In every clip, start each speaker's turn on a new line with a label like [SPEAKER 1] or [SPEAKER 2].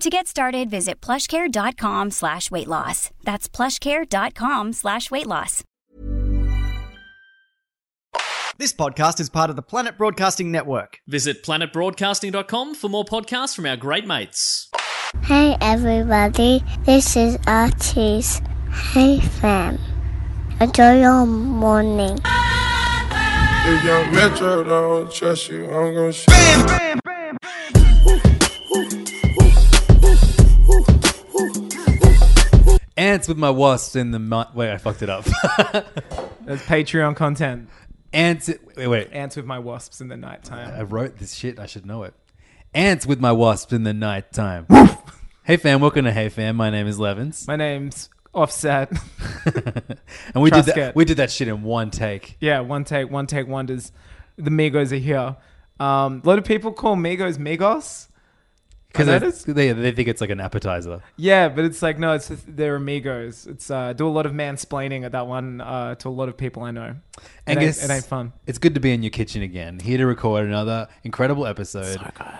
[SPEAKER 1] To get started, visit plushcare.com slash weight loss. That's plushcare.com slash weight loss.
[SPEAKER 2] This podcast is part of the Planet Broadcasting Network.
[SPEAKER 3] Visit planetbroadcasting.com for more podcasts from our great mates.
[SPEAKER 4] Hey everybody, this is Artie's Hey Fam. Enjoy your morning.
[SPEAKER 5] If young Metro don't trust you, I'm gonna shoot. Bam, bam, bam,
[SPEAKER 6] Ants with my wasps in the mu- wait, I fucked it up.
[SPEAKER 7] That's Patreon content.
[SPEAKER 6] Ants, wait, wait.
[SPEAKER 7] Ants with my wasps in the nighttime.
[SPEAKER 6] I wrote this shit. I should know it. Ants with my wasps in the nighttime. hey fam, welcome to Hey Fam. My name is Levins,
[SPEAKER 7] My name's Offset.
[SPEAKER 6] and we did
[SPEAKER 7] Trust
[SPEAKER 6] that.
[SPEAKER 7] it.
[SPEAKER 6] We did that shit in one take.
[SPEAKER 7] yeah, one take, one take wonders. The Migos are here. Um, a lot of people call Migos Migos.
[SPEAKER 6] Because
[SPEAKER 7] I noticed.
[SPEAKER 6] they, they, they think it's like an appetizer.
[SPEAKER 7] Yeah, but it's like no, it's they're amigos. It's uh, I do a lot of mansplaining at that one uh, to a lot of people I know. It,
[SPEAKER 6] Angus,
[SPEAKER 7] ain't, it ain't fun.
[SPEAKER 6] It's good to be in your kitchen again. Here to record another incredible episode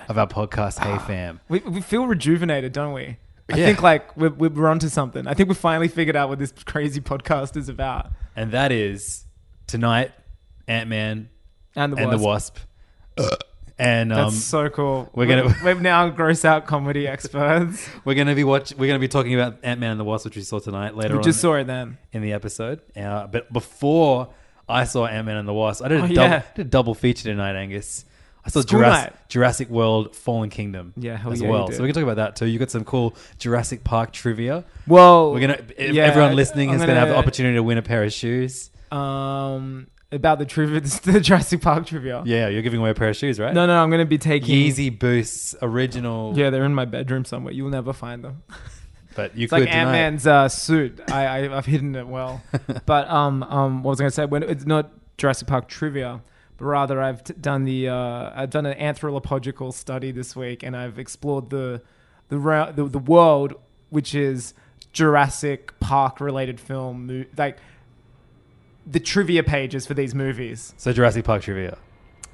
[SPEAKER 6] of our podcast.
[SPEAKER 7] Ah.
[SPEAKER 6] Hey fam.
[SPEAKER 7] We, we feel rejuvenated, don't we? I
[SPEAKER 6] Yeah.
[SPEAKER 7] think like we're, we're onto something. I think we finally figured out what this crazy podcast is about.
[SPEAKER 6] And that is tonight, Ant Man
[SPEAKER 7] And the
[SPEAKER 6] and
[SPEAKER 7] wasp.
[SPEAKER 6] the Wasp. and um,
[SPEAKER 7] That's so cool.
[SPEAKER 6] we're gonna-
[SPEAKER 7] we're, we're now gross out comedy experts.
[SPEAKER 6] we're gonna be watch. We're gonna be talking about Ant Man and the Wasp, which we saw tonight later
[SPEAKER 7] we
[SPEAKER 6] on
[SPEAKER 7] just saw it then.
[SPEAKER 6] in the episode. Uh, but before I saw Ant Man and the Wasp, I did a,
[SPEAKER 7] Oh,
[SPEAKER 6] double,
[SPEAKER 7] yeah.
[SPEAKER 6] did a double feature tonight, Angus. I saw
[SPEAKER 7] School
[SPEAKER 6] Jurassic,
[SPEAKER 7] night.
[SPEAKER 6] Jurassic World Fallen Kingdom
[SPEAKER 7] Yeah, hell
[SPEAKER 6] as
[SPEAKER 7] yeah, you
[SPEAKER 6] well.
[SPEAKER 7] did.
[SPEAKER 6] So we can talk about that too. You got some cool Jurassic Park trivia.
[SPEAKER 7] Well,
[SPEAKER 6] We're gonna. if
[SPEAKER 7] yeah,
[SPEAKER 6] everyone listening
[SPEAKER 7] I'm
[SPEAKER 6] is gonna have the
[SPEAKER 7] gonna-
[SPEAKER 6] opportunity to win a pair of shoes.
[SPEAKER 7] um about the trivia, the Jurassic Park trivia.
[SPEAKER 6] Yeah, you're giving away a pair of shoes, right?
[SPEAKER 7] No, no, I'm gonna be taking.
[SPEAKER 6] Yeezy Boosts original.
[SPEAKER 7] Yeah, they're in my bedroom somewhere. You'll never find them.
[SPEAKER 6] but you
[SPEAKER 7] It's
[SPEAKER 6] could
[SPEAKER 7] like Ant
[SPEAKER 6] tonight.
[SPEAKER 7] Man's uh, suit. I, I I've hidden it well. but um um, what was I gonna say? When it's not Jurassic Park trivia. But rather, I've t- done the uh, I've done an anthropological study this week, and I've explored the the ra- the, the world, which is Jurassic Park related film, mo- like the trivia pages for these movies.
[SPEAKER 6] So Jurassic Park trivia.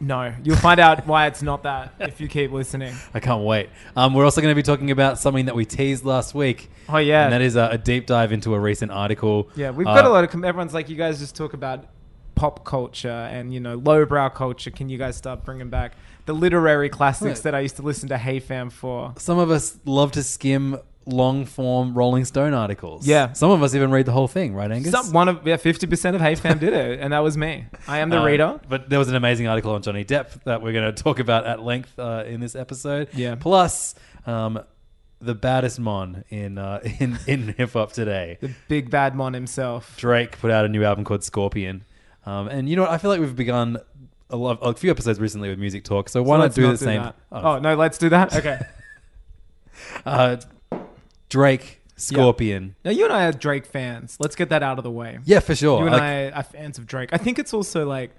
[SPEAKER 7] No, you'll find out why it's not that if you keep listening.
[SPEAKER 6] I can't wait. Um, we're also going to be talking about something that we teased last week.
[SPEAKER 7] Oh, yeah.
[SPEAKER 6] and that is a, a deep dive into a recent article.
[SPEAKER 7] Yeah, we've got
[SPEAKER 6] Uh,
[SPEAKER 7] a lot of. Com- everyone's like, you guys just talk about pop culture and you know lowbrow culture. Can you guys start bringing back the literary classics
[SPEAKER 6] Right.
[SPEAKER 7] that I used to listen to Hey Fam for?
[SPEAKER 6] Some of us love to skim long form Rolling Stone articles.
[SPEAKER 7] Yeah.
[SPEAKER 6] some of us even read the whole thing, right, Angus?
[SPEAKER 7] Some, one of yeah, fifty percent of Hey Fam did it, and that was me. I am the
[SPEAKER 6] Uh,
[SPEAKER 7] reader.
[SPEAKER 6] But there was an amazing article on Johnny Depp that we're going to talk about at length uh, in this episode.
[SPEAKER 7] Yeah.
[SPEAKER 6] Plus, um, the baddest mon in uh, in in hip hop today.
[SPEAKER 7] The big bad mon himself.
[SPEAKER 6] Drake put out a new album called Scorpion. Um, and you know what? I feel like we've begun a, lot, a few episodes recently with music talk. So why
[SPEAKER 7] So
[SPEAKER 6] not
[SPEAKER 7] let's
[SPEAKER 6] do the same?
[SPEAKER 7] that.
[SPEAKER 6] Oh,
[SPEAKER 7] Oh. no, let's do that. Okay.
[SPEAKER 6] uh, Drake, Scorpion.
[SPEAKER 7] now you and I are Drake fans. Let's get that out of the way.
[SPEAKER 6] Yeah, for sure.
[SPEAKER 7] You and
[SPEAKER 6] Like,
[SPEAKER 7] I are fans of Drake. I think it's also like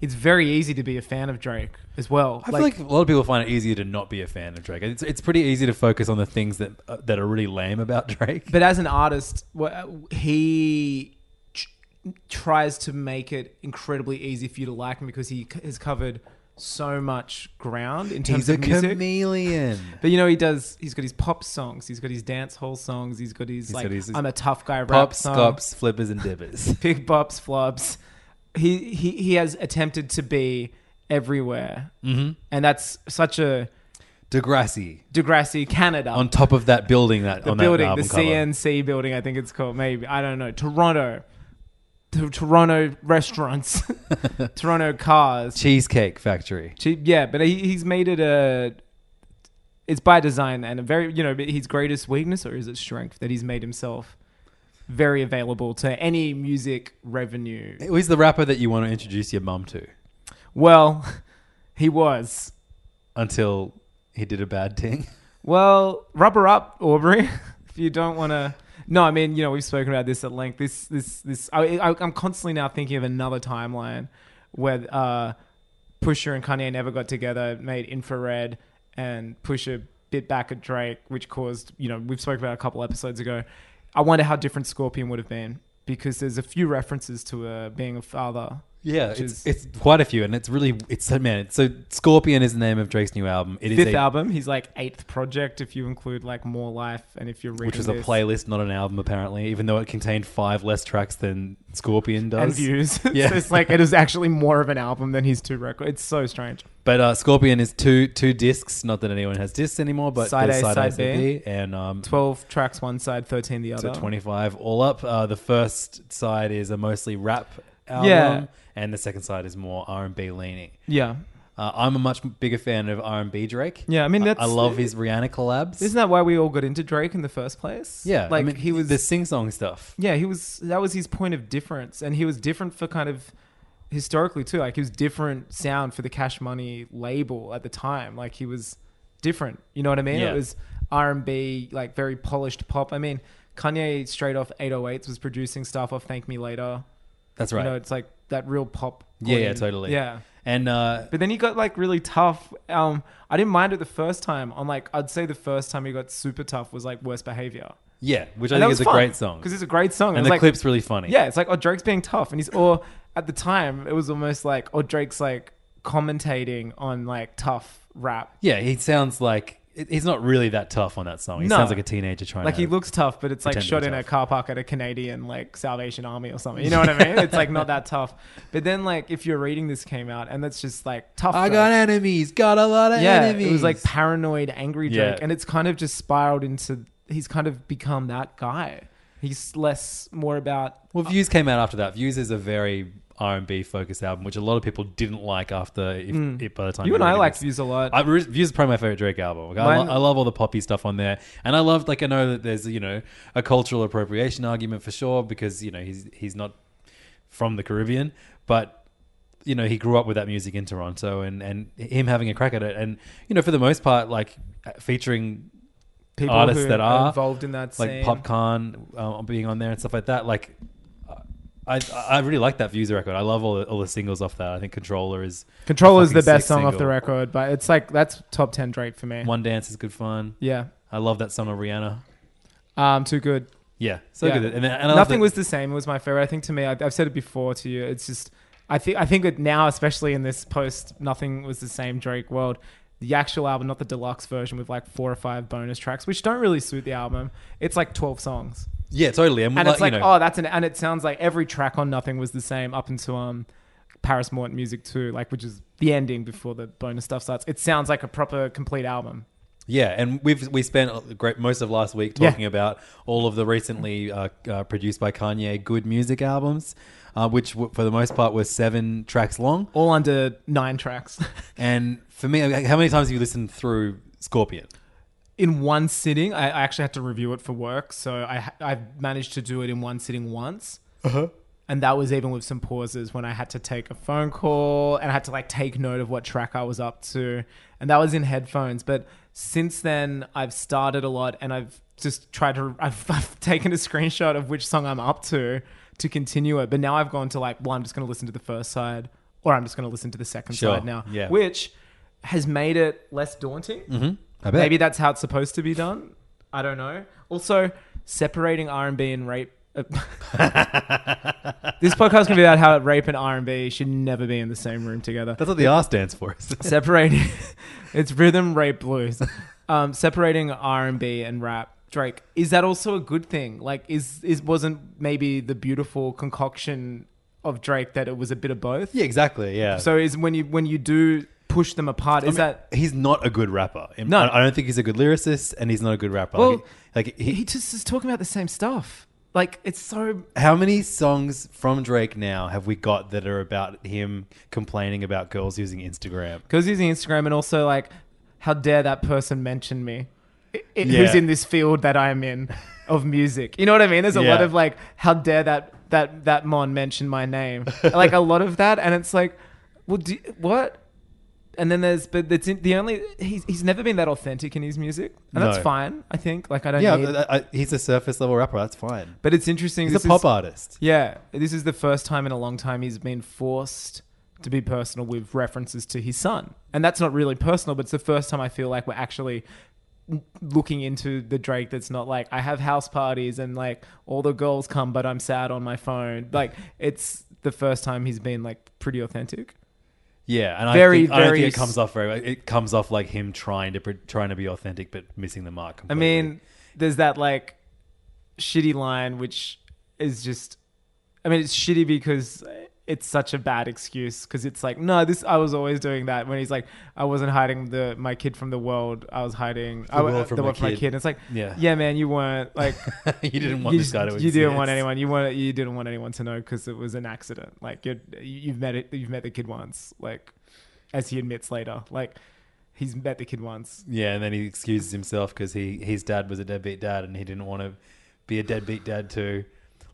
[SPEAKER 7] it's very easy to be a fan of Drake as well.
[SPEAKER 6] I feel like a lot of people find it easier to not be a fan of Drake. It's, it's pretty easy to focus on the things that uh, that are really lame about Drake.
[SPEAKER 7] but as an artist, wha- he tr- tries to make it incredibly easy for you to like him because he c- has covered so much ground in terms
[SPEAKER 6] He's a
[SPEAKER 7] of music.
[SPEAKER 6] chameleon.
[SPEAKER 7] but you know he does. He's got his pop songs. He's got his dance hall songs. He's got his like
[SPEAKER 6] got his-
[SPEAKER 7] I'm a tough guy rap
[SPEAKER 6] Pops,
[SPEAKER 7] song.
[SPEAKER 6] scops, flippers, and dippers.
[SPEAKER 7] Big bops flops. He he he has attempted to be everywhere, mm-hmm. and that's such a
[SPEAKER 6] Degrassi
[SPEAKER 7] Degrassi Canada
[SPEAKER 6] on top of that building that
[SPEAKER 7] the
[SPEAKER 6] on
[SPEAKER 7] building,
[SPEAKER 6] that
[SPEAKER 7] the
[SPEAKER 6] album cover.
[SPEAKER 7] CNC building, I think it's called. Maybe I don't know. Toronto, t- Toronto restaurants, Toronto cars.
[SPEAKER 6] Cheesecake Factory.
[SPEAKER 7] Che- yeah, but he, he's made it a. It's by design and a very, you know, but his greatest weakness or is it strength that he's made himself very available to any music revenue.
[SPEAKER 6] Who's the rapper that you want to introduce your mum to
[SPEAKER 7] Well, he was.
[SPEAKER 6] until he did a bad thing?
[SPEAKER 7] Well, rubber up, Aubrey. if you don't want to. No, I mean, you know, we've spoken about this at length. This, this, this. I, I, I'm constantly now thinking of another timeline where uh, Pusher and Kanye never got together, made Infrared, and Pusher bit back at Drake, which caused, you know, we've spoken about it a couple episodes ago. I wonder how different Scorpion would have been because there's a few references to uh, being a father.
[SPEAKER 6] Yeah,
[SPEAKER 7] Which
[SPEAKER 6] it's, it's quite a few, and it's really it's man. It's, so Scorpion is the name of Drake's new album. It is
[SPEAKER 7] Fifth
[SPEAKER 6] a,
[SPEAKER 7] album, he's like eighth project if you include like More Life, and if you're reading
[SPEAKER 6] which was a
[SPEAKER 7] this,
[SPEAKER 6] playlist, not an album, apparently. Even though it contained five less tracks than Scorpion does.
[SPEAKER 7] and views.
[SPEAKER 6] Yeah.
[SPEAKER 7] so it's like it is actually more of an album than his two records. It's so strange.
[SPEAKER 6] But uh, Scorpion is two two discs. Not that anyone has discs anymore, but
[SPEAKER 7] Side
[SPEAKER 6] there's
[SPEAKER 7] A, side
[SPEAKER 6] side
[SPEAKER 7] B.
[SPEAKER 6] and um,
[SPEAKER 7] Twelve tracks one side, thirteen the other.
[SPEAKER 6] so 25 all up. Uh, the first side is a mostly rap album,
[SPEAKER 7] Yeah.
[SPEAKER 6] and the second side is more R and B leaning.
[SPEAKER 7] Yeah,
[SPEAKER 6] Uh, I'm a much bigger fan of R and B Drake.
[SPEAKER 7] yeah. I mean, that's
[SPEAKER 6] I love his Rihanna collabs.
[SPEAKER 7] Isn't that why we all got into Drake in the first place?
[SPEAKER 6] yeah,
[SPEAKER 7] like
[SPEAKER 6] I mean,
[SPEAKER 7] he was.
[SPEAKER 6] the sing song stuff.
[SPEAKER 7] yeah, he was. That was his point of difference, and he was different for kind of historically too. Like he was different sound for the Cash Money label at the time. Like he was different. You know what I mean?
[SPEAKER 6] Yeah.
[SPEAKER 7] It was R and B, like very polished pop. I mean, Kanye straight off 808s was producing stuff off Thank Me Later.
[SPEAKER 6] That's right.
[SPEAKER 7] You know, it's like that real pop.
[SPEAKER 6] yeah, yeah,
[SPEAKER 7] queen.
[SPEAKER 6] totally.
[SPEAKER 7] Yeah.
[SPEAKER 6] and uh,
[SPEAKER 7] But then he got like really tough. Um, I didn't mind it the first time. On like, I'd say the first time he got super tough was like Worst Behavior.
[SPEAKER 6] yeah, which I
[SPEAKER 7] And that
[SPEAKER 6] think
[SPEAKER 7] was
[SPEAKER 6] is a great song.
[SPEAKER 7] Because it's a great song. It
[SPEAKER 6] and
[SPEAKER 7] was
[SPEAKER 6] the
[SPEAKER 7] like,
[SPEAKER 6] clip's really funny.
[SPEAKER 7] Yeah, it's like, oh, Drake's being tough. And he's, or at the time, it was almost like, oh, Drake's like commentating on like tough rap.
[SPEAKER 6] yeah, he sounds like it- he's not really that tough on that song. He
[SPEAKER 7] No.
[SPEAKER 6] sounds like a teenager trying.
[SPEAKER 7] Like
[SPEAKER 6] to
[SPEAKER 7] he looks tough, but it's like
[SPEAKER 6] Pretend to
[SPEAKER 7] shot
[SPEAKER 6] be
[SPEAKER 7] in a
[SPEAKER 6] tough.
[SPEAKER 7] car park at a Canadian like Salvation Army or something. You know what I mean? It's like not that tough. But then like if you're reading this came out and that's just like tough.
[SPEAKER 6] I
[SPEAKER 7] Drake.
[SPEAKER 6] got enemies, got a lot of
[SPEAKER 7] yeah,
[SPEAKER 6] enemies.
[SPEAKER 7] it was like paranoid, angry Drake,
[SPEAKER 6] Yeah.
[SPEAKER 7] and it's kind of just spiraled into. He's kind of become that guy. He's less, more about.
[SPEAKER 6] Well, Views came out after that. Views is a very R and B focused album, which a lot of people didn't like after. If, if by the time
[SPEAKER 7] You and
[SPEAKER 6] were
[SPEAKER 7] I
[SPEAKER 6] reading
[SPEAKER 7] liked
[SPEAKER 6] this.
[SPEAKER 7] Views a lot.
[SPEAKER 6] I, Views is probably my favorite Drake album. Like, I,
[SPEAKER 7] Mine-
[SPEAKER 6] lo- I love all the poppy stuff on there, and I love like I know that there's you know a cultural appropriation argument for sure because you know he's he's not from the Caribbean, but you know he grew up with that music in Toronto, and and him having a crack at it, and you know for the most part like uh, featuring
[SPEAKER 7] people
[SPEAKER 6] artists
[SPEAKER 7] who
[SPEAKER 6] that are
[SPEAKER 7] involved in that
[SPEAKER 6] like
[SPEAKER 7] scene.
[SPEAKER 6] popcorn um, being on there and stuff like that. Like, I I really like that Views record. I love all the, all the singles off that. I think Controller is
[SPEAKER 7] Control is
[SPEAKER 6] fucking
[SPEAKER 7] the best
[SPEAKER 6] sick
[SPEAKER 7] song off
[SPEAKER 6] single.
[SPEAKER 7] the record, but it's like that's top ten Drake for me.
[SPEAKER 6] One Dance is good fun.
[SPEAKER 7] Yeah,
[SPEAKER 6] I love that song of Rihanna.
[SPEAKER 7] um, too good.
[SPEAKER 6] Yeah, so
[SPEAKER 7] Yeah.
[SPEAKER 6] good. And, then- and I love
[SPEAKER 7] Nothing
[SPEAKER 6] that-
[SPEAKER 7] was the same. It was my favorite. I think to me, I've, I've said it before to you. It's just, I think, I think that now, especially in this post, nothing was the same Drake world. The actual album, not the deluxe version with like four or five bonus tracks, which don't really suit the album. It's like twelve songs,
[SPEAKER 6] yeah, totally. And,
[SPEAKER 7] and
[SPEAKER 6] like,
[SPEAKER 7] it's like,
[SPEAKER 6] you know,
[SPEAKER 7] oh, that's an. And it sounds like every track on Nothing was the same up until um, Paris Morton Music Two, like which is the ending before the bonus stuff starts. It sounds like a proper complete album.
[SPEAKER 6] yeah. And we've we spent a great most of last week
[SPEAKER 7] Yeah.
[SPEAKER 6] talking about all of the recently uh, uh, produced by Kanye good music albums, uh, which w- for the most part were seven tracks long.
[SPEAKER 7] All under nine tracks
[SPEAKER 6] And for me, like, how many times have you listened through Scorpion?
[SPEAKER 7] in one sitting. I, I actually had to review it for work, so I ha- I managed to do it in one sitting once.
[SPEAKER 6] Uh-huh.
[SPEAKER 7] And that was even with some pauses when I had to take a phone call and I had to like take note of what track I was up to. And that was in headphones. But since then, I've started a lot and I've just tried to, I've, I've taken a screenshot of which song I'm up to to continue it. But now I've gone to like, well, I'm just going to listen to the first side or I'm just going to listen to the second
[SPEAKER 6] Sure.
[SPEAKER 7] side now,
[SPEAKER 6] Yeah. Mm-hmm.
[SPEAKER 7] which has made it less daunting.
[SPEAKER 6] I bet.
[SPEAKER 7] Maybe that's how it's supposed to be done. I don't know. Also, separating R and B and rape. uh, this podcast can be about how rape and R and B should never be in the same room together.
[SPEAKER 6] That's what the R stands for.
[SPEAKER 7] Separating, it's rhythm, rape, blues. Um, separating R and B and rap. Drake, is that also a good thing? Like, is is wasn't maybe the beautiful concoction of Drake that it was a bit of both?
[SPEAKER 6] yeah, exactly. Yeah.
[SPEAKER 7] So is when you when you do push them apart, is that
[SPEAKER 6] he's not a good rapper.
[SPEAKER 7] No.
[SPEAKER 6] I I don't think he's a good lyricist, and he's not a good rapper.
[SPEAKER 7] Well,
[SPEAKER 6] like, like he,
[SPEAKER 7] he just is talking about the same stuff. Like it's so
[SPEAKER 6] How many songs from Drake now have we got that are about him complaining about girls using Instagram?
[SPEAKER 7] because using Instagram and also like, how dare that person mention me? I- I- Who's
[SPEAKER 6] Yeah.
[SPEAKER 7] in this field that I'm in of music? You know what I mean? There's a lot
[SPEAKER 6] Yeah.
[SPEAKER 7] of like, how dare that that that mon mention my name? like a lot of that, and it's like, well, do, what? And then there's, but it's in, the only he's he's never been that authentic in his music, and that's
[SPEAKER 6] No.
[SPEAKER 7] fine. I think like I don't
[SPEAKER 6] Yeah,
[SPEAKER 7] need,
[SPEAKER 6] I, I- he's a surface level rapper. That's fine.
[SPEAKER 7] but it's interesting.
[SPEAKER 6] He's
[SPEAKER 7] this
[SPEAKER 6] a
[SPEAKER 7] is-
[SPEAKER 6] pop artist.
[SPEAKER 7] Yeah, this is the first time in a long time he's been forced to be personal with references to his son. And that's not really personal, but it's the first time I feel like we're actually looking into the Drake that's not like I have house parties and like all the girls come but I'm sad on my phone. Like it's the first time he's been like pretty authentic.
[SPEAKER 6] Yeah, and
[SPEAKER 7] Very,
[SPEAKER 6] I, think, I don't
[SPEAKER 7] very
[SPEAKER 6] think it
[SPEAKER 7] s-
[SPEAKER 6] comes off very. well. It comes off like him trying to pre- trying to be authentic, but missing the mark.
[SPEAKER 7] I
[SPEAKER 6] Completely.
[SPEAKER 7] mean, there's that like shitty line which is just I mean, it's shitty because it's such a bad excuse because it's like, no, this I was always doing that when he's like, I wasn't hiding the my kid from the world. I was hiding I, w-
[SPEAKER 6] world from
[SPEAKER 7] the
[SPEAKER 6] my
[SPEAKER 7] world from my
[SPEAKER 6] kid.
[SPEAKER 7] kid. And it's like,
[SPEAKER 6] Yeah.
[SPEAKER 7] yeah, man, you weren't like
[SPEAKER 6] you didn't want
[SPEAKER 7] you,
[SPEAKER 6] this guy to.
[SPEAKER 7] You
[SPEAKER 6] exist.
[SPEAKER 7] didn't want anyone. You weren't. You didn't want anyone to know because it was an accident. Like you're, you- you've met it. You've met the kid once. Like as he admits later, like he's met the kid once.
[SPEAKER 6] Yeah, and then he excuses himself because he his dad was a deadbeat dad, and he didn't want to be a deadbeat dad too.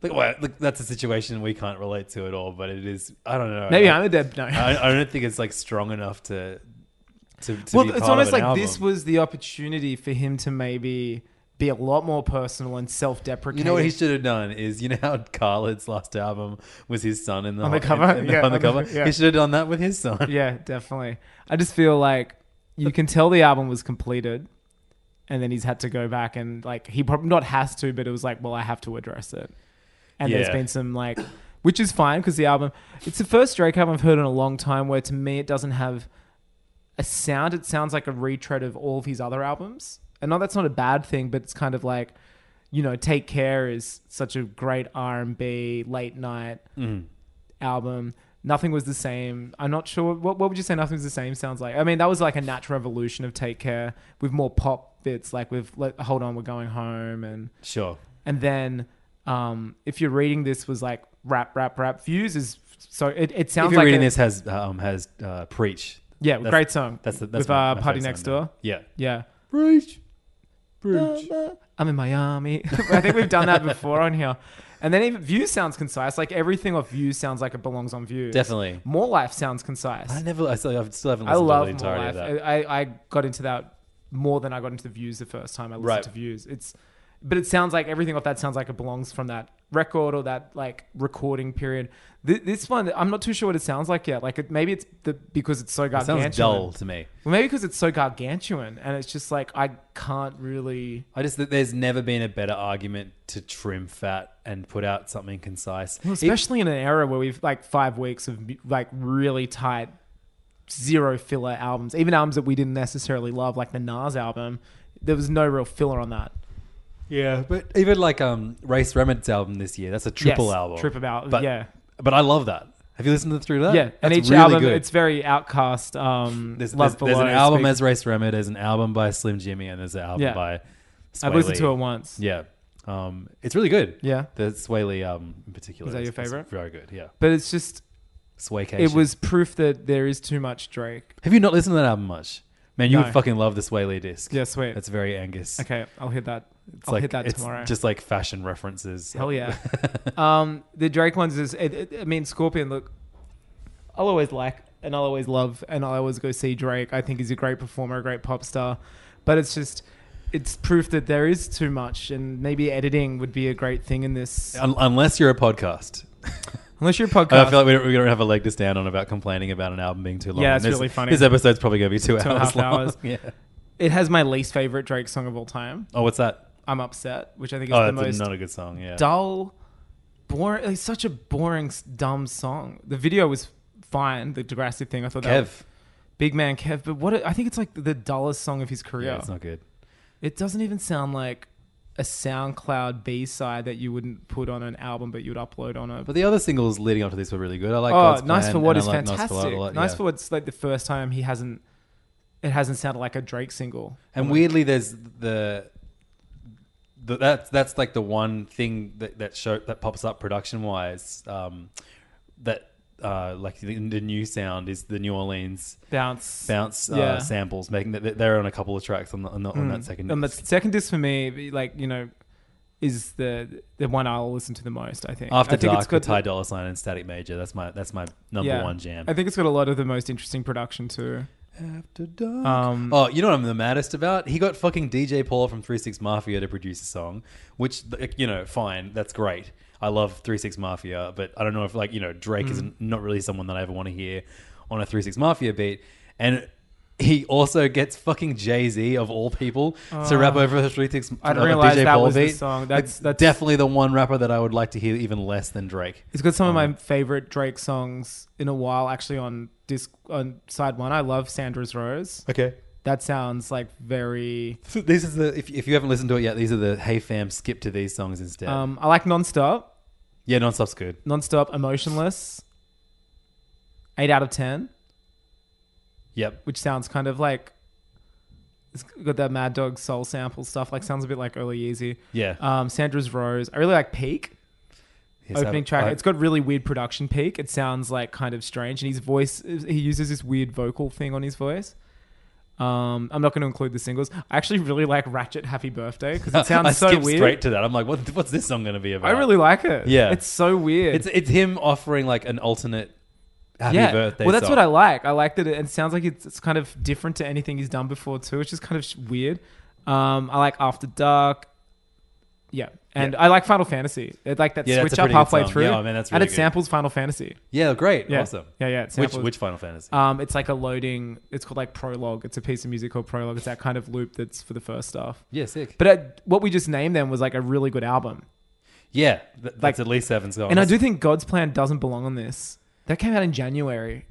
[SPEAKER 6] Look, well, look, that's a situation we can't relate to at all. But it is. I don't know.
[SPEAKER 7] Maybe
[SPEAKER 6] I,
[SPEAKER 7] I'm a dead. No.
[SPEAKER 6] I, I don't think it's like strong enough to. To, to
[SPEAKER 7] well,
[SPEAKER 6] be
[SPEAKER 7] it's
[SPEAKER 6] part
[SPEAKER 7] almost
[SPEAKER 6] of an
[SPEAKER 7] like this
[SPEAKER 6] album.
[SPEAKER 7] was the opportunity for him to maybe be a lot more personal and self-deprecating.
[SPEAKER 6] You know what he should have done is you know how Khaled's last album was his son in the
[SPEAKER 7] On the
[SPEAKER 6] ho-
[SPEAKER 7] cover?
[SPEAKER 6] in- in the-
[SPEAKER 7] Yeah,
[SPEAKER 6] on the
[SPEAKER 7] on the-
[SPEAKER 6] cover.
[SPEAKER 7] yeah.
[SPEAKER 6] He should have done that with his son.
[SPEAKER 7] Yeah, definitely. I just feel like you can tell the album was completed. And then he's had to go back and like he probably not has to, but it was like, well, I have to address it. And there's
[SPEAKER 6] Yeah.
[SPEAKER 7] been some like, which is fine because the album, it's the first Drake album I've heard in a long time where to me it doesn't have a sound. It sounds like a retread of all of his other albums. And no, that's not a bad thing, but it's kind of like, you know, Take Care is such a great R and B late night album. Nothing was the same. I'm not sure. What, what would you say? Nothing was the same sounds like. I mean, that was like a natural evolution of Take Care with more pop bits, like with like, Hold On, We're Going Home, and
[SPEAKER 6] Sure.
[SPEAKER 7] and then um, if you're reading this was like rap, rap, rap. Views is so it, it sounds
[SPEAKER 6] if you're
[SPEAKER 7] like
[SPEAKER 6] reading
[SPEAKER 7] a-
[SPEAKER 6] this has um has uh, preach.
[SPEAKER 7] Yeah,
[SPEAKER 6] That's-
[SPEAKER 7] great song.
[SPEAKER 6] That's the that's
[SPEAKER 7] with
[SPEAKER 6] my-
[SPEAKER 7] uh,
[SPEAKER 6] my
[SPEAKER 7] Party
[SPEAKER 6] favorite
[SPEAKER 7] Next
[SPEAKER 6] song now.
[SPEAKER 7] Door.
[SPEAKER 6] Yeah.
[SPEAKER 7] Yeah.
[SPEAKER 6] Preach. Preach.
[SPEAKER 7] I'm in Miami. I think we've done that before on here. And then even View sounds concise. Like everything off View sounds like it belongs on View.
[SPEAKER 6] Definitely.
[SPEAKER 7] More Life sounds concise.
[SPEAKER 6] I never. I still, I still haven't
[SPEAKER 7] I
[SPEAKER 6] listened
[SPEAKER 7] love
[SPEAKER 6] to the
[SPEAKER 7] More
[SPEAKER 6] entirety
[SPEAKER 7] Life.
[SPEAKER 6] of that.
[SPEAKER 7] I, I got into that more than I got into the views the first time I listened
[SPEAKER 6] Right.
[SPEAKER 7] to views. It's but it sounds like everything off that sounds like it belongs from that record or that like recording period. Th- this one, I'm not too sure what it sounds like yet. Like it, maybe it's the, because it's so
[SPEAKER 6] It
[SPEAKER 7] gargantuan.
[SPEAKER 6] sounds dull to me.
[SPEAKER 7] Well, maybe because it's so gargantuan and it's just like I can't really.
[SPEAKER 6] I just that there's never been a better argument to trim fat and put out something concise.
[SPEAKER 7] especially in an era where we've like five weeks of like really tight zero filler albums even albums that we didn't necessarily love like the nas album there was no real filler on that
[SPEAKER 6] yeah, but even like um Race Remnant's album this year, that's a triple
[SPEAKER 7] Yes,
[SPEAKER 6] album.
[SPEAKER 7] triple album,
[SPEAKER 6] But,
[SPEAKER 7] yeah.
[SPEAKER 6] But I love that. Have you listened to through that?
[SPEAKER 7] yeah and
[SPEAKER 6] That's
[SPEAKER 7] each
[SPEAKER 6] really
[SPEAKER 7] album
[SPEAKER 6] good.
[SPEAKER 7] it's very outcast um
[SPEAKER 6] there's,
[SPEAKER 7] love
[SPEAKER 6] there's, there's an
[SPEAKER 7] Below
[SPEAKER 6] album
[SPEAKER 7] speaks-
[SPEAKER 6] as Race Remnant, there's an album by Slim Jimmy, and there's an album
[SPEAKER 7] Yeah.
[SPEAKER 6] by. Sway
[SPEAKER 7] i've listened
[SPEAKER 6] Lee.
[SPEAKER 7] to it once
[SPEAKER 6] Yeah, um, it's really good.
[SPEAKER 7] Yeah.
[SPEAKER 6] the Sway Lee album in particular.
[SPEAKER 7] Is that your favorite?
[SPEAKER 6] Very good. Yeah,
[SPEAKER 7] but it's just
[SPEAKER 6] Swaycation.
[SPEAKER 7] it was proof that there is too much drake
[SPEAKER 6] Have you not listened to that album much? Man, you
[SPEAKER 7] No.
[SPEAKER 6] would fucking love the Sway Lee disc.
[SPEAKER 7] Yeah, sweet.
[SPEAKER 6] It's very Angus.
[SPEAKER 7] okay i'll hit that
[SPEAKER 6] It's
[SPEAKER 7] i'll
[SPEAKER 6] like
[SPEAKER 7] hit that
[SPEAKER 6] it's
[SPEAKER 7] tomorrow
[SPEAKER 6] just like fashion references.
[SPEAKER 7] Hell yeah. um, the Drake ones is, it, it, I mean, Scorpion, look, I'll always like and I'll always love and I'll always go see Drake. I think he's a great performer, a great pop star. But it's just, it's proof that there is too much and maybe editing would be a great thing in this.
[SPEAKER 6] Un- unless you're a podcast.
[SPEAKER 7] Unless you're a podcast.
[SPEAKER 6] I feel like we don't, we don't have a leg to stand on about complaining about an album being too long.
[SPEAKER 7] Yeah,
[SPEAKER 6] And
[SPEAKER 7] it's
[SPEAKER 6] this,
[SPEAKER 7] really funny.
[SPEAKER 6] This episode's probably going to be two,
[SPEAKER 7] and a
[SPEAKER 6] hours
[SPEAKER 7] half
[SPEAKER 6] long.
[SPEAKER 7] hours.
[SPEAKER 6] Yeah.
[SPEAKER 7] it has my least favorite Drake song of all time.
[SPEAKER 6] Oh, what's that?
[SPEAKER 7] I'm upset, which I think is
[SPEAKER 6] Oh,
[SPEAKER 7] the
[SPEAKER 6] that's
[SPEAKER 7] most
[SPEAKER 6] not a good song. Yeah.
[SPEAKER 7] dull, boring. Like, such a boring, s- dumb song. The video was fine. The Degrassi thing, I thought that
[SPEAKER 6] Kev.
[SPEAKER 7] Big Man Kev, but what I think it's like the dullest song of his career.
[SPEAKER 6] Yeah, it's not good.
[SPEAKER 7] It doesn't even sound like a SoundCloud B side that you wouldn't put on an album, but you'd upload on it.
[SPEAKER 6] But the other singles leading up to this were really good. I like.
[SPEAKER 7] oh,
[SPEAKER 6] God's
[SPEAKER 7] nice
[SPEAKER 6] Plan
[SPEAKER 7] for
[SPEAKER 6] and
[SPEAKER 7] what
[SPEAKER 6] I
[SPEAKER 7] is
[SPEAKER 6] like Nice
[SPEAKER 7] fantastic.
[SPEAKER 6] for What
[SPEAKER 7] Nice,
[SPEAKER 6] a lot, yeah.
[SPEAKER 7] for what's like the first time he hasn't. It hasn't sounded like a Drake single.
[SPEAKER 6] And weirdly, there's the th- that's that's like the one thing that that show that pops up production wise. Um, that uh, like the, the new sound is the New Orleans
[SPEAKER 7] bounce.
[SPEAKER 6] bounce uh,
[SPEAKER 7] Yeah. Hmm.
[SPEAKER 6] samples, making that they're on a couple of tracks on the, on, the, on that second.
[SPEAKER 7] Mm. And the
[SPEAKER 6] disc.
[SPEAKER 7] second disc for me, like you know, is the the one I'll listen to the most. I think
[SPEAKER 6] After
[SPEAKER 7] I think
[SPEAKER 6] Dark, with Ty
[SPEAKER 7] the-
[SPEAKER 6] Dolla Sign and Static Major. That's my that's my number
[SPEAKER 7] yeah.
[SPEAKER 6] one jam.
[SPEAKER 7] I think it's got a lot of the most interesting production too.
[SPEAKER 6] After Dark.
[SPEAKER 7] Um,
[SPEAKER 6] Oh, you know what I'm the maddest about? He got fucking DJ Paul from Three Six Mafia to produce a song, which like, you know, fine, that's great. I love Three Six Mafia, but I don't know if like you know Drake is
[SPEAKER 7] Mm.
[SPEAKER 6] not really someone that I ever want to hear on a Three Six Mafia beat, and he also gets fucking Jay Z of all people to rap over the Three Six.
[SPEAKER 7] Uh, I didn't
[SPEAKER 6] uh,
[SPEAKER 7] realize
[SPEAKER 6] DJ
[SPEAKER 7] that
[SPEAKER 6] Paul
[SPEAKER 7] was the
[SPEAKER 6] beat.
[SPEAKER 7] song.
[SPEAKER 6] Like,
[SPEAKER 7] That's- that's-
[SPEAKER 6] definitely the one rapper that I would like to hear even less than Drake.
[SPEAKER 7] It's got some of my favorite Drake songs in a while. Actually, on disc on side one, I love Sandra's Rose.
[SPEAKER 6] Okay.
[SPEAKER 7] That sounds like very.
[SPEAKER 6] So these is the if, if you haven't listened to it yet, these are the hey fam skip to these songs instead.
[SPEAKER 7] Um, I like Nonstop.
[SPEAKER 6] yeah, nonstop's good.
[SPEAKER 7] Nonstop, Emotionless. Eight out of ten,
[SPEAKER 6] Yep.
[SPEAKER 7] which sounds kind of like. It's got that Mad Dog soul sample stuff. Like sounds a bit like early Yeezy.
[SPEAKER 6] Yeah.
[SPEAKER 7] Um, Sandra's Rose. I really like Peak.
[SPEAKER 6] Yes,
[SPEAKER 7] opening
[SPEAKER 6] I-
[SPEAKER 7] track.
[SPEAKER 6] I-
[SPEAKER 7] it's got really weird production peak. It sounds like kind of strange, and his voice he uses this weird vocal thing on his voice. Um, I'm not going to include the singles. I actually really like Ratchet Happy Birthday because it sounds
[SPEAKER 6] I
[SPEAKER 7] so
[SPEAKER 6] skipped
[SPEAKER 7] weird.
[SPEAKER 6] straight to that. I'm like, what, what's this song going to be about?
[SPEAKER 7] I really like it.
[SPEAKER 6] Yeah.
[SPEAKER 7] it's so weird.
[SPEAKER 6] It's it's him offering like an alternate happy
[SPEAKER 7] yeah.
[SPEAKER 6] birthday.
[SPEAKER 7] well, that's
[SPEAKER 6] song.
[SPEAKER 7] what I like. I like that it, it sounds like it's, it's kind of different to anything he's done before too, which is kind of sh- weird. Um, I like After Dark. Yeah, and I like Final Fantasy. It, like that
[SPEAKER 6] Yeah, that's
[SPEAKER 7] switch
[SPEAKER 6] a
[SPEAKER 7] up
[SPEAKER 6] pretty good
[SPEAKER 7] halfway
[SPEAKER 6] song.
[SPEAKER 7] through.
[SPEAKER 6] Yeah, oh, man, that's
[SPEAKER 7] and
[SPEAKER 6] really
[SPEAKER 7] it
[SPEAKER 6] good.
[SPEAKER 7] samples Final Fantasy.
[SPEAKER 6] Yeah, great,
[SPEAKER 7] Yeah.
[SPEAKER 6] awesome.
[SPEAKER 7] Yeah, yeah, it
[SPEAKER 6] Which
[SPEAKER 7] samples-
[SPEAKER 6] which Final Fantasy?
[SPEAKER 7] Um, it's like a loading. It's called like prologue. It's a piece of music called prologue. It's that kind of loop that's for the first stuff.
[SPEAKER 6] yeah, sick.
[SPEAKER 7] But uh what we just named them was like a really good album,
[SPEAKER 6] yeah, th-
[SPEAKER 7] like-
[SPEAKER 6] that's at least seven songs.
[SPEAKER 7] and I do think God's Plan doesn't belong on this. That came out in January,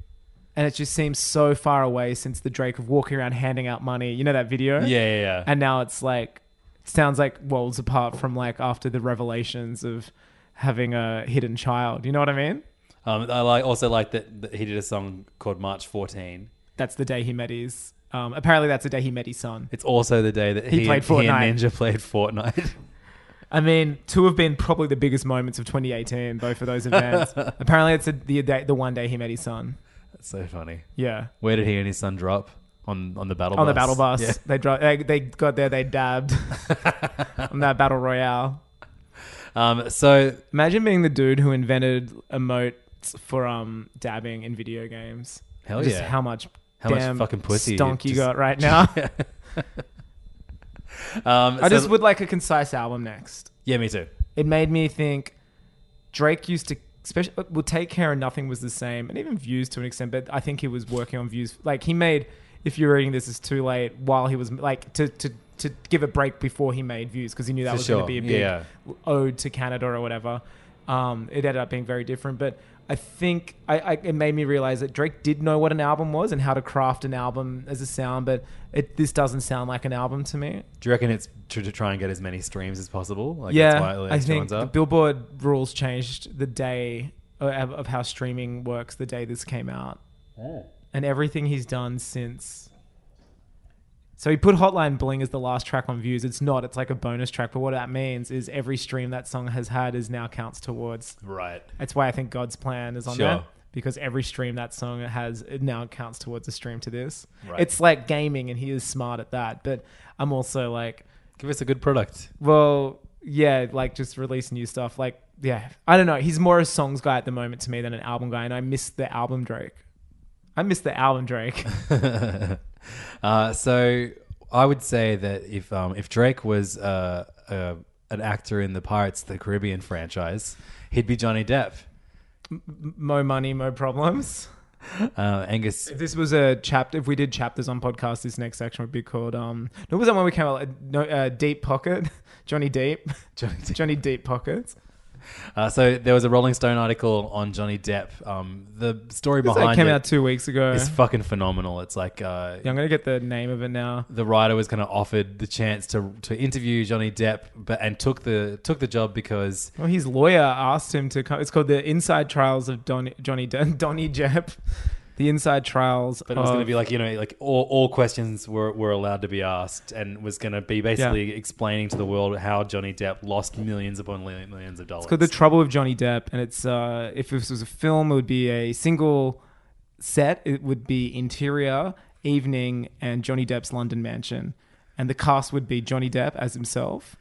[SPEAKER 7] and it just seems so far away since the Drake of walking around handing out money. You know that video?
[SPEAKER 6] Yeah, yeah, yeah.
[SPEAKER 7] And now it's like it sounds like worlds apart from like after the revelations of having a hidden child. You know what I mean?
[SPEAKER 6] um, I like also like that, that he did a song called March 14.
[SPEAKER 7] That's the day he met his. Um, apparently, that's the day he met his son.
[SPEAKER 6] It's also the day that he,
[SPEAKER 7] played
[SPEAKER 6] and, he
[SPEAKER 7] Fortnite.
[SPEAKER 6] and Ninja played Fortnite.
[SPEAKER 7] I mean, two have been probably the biggest moments of 2018, both of those events. Apparently, it's a, the day, the one day he met his son.
[SPEAKER 6] that's so funny.
[SPEAKER 7] Yeah.
[SPEAKER 6] Where did he and his son drop on on the battle
[SPEAKER 7] On
[SPEAKER 6] bus?
[SPEAKER 7] the battle bus.
[SPEAKER 6] Yeah.
[SPEAKER 7] They, dro- they they got there, they dabbed on that battle royale.
[SPEAKER 6] Um, so
[SPEAKER 7] Imagine being the dude who invented emotes for um dabbing in video games.
[SPEAKER 6] Hell
[SPEAKER 7] Just
[SPEAKER 6] yeah.
[SPEAKER 7] how much
[SPEAKER 6] How much
[SPEAKER 7] damn
[SPEAKER 6] fucking pussy you
[SPEAKER 7] stonk you
[SPEAKER 6] just-
[SPEAKER 7] got right now.
[SPEAKER 6] um,
[SPEAKER 7] I
[SPEAKER 6] so-
[SPEAKER 7] just would like a concise album next.
[SPEAKER 6] yeah, me too.
[SPEAKER 7] it made me think Drake used to especially well take care and nothing was the same and even views to an extent but I think he was working on views like he made if you're reading this is too late while he was like to to to give a break before he made views because he knew that
[SPEAKER 6] For
[SPEAKER 7] was
[SPEAKER 6] sure,
[SPEAKER 7] going to be a big
[SPEAKER 6] yeah.
[SPEAKER 7] ode to Canada or whatever um, it ended up being very different but I think I, I it made me realize that Drake did know what an album was and how to craft an album as a sound but it this doesn't sound like an album to me
[SPEAKER 6] Do you reckon it's to, to try and get as many streams as possible? Like
[SPEAKER 7] yeah,
[SPEAKER 6] that's why the
[SPEAKER 7] I
[SPEAKER 6] extra
[SPEAKER 7] think
[SPEAKER 6] one's
[SPEAKER 7] the
[SPEAKER 6] up?
[SPEAKER 7] Billboard rules changed the day uh, of, of how streaming works the day this came out, and everything he's done since. So he put Hotline Bling as the last track on views. It's not. It's like a bonus track. But what that means is every stream that song has had is now counts towards.
[SPEAKER 6] right.
[SPEAKER 7] That's why I think God's plan is on
[SPEAKER 6] Sure.
[SPEAKER 7] there because every stream that song has it now counts towards a stream to this.
[SPEAKER 6] Right.
[SPEAKER 7] It's like gaming, and he is smart at that. But I'm also like,
[SPEAKER 6] Give us a good product.
[SPEAKER 7] well, yeah, like just release new stuff. Like, yeah, I don't know. He's more a songs guy at the moment to me than an album guy, and I miss the album Drake. I miss the album Drake.
[SPEAKER 6] Uh, so I would say that if um, if Drake was uh, uh, an actor in the Pirates of the Caribbean franchise, he'd be Johnny Depp.
[SPEAKER 7] Mo money, mo problems.
[SPEAKER 6] Uh, Angus,
[SPEAKER 7] If this was a chapter, if we did chapters on podcast, this next section would be called. Um, what was that one we came out? Like, no, uh, Deep Pocket, Johnny Deep,
[SPEAKER 6] Johnny Depp.
[SPEAKER 7] Johnny Deep Pockets.
[SPEAKER 6] Uh, so there was a Rolling Stone article on Johnny Depp. Um, the story
[SPEAKER 7] That
[SPEAKER 6] behind
[SPEAKER 7] came
[SPEAKER 6] it
[SPEAKER 7] out two weeks ago.
[SPEAKER 6] is fucking phenomenal. It's like uh,
[SPEAKER 7] yeah, I'm gonna get the name of it now.
[SPEAKER 6] the writer was kind of offered the chance to to interview Johnny Depp, but and took the took the job because
[SPEAKER 7] Well, his lawyer asked him to come. It's called the Inside Trials of Don, Johnny De- Donny Depp. the inside trails.
[SPEAKER 6] But it was going to
[SPEAKER 7] of-
[SPEAKER 6] be like you know, like all, all questions were, were allowed to be asked, and was going to be basically explaining to the world how Johnny Depp lost millions upon li- millions of dollars.
[SPEAKER 7] It's called The Trouble with Johnny Depp, and it's uh, if this was a film, it would be a single set. It would be interior, evening, and Johnny Depp's London mansion, and the cast would be Johnny Depp as himself.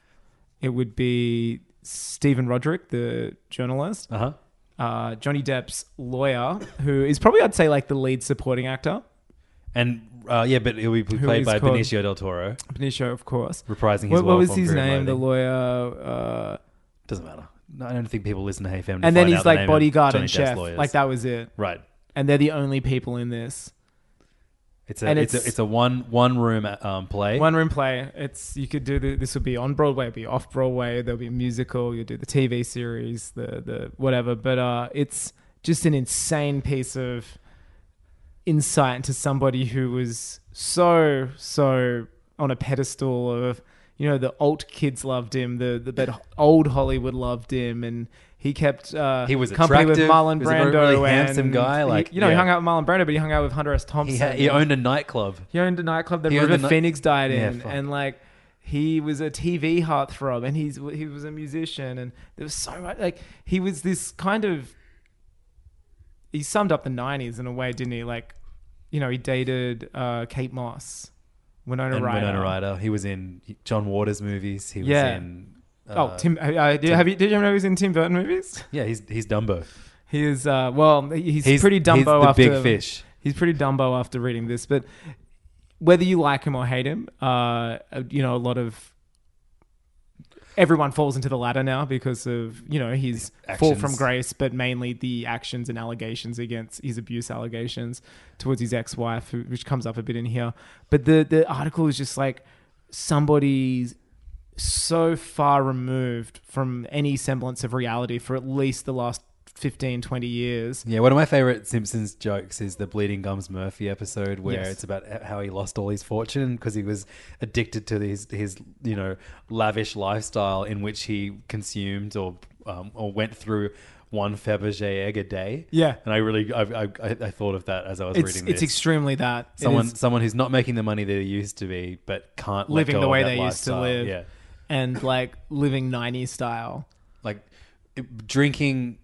[SPEAKER 7] It would be Stephen Roderick, the journalist,
[SPEAKER 6] uh huh.
[SPEAKER 7] uh, Johnny Depp's lawyer, who is probably I'd say like the lead supporting actor,
[SPEAKER 6] And uh, yeah, but he'll be played
[SPEAKER 7] is
[SPEAKER 6] by
[SPEAKER 7] called-
[SPEAKER 6] Benicio del Toro,
[SPEAKER 7] Benicio, of course.
[SPEAKER 6] reprising his.
[SPEAKER 7] What, what
[SPEAKER 6] role
[SPEAKER 7] was
[SPEAKER 6] from
[SPEAKER 7] his
[SPEAKER 6] Fear and
[SPEAKER 7] name? The
[SPEAKER 6] Loathing.
[SPEAKER 7] lawyer. Uh,
[SPEAKER 6] Doesn't matter. No, I don't think people listen to Hey Fam. To
[SPEAKER 7] and then
[SPEAKER 6] find
[SPEAKER 7] he's
[SPEAKER 6] out the name of
[SPEAKER 7] like bodyguard
[SPEAKER 6] Johnny
[SPEAKER 7] and
[SPEAKER 6] Depp's
[SPEAKER 7] chef.
[SPEAKER 6] lawyers.
[SPEAKER 7] Like that was it.
[SPEAKER 6] Right.
[SPEAKER 7] And they're the only people in this.
[SPEAKER 6] It's a
[SPEAKER 7] And
[SPEAKER 6] it's,
[SPEAKER 7] it's-
[SPEAKER 6] a it's a one one room um, play.
[SPEAKER 7] One room play. It's you could do the, this would be on Broadway, it'd be off Broadway. There'll be a musical. You'll do the TV series, the the whatever. But uh, it's just an insane piece of insight into somebody who was so so on a pedestal of you know the alt kids loved him, the the but old Hollywood loved him, and he kept uh,
[SPEAKER 6] He was
[SPEAKER 7] company with
[SPEAKER 6] attractive.
[SPEAKER 7] Marlon
[SPEAKER 6] He was a very-
[SPEAKER 7] Brando,
[SPEAKER 6] really
[SPEAKER 7] and
[SPEAKER 6] handsome guy,
[SPEAKER 7] he-
[SPEAKER 6] like,
[SPEAKER 7] you know he
[SPEAKER 6] yeah.
[SPEAKER 7] hung out with Marlon Brando, but he hung out with Hunter S. Thompson.
[SPEAKER 6] He, ha- he owned a nightclub.
[SPEAKER 7] He owned a nightclub that
[SPEAKER 6] He owned
[SPEAKER 7] River
[SPEAKER 6] a ni-
[SPEAKER 7] Phoenix died
[SPEAKER 6] Yeah,
[SPEAKER 7] in,
[SPEAKER 6] fuck.
[SPEAKER 7] and like he was a TV heartthrob, and he's he was a musician, and there was so much like he was this kind of. He summed up the '90s in a way, didn't he? Like, you know, he dated uh, Kate Moss, Winona
[SPEAKER 6] And
[SPEAKER 7] Ryder.
[SPEAKER 6] Winona Ryder. He was in John Waters movies. He was
[SPEAKER 7] Yeah.
[SPEAKER 6] in.
[SPEAKER 7] oh, Tim. Uh, uh, did, have you did you know he was in Tim Burton movies?
[SPEAKER 6] Yeah, he's he's Dumbo.
[SPEAKER 7] He is. Uh, well, he's,
[SPEAKER 6] He's
[SPEAKER 7] pretty Dumbo
[SPEAKER 6] He's the
[SPEAKER 7] after
[SPEAKER 6] big fish.
[SPEAKER 7] He's pretty Dumbo after reading this, but whether you like him or hate him, uh, you know, a lot of everyone falls into the latter now because of you know his fall
[SPEAKER 6] actions.
[SPEAKER 7] from grace, but mainly the actions and allegations against his abuse allegations towards his ex-wife, who, which comes up a bit in here. But the the article is just like somebody's so far removed from any semblance of reality for at least the last 15 20 years
[SPEAKER 6] Yeah, one of my favorite Simpsons jokes is the Bleeding Gums Murphy episode where
[SPEAKER 7] Yes.
[SPEAKER 6] it's about h- how he lost all his fortune because he was addicted to his his you know lavish lifestyle in which he consumed or um, or went through one Fabergé egg a day.
[SPEAKER 7] Yeah.
[SPEAKER 6] and I really I I, I I thought of that as I was
[SPEAKER 7] it's,
[SPEAKER 6] reading this.
[SPEAKER 7] It's extremely that. It
[SPEAKER 6] someone
[SPEAKER 7] is
[SPEAKER 6] someone who's not making the money they used to be but can't let
[SPEAKER 7] living
[SPEAKER 6] go
[SPEAKER 7] the
[SPEAKER 6] of
[SPEAKER 7] way
[SPEAKER 6] that
[SPEAKER 7] they used to
[SPEAKER 6] lifestyle.
[SPEAKER 7] live
[SPEAKER 6] Yeah,
[SPEAKER 7] and like living 90s style.
[SPEAKER 6] like it- drinking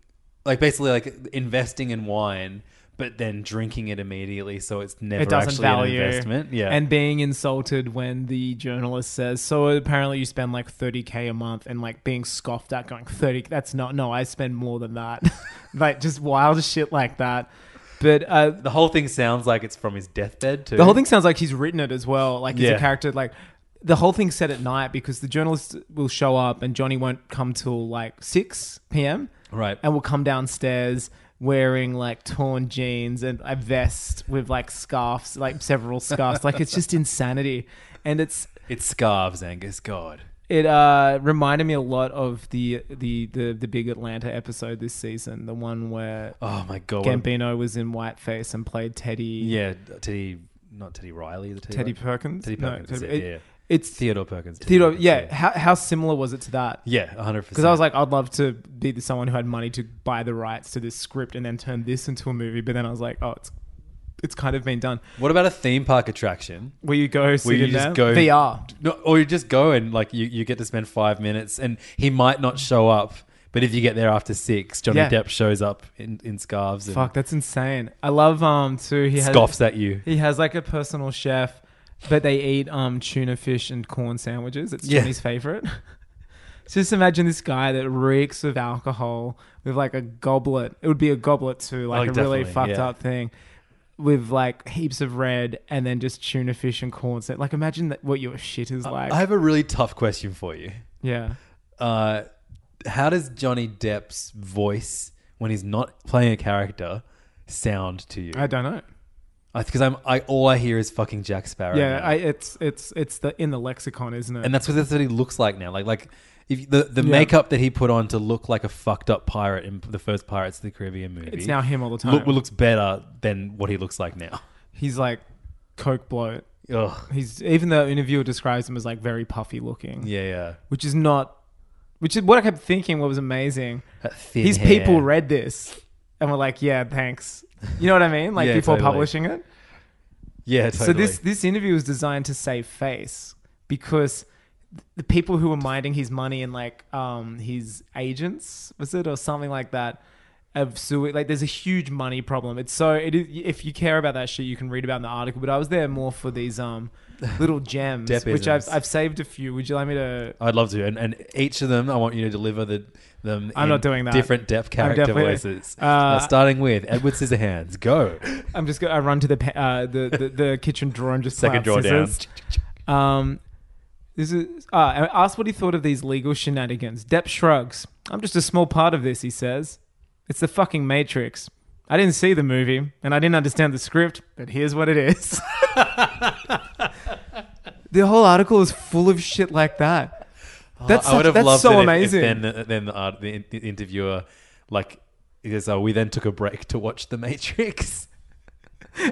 [SPEAKER 6] like basically like investing in wine but then drinking it immediately so it's never
[SPEAKER 7] it doesn't
[SPEAKER 6] actually
[SPEAKER 7] value
[SPEAKER 6] an investment yeah
[SPEAKER 7] And being insulted when the journalist says, so apparently you spend like 30K a month and like being scoffed at going 30, that's not, no, I spend more than that. like just wild shit like that. But uh,
[SPEAKER 6] the whole thing sounds like it's from his deathbed too
[SPEAKER 7] The whole thing sounds like he's written it as well. Like he's
[SPEAKER 6] Yeah.
[SPEAKER 7] a character. Like the whole thing's set at night because the journalist will show up and Johnny won't come till like six p.m.
[SPEAKER 6] Right.
[SPEAKER 7] and will come downstairs wearing like torn jeans and a vest with like scarves, like several scarves. like it's just insanity, and it's
[SPEAKER 6] it's scarves angus god
[SPEAKER 7] it uh, reminded me a lot of the the the the big Atlanta episode this season, the one where
[SPEAKER 6] oh my god what a-
[SPEAKER 7] Gambino was in whiteface and played Teddy.
[SPEAKER 6] yeah teddy not teddy riley the teddy,
[SPEAKER 7] Teddy
[SPEAKER 6] Riley?
[SPEAKER 7] Perkins.
[SPEAKER 6] teddy
[SPEAKER 7] No,
[SPEAKER 6] perkins
[SPEAKER 7] Teddy-
[SPEAKER 6] yeah,
[SPEAKER 7] it-
[SPEAKER 6] yeah.
[SPEAKER 7] It's
[SPEAKER 6] theodore perkins Teddy
[SPEAKER 7] Theodore,
[SPEAKER 6] Perkins,
[SPEAKER 7] yeah. How, how similar was it to that?
[SPEAKER 6] yeah 100
[SPEAKER 7] Because I was like, I'd love to be the someone who had money to buy the rights to this script and then turn this into a movie. But then I was like, oh, it's it's kind of been done.
[SPEAKER 6] what about a theme park attraction
[SPEAKER 7] Where you go, sit
[SPEAKER 6] you
[SPEAKER 7] in
[SPEAKER 6] just
[SPEAKER 7] there?
[SPEAKER 6] go-
[SPEAKER 7] VR.
[SPEAKER 6] No, or you just go and like you, you get to spend five minutes, and he might not show up. But if you get there after six, Johnny
[SPEAKER 7] Yeah.
[SPEAKER 6] Depp shows up in, in scarves and
[SPEAKER 7] Fuck, that's insane. I love um too. He has
[SPEAKER 6] scoffs at you.
[SPEAKER 7] he has like a personal chef, but they eat um tuna fish and corn sandwiches. It's
[SPEAKER 6] Yeah.
[SPEAKER 7] Johnny's favorite. So Just imagine this guy that reeks of alcohol with like a goblet. It would be a goblet too, like
[SPEAKER 6] Oh,
[SPEAKER 7] a
[SPEAKER 6] definitely,
[SPEAKER 7] really fucked
[SPEAKER 6] yeah.
[SPEAKER 7] up thing with like heaps of red and then just tuna fish and corn. So, like imagine that what your shit is like.
[SPEAKER 6] Uh, I have a really tough question for you.
[SPEAKER 7] yeah.
[SPEAKER 6] Uh, how does Johnny Depp's voice, when he's not playing a character, sound to you?
[SPEAKER 7] I don't know.
[SPEAKER 6] Because I'm I all I hear is fucking Jack Sparrow.
[SPEAKER 7] Yeah,
[SPEAKER 6] now.
[SPEAKER 7] I, it's it's it's the in the lexicon, isn't it?
[SPEAKER 6] and that's what that's what he looks like now. Like like if the the makeup that he put on to look like a fucked up pirate in the first Pirates of the Caribbean movie.
[SPEAKER 7] it's now him all the time.
[SPEAKER 6] look, looks better than what he looks like now.
[SPEAKER 7] He's like coke bloat.
[SPEAKER 6] Ugh.
[SPEAKER 7] He's even the interviewer describes him as like very puffy looking.
[SPEAKER 6] Yeah, yeah.
[SPEAKER 7] Which is not which is what I kept thinking what was amazing.
[SPEAKER 6] That thin
[SPEAKER 7] His
[SPEAKER 6] hair.
[SPEAKER 7] people read this and were like, Yeah, thanks. You know what I mean? Like
[SPEAKER 6] Yeah,
[SPEAKER 7] before
[SPEAKER 6] totally.
[SPEAKER 7] publishing it.
[SPEAKER 6] Yeah,
[SPEAKER 7] So
[SPEAKER 6] totally.
[SPEAKER 7] this this interview was designed to save face because the people who were minding his money and like um his agents was it or something like that of sui like there's a huge money problem. It's so it is if you care about that shit you can read about in the article. But I was there more for these um little gems which I've
[SPEAKER 6] Depisms.
[SPEAKER 7] I've saved a few. Would you like me to?
[SPEAKER 6] I'd love to, and, and each of them, I want you to deliver the them.
[SPEAKER 7] I'm
[SPEAKER 6] in
[SPEAKER 7] not doing that.
[SPEAKER 6] Different depth character
[SPEAKER 7] definitely-
[SPEAKER 6] voices.
[SPEAKER 7] Uh,
[SPEAKER 6] Uh, starting with Edward Scissorhands. Go.
[SPEAKER 7] I'm just gonna I run to the pa- uh, the, the the kitchen drawer and just
[SPEAKER 6] Second
[SPEAKER 7] pull out
[SPEAKER 6] drawer down.
[SPEAKER 7] scissors. Um, this is uh, I asked what he thought of these legal shenanigans. Depp shrugs. I'm just a small part of this, he says. It's the fucking Matrix. I didn't see the movie and I didn't understand the script, but here's what it is. the whole article is full of shit like that. That's
[SPEAKER 6] Oh, I would
[SPEAKER 7] such-
[SPEAKER 6] have
[SPEAKER 7] that's
[SPEAKER 6] loved
[SPEAKER 7] so
[SPEAKER 6] it if- if
[SPEAKER 7] amazing.
[SPEAKER 6] then the, then the, art, the, in- the interviewer, like, he goes, "Oh, we then took a break to watch The Matrix."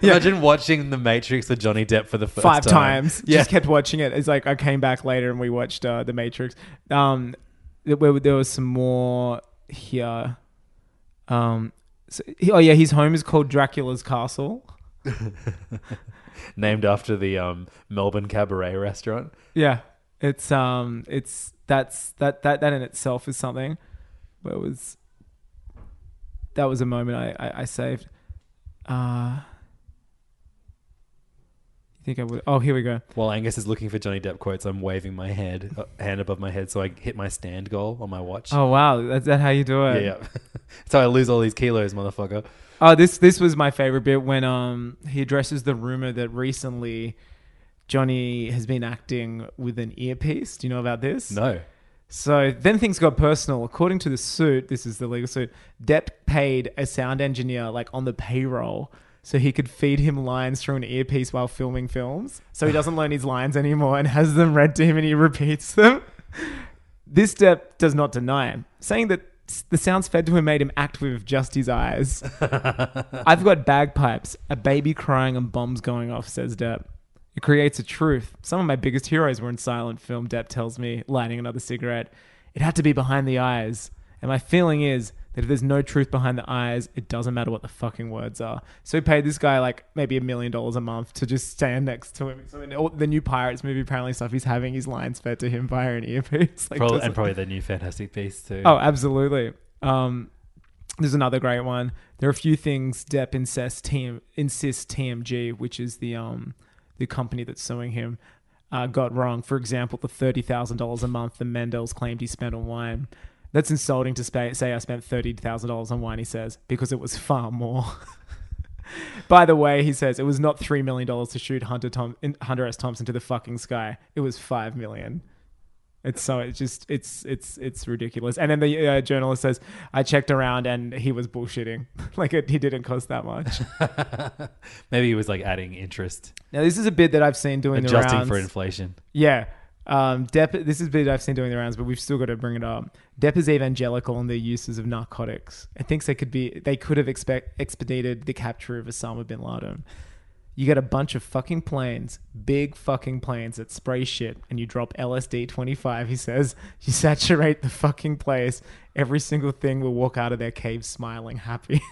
[SPEAKER 6] Imagine watching The Matrix with Johnny Depp for the first
[SPEAKER 7] Five
[SPEAKER 6] time.
[SPEAKER 7] times.
[SPEAKER 6] Yeah.
[SPEAKER 7] Just kept watching it. It's like I came back later and we watched uh, The Matrix. Um, th- where there was some more here. Um, so, he- oh yeah, his home is called Dracula's Castle.
[SPEAKER 6] Named after the um, Melbourne cabaret restaurant.
[SPEAKER 7] Yeah, it's um, it's that's that that that in itself is something. Where was that was a moment I I, I saved. Uh, you think I would? Oh, here we go.
[SPEAKER 6] While Angus is looking for Johnny Depp quotes, I'm waving my head, uh, hand above my head, so I hit my stand goal on my watch.
[SPEAKER 7] Oh um, wow, that's that how you do
[SPEAKER 6] Yeah,
[SPEAKER 7] it?
[SPEAKER 6] yeah. so I lose all these kilos, motherfucker.
[SPEAKER 7] Oh, this this was my favorite bit when um he addresses the rumor that recently Johnny has been acting with an earpiece. Do you know about this?
[SPEAKER 6] No.
[SPEAKER 7] So then things got personal. According to the suit, this is the legal suit. Depp paid a sound engineer like on the payroll so he could feed him lines through an earpiece while filming films. So he doesn't learn his lines anymore and has them read to him and he repeats them. This Depp does not deny him, saying that s- the sounds fed to him made him act with just his eyes. I've got bagpipes, a baby crying, and bombs going off, says Depp. It creates a truth. Some of my biggest heroes were in silent film, Depp tells me, lighting another cigarette. It had to be behind the eyes. And my feeling is that if there's no truth behind the eyes, it doesn't matter what the fucking words are. So he paid this guy like maybe a million dollars a month to just stand next to him. So in all, the new Pirates movie, apparently stuff, he's having his lines fed to him via an earpiece. Like,
[SPEAKER 6] Probably,
[SPEAKER 7] doesn't-
[SPEAKER 6] and probably the new Fantastic Beast, too.
[SPEAKER 7] Oh, absolutely. Um, there's another great one. There are a few things Depp insists TM, insists TMG, which is the um, the company that's suing him, uh, got wrong. For example, the thirty thousand dollars a month the Mendels claimed he spent on wine. That's insulting to spa- say I spent thirty thousand dollars on wine. He says because it was far more. By the way, he says it was not three million dollars to shoot Hunter Tom Hunter S. Thompson to the fucking sky. It was five million. It's so it's just it's it's it's ridiculous. And then the uh, journalist says, "I checked around and he was bullshitting. like it, he didn't cost that much."
[SPEAKER 6] Maybe he was like adding interest,
[SPEAKER 7] now this is a bit that I've seen doing the
[SPEAKER 6] adjusting
[SPEAKER 7] rounds.
[SPEAKER 6] for inflation.
[SPEAKER 7] Yeah. Um, Depp, this is a bit I've seen doing the rounds, but we've still got to bring it up. Depp is evangelical on their uses of narcotics and thinks they could be they could have expect, expedited the capture of Osama bin Laden. You get a bunch of fucking planes, big fucking planes that spray shit, and you drop LSD 25. He says you saturate the fucking place. Every single thing will walk out of their cave smiling, happy.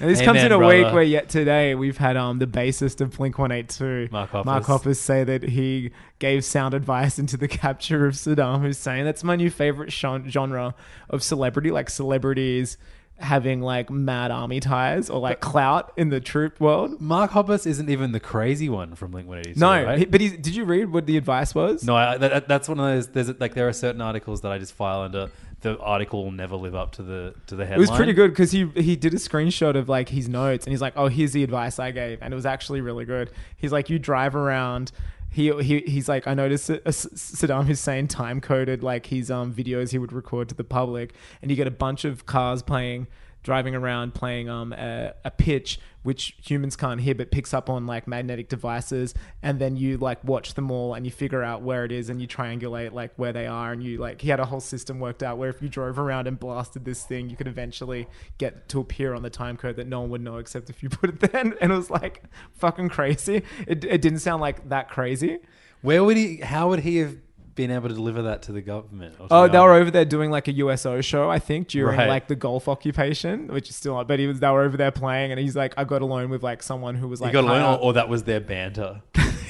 [SPEAKER 7] And this comes
[SPEAKER 6] Amen,
[SPEAKER 7] in a week
[SPEAKER 6] brother.
[SPEAKER 7] where yet today we've had um the bassist of Blink 182
[SPEAKER 6] Mark Hoppus.
[SPEAKER 7] say that he gave sound advice into the capture of Saddam Hussein. That's my new favorite shon- genre of celebrity, like celebrities having like mad army ties or like clout in the troop world.
[SPEAKER 6] Mark Hoppus isn't even the crazy one from Link 182.
[SPEAKER 7] No,
[SPEAKER 6] right?
[SPEAKER 7] he- but he, did you read what the advice was?
[SPEAKER 6] No, I, that, that's one of those. There's like there are certain articles that I just file under. The article will never live up to the to the headline.
[SPEAKER 7] It was pretty good because he he did a screenshot of like his notes and he's like, oh, here's the advice I gave, and it was actually really good. He's like, you drive around. He, he he's like, I noticed that, uh, S- Saddam Hussein time coded like his um videos he would record to the public, and you get a bunch of cars playing. Driving around playing um, a, a pitch which humans can't hear but picks up on like magnetic devices, and then you like watch them all and you figure out where it is and you triangulate like where they are. And you like, he had a whole system worked out where if you drove around and blasted this thing, you could eventually get to appear on the time code that no one would know except if you put it there. And it was like fucking crazy. It, it didn't sound like that crazy.
[SPEAKER 6] Where would he? How would he have been able to deliver that to the government. or to
[SPEAKER 7] Oh,
[SPEAKER 6] the
[SPEAKER 7] they were
[SPEAKER 6] army.
[SPEAKER 7] over there doing like a USO show, I think, during
[SPEAKER 6] Right.
[SPEAKER 7] like the golf occupation, which is still not. But he was they were over there playing, and he's like, I got alone with like someone who was
[SPEAKER 6] You
[SPEAKER 7] like
[SPEAKER 6] got
[SPEAKER 7] high
[SPEAKER 6] alone,
[SPEAKER 7] up-
[SPEAKER 6] or, or that was their banter,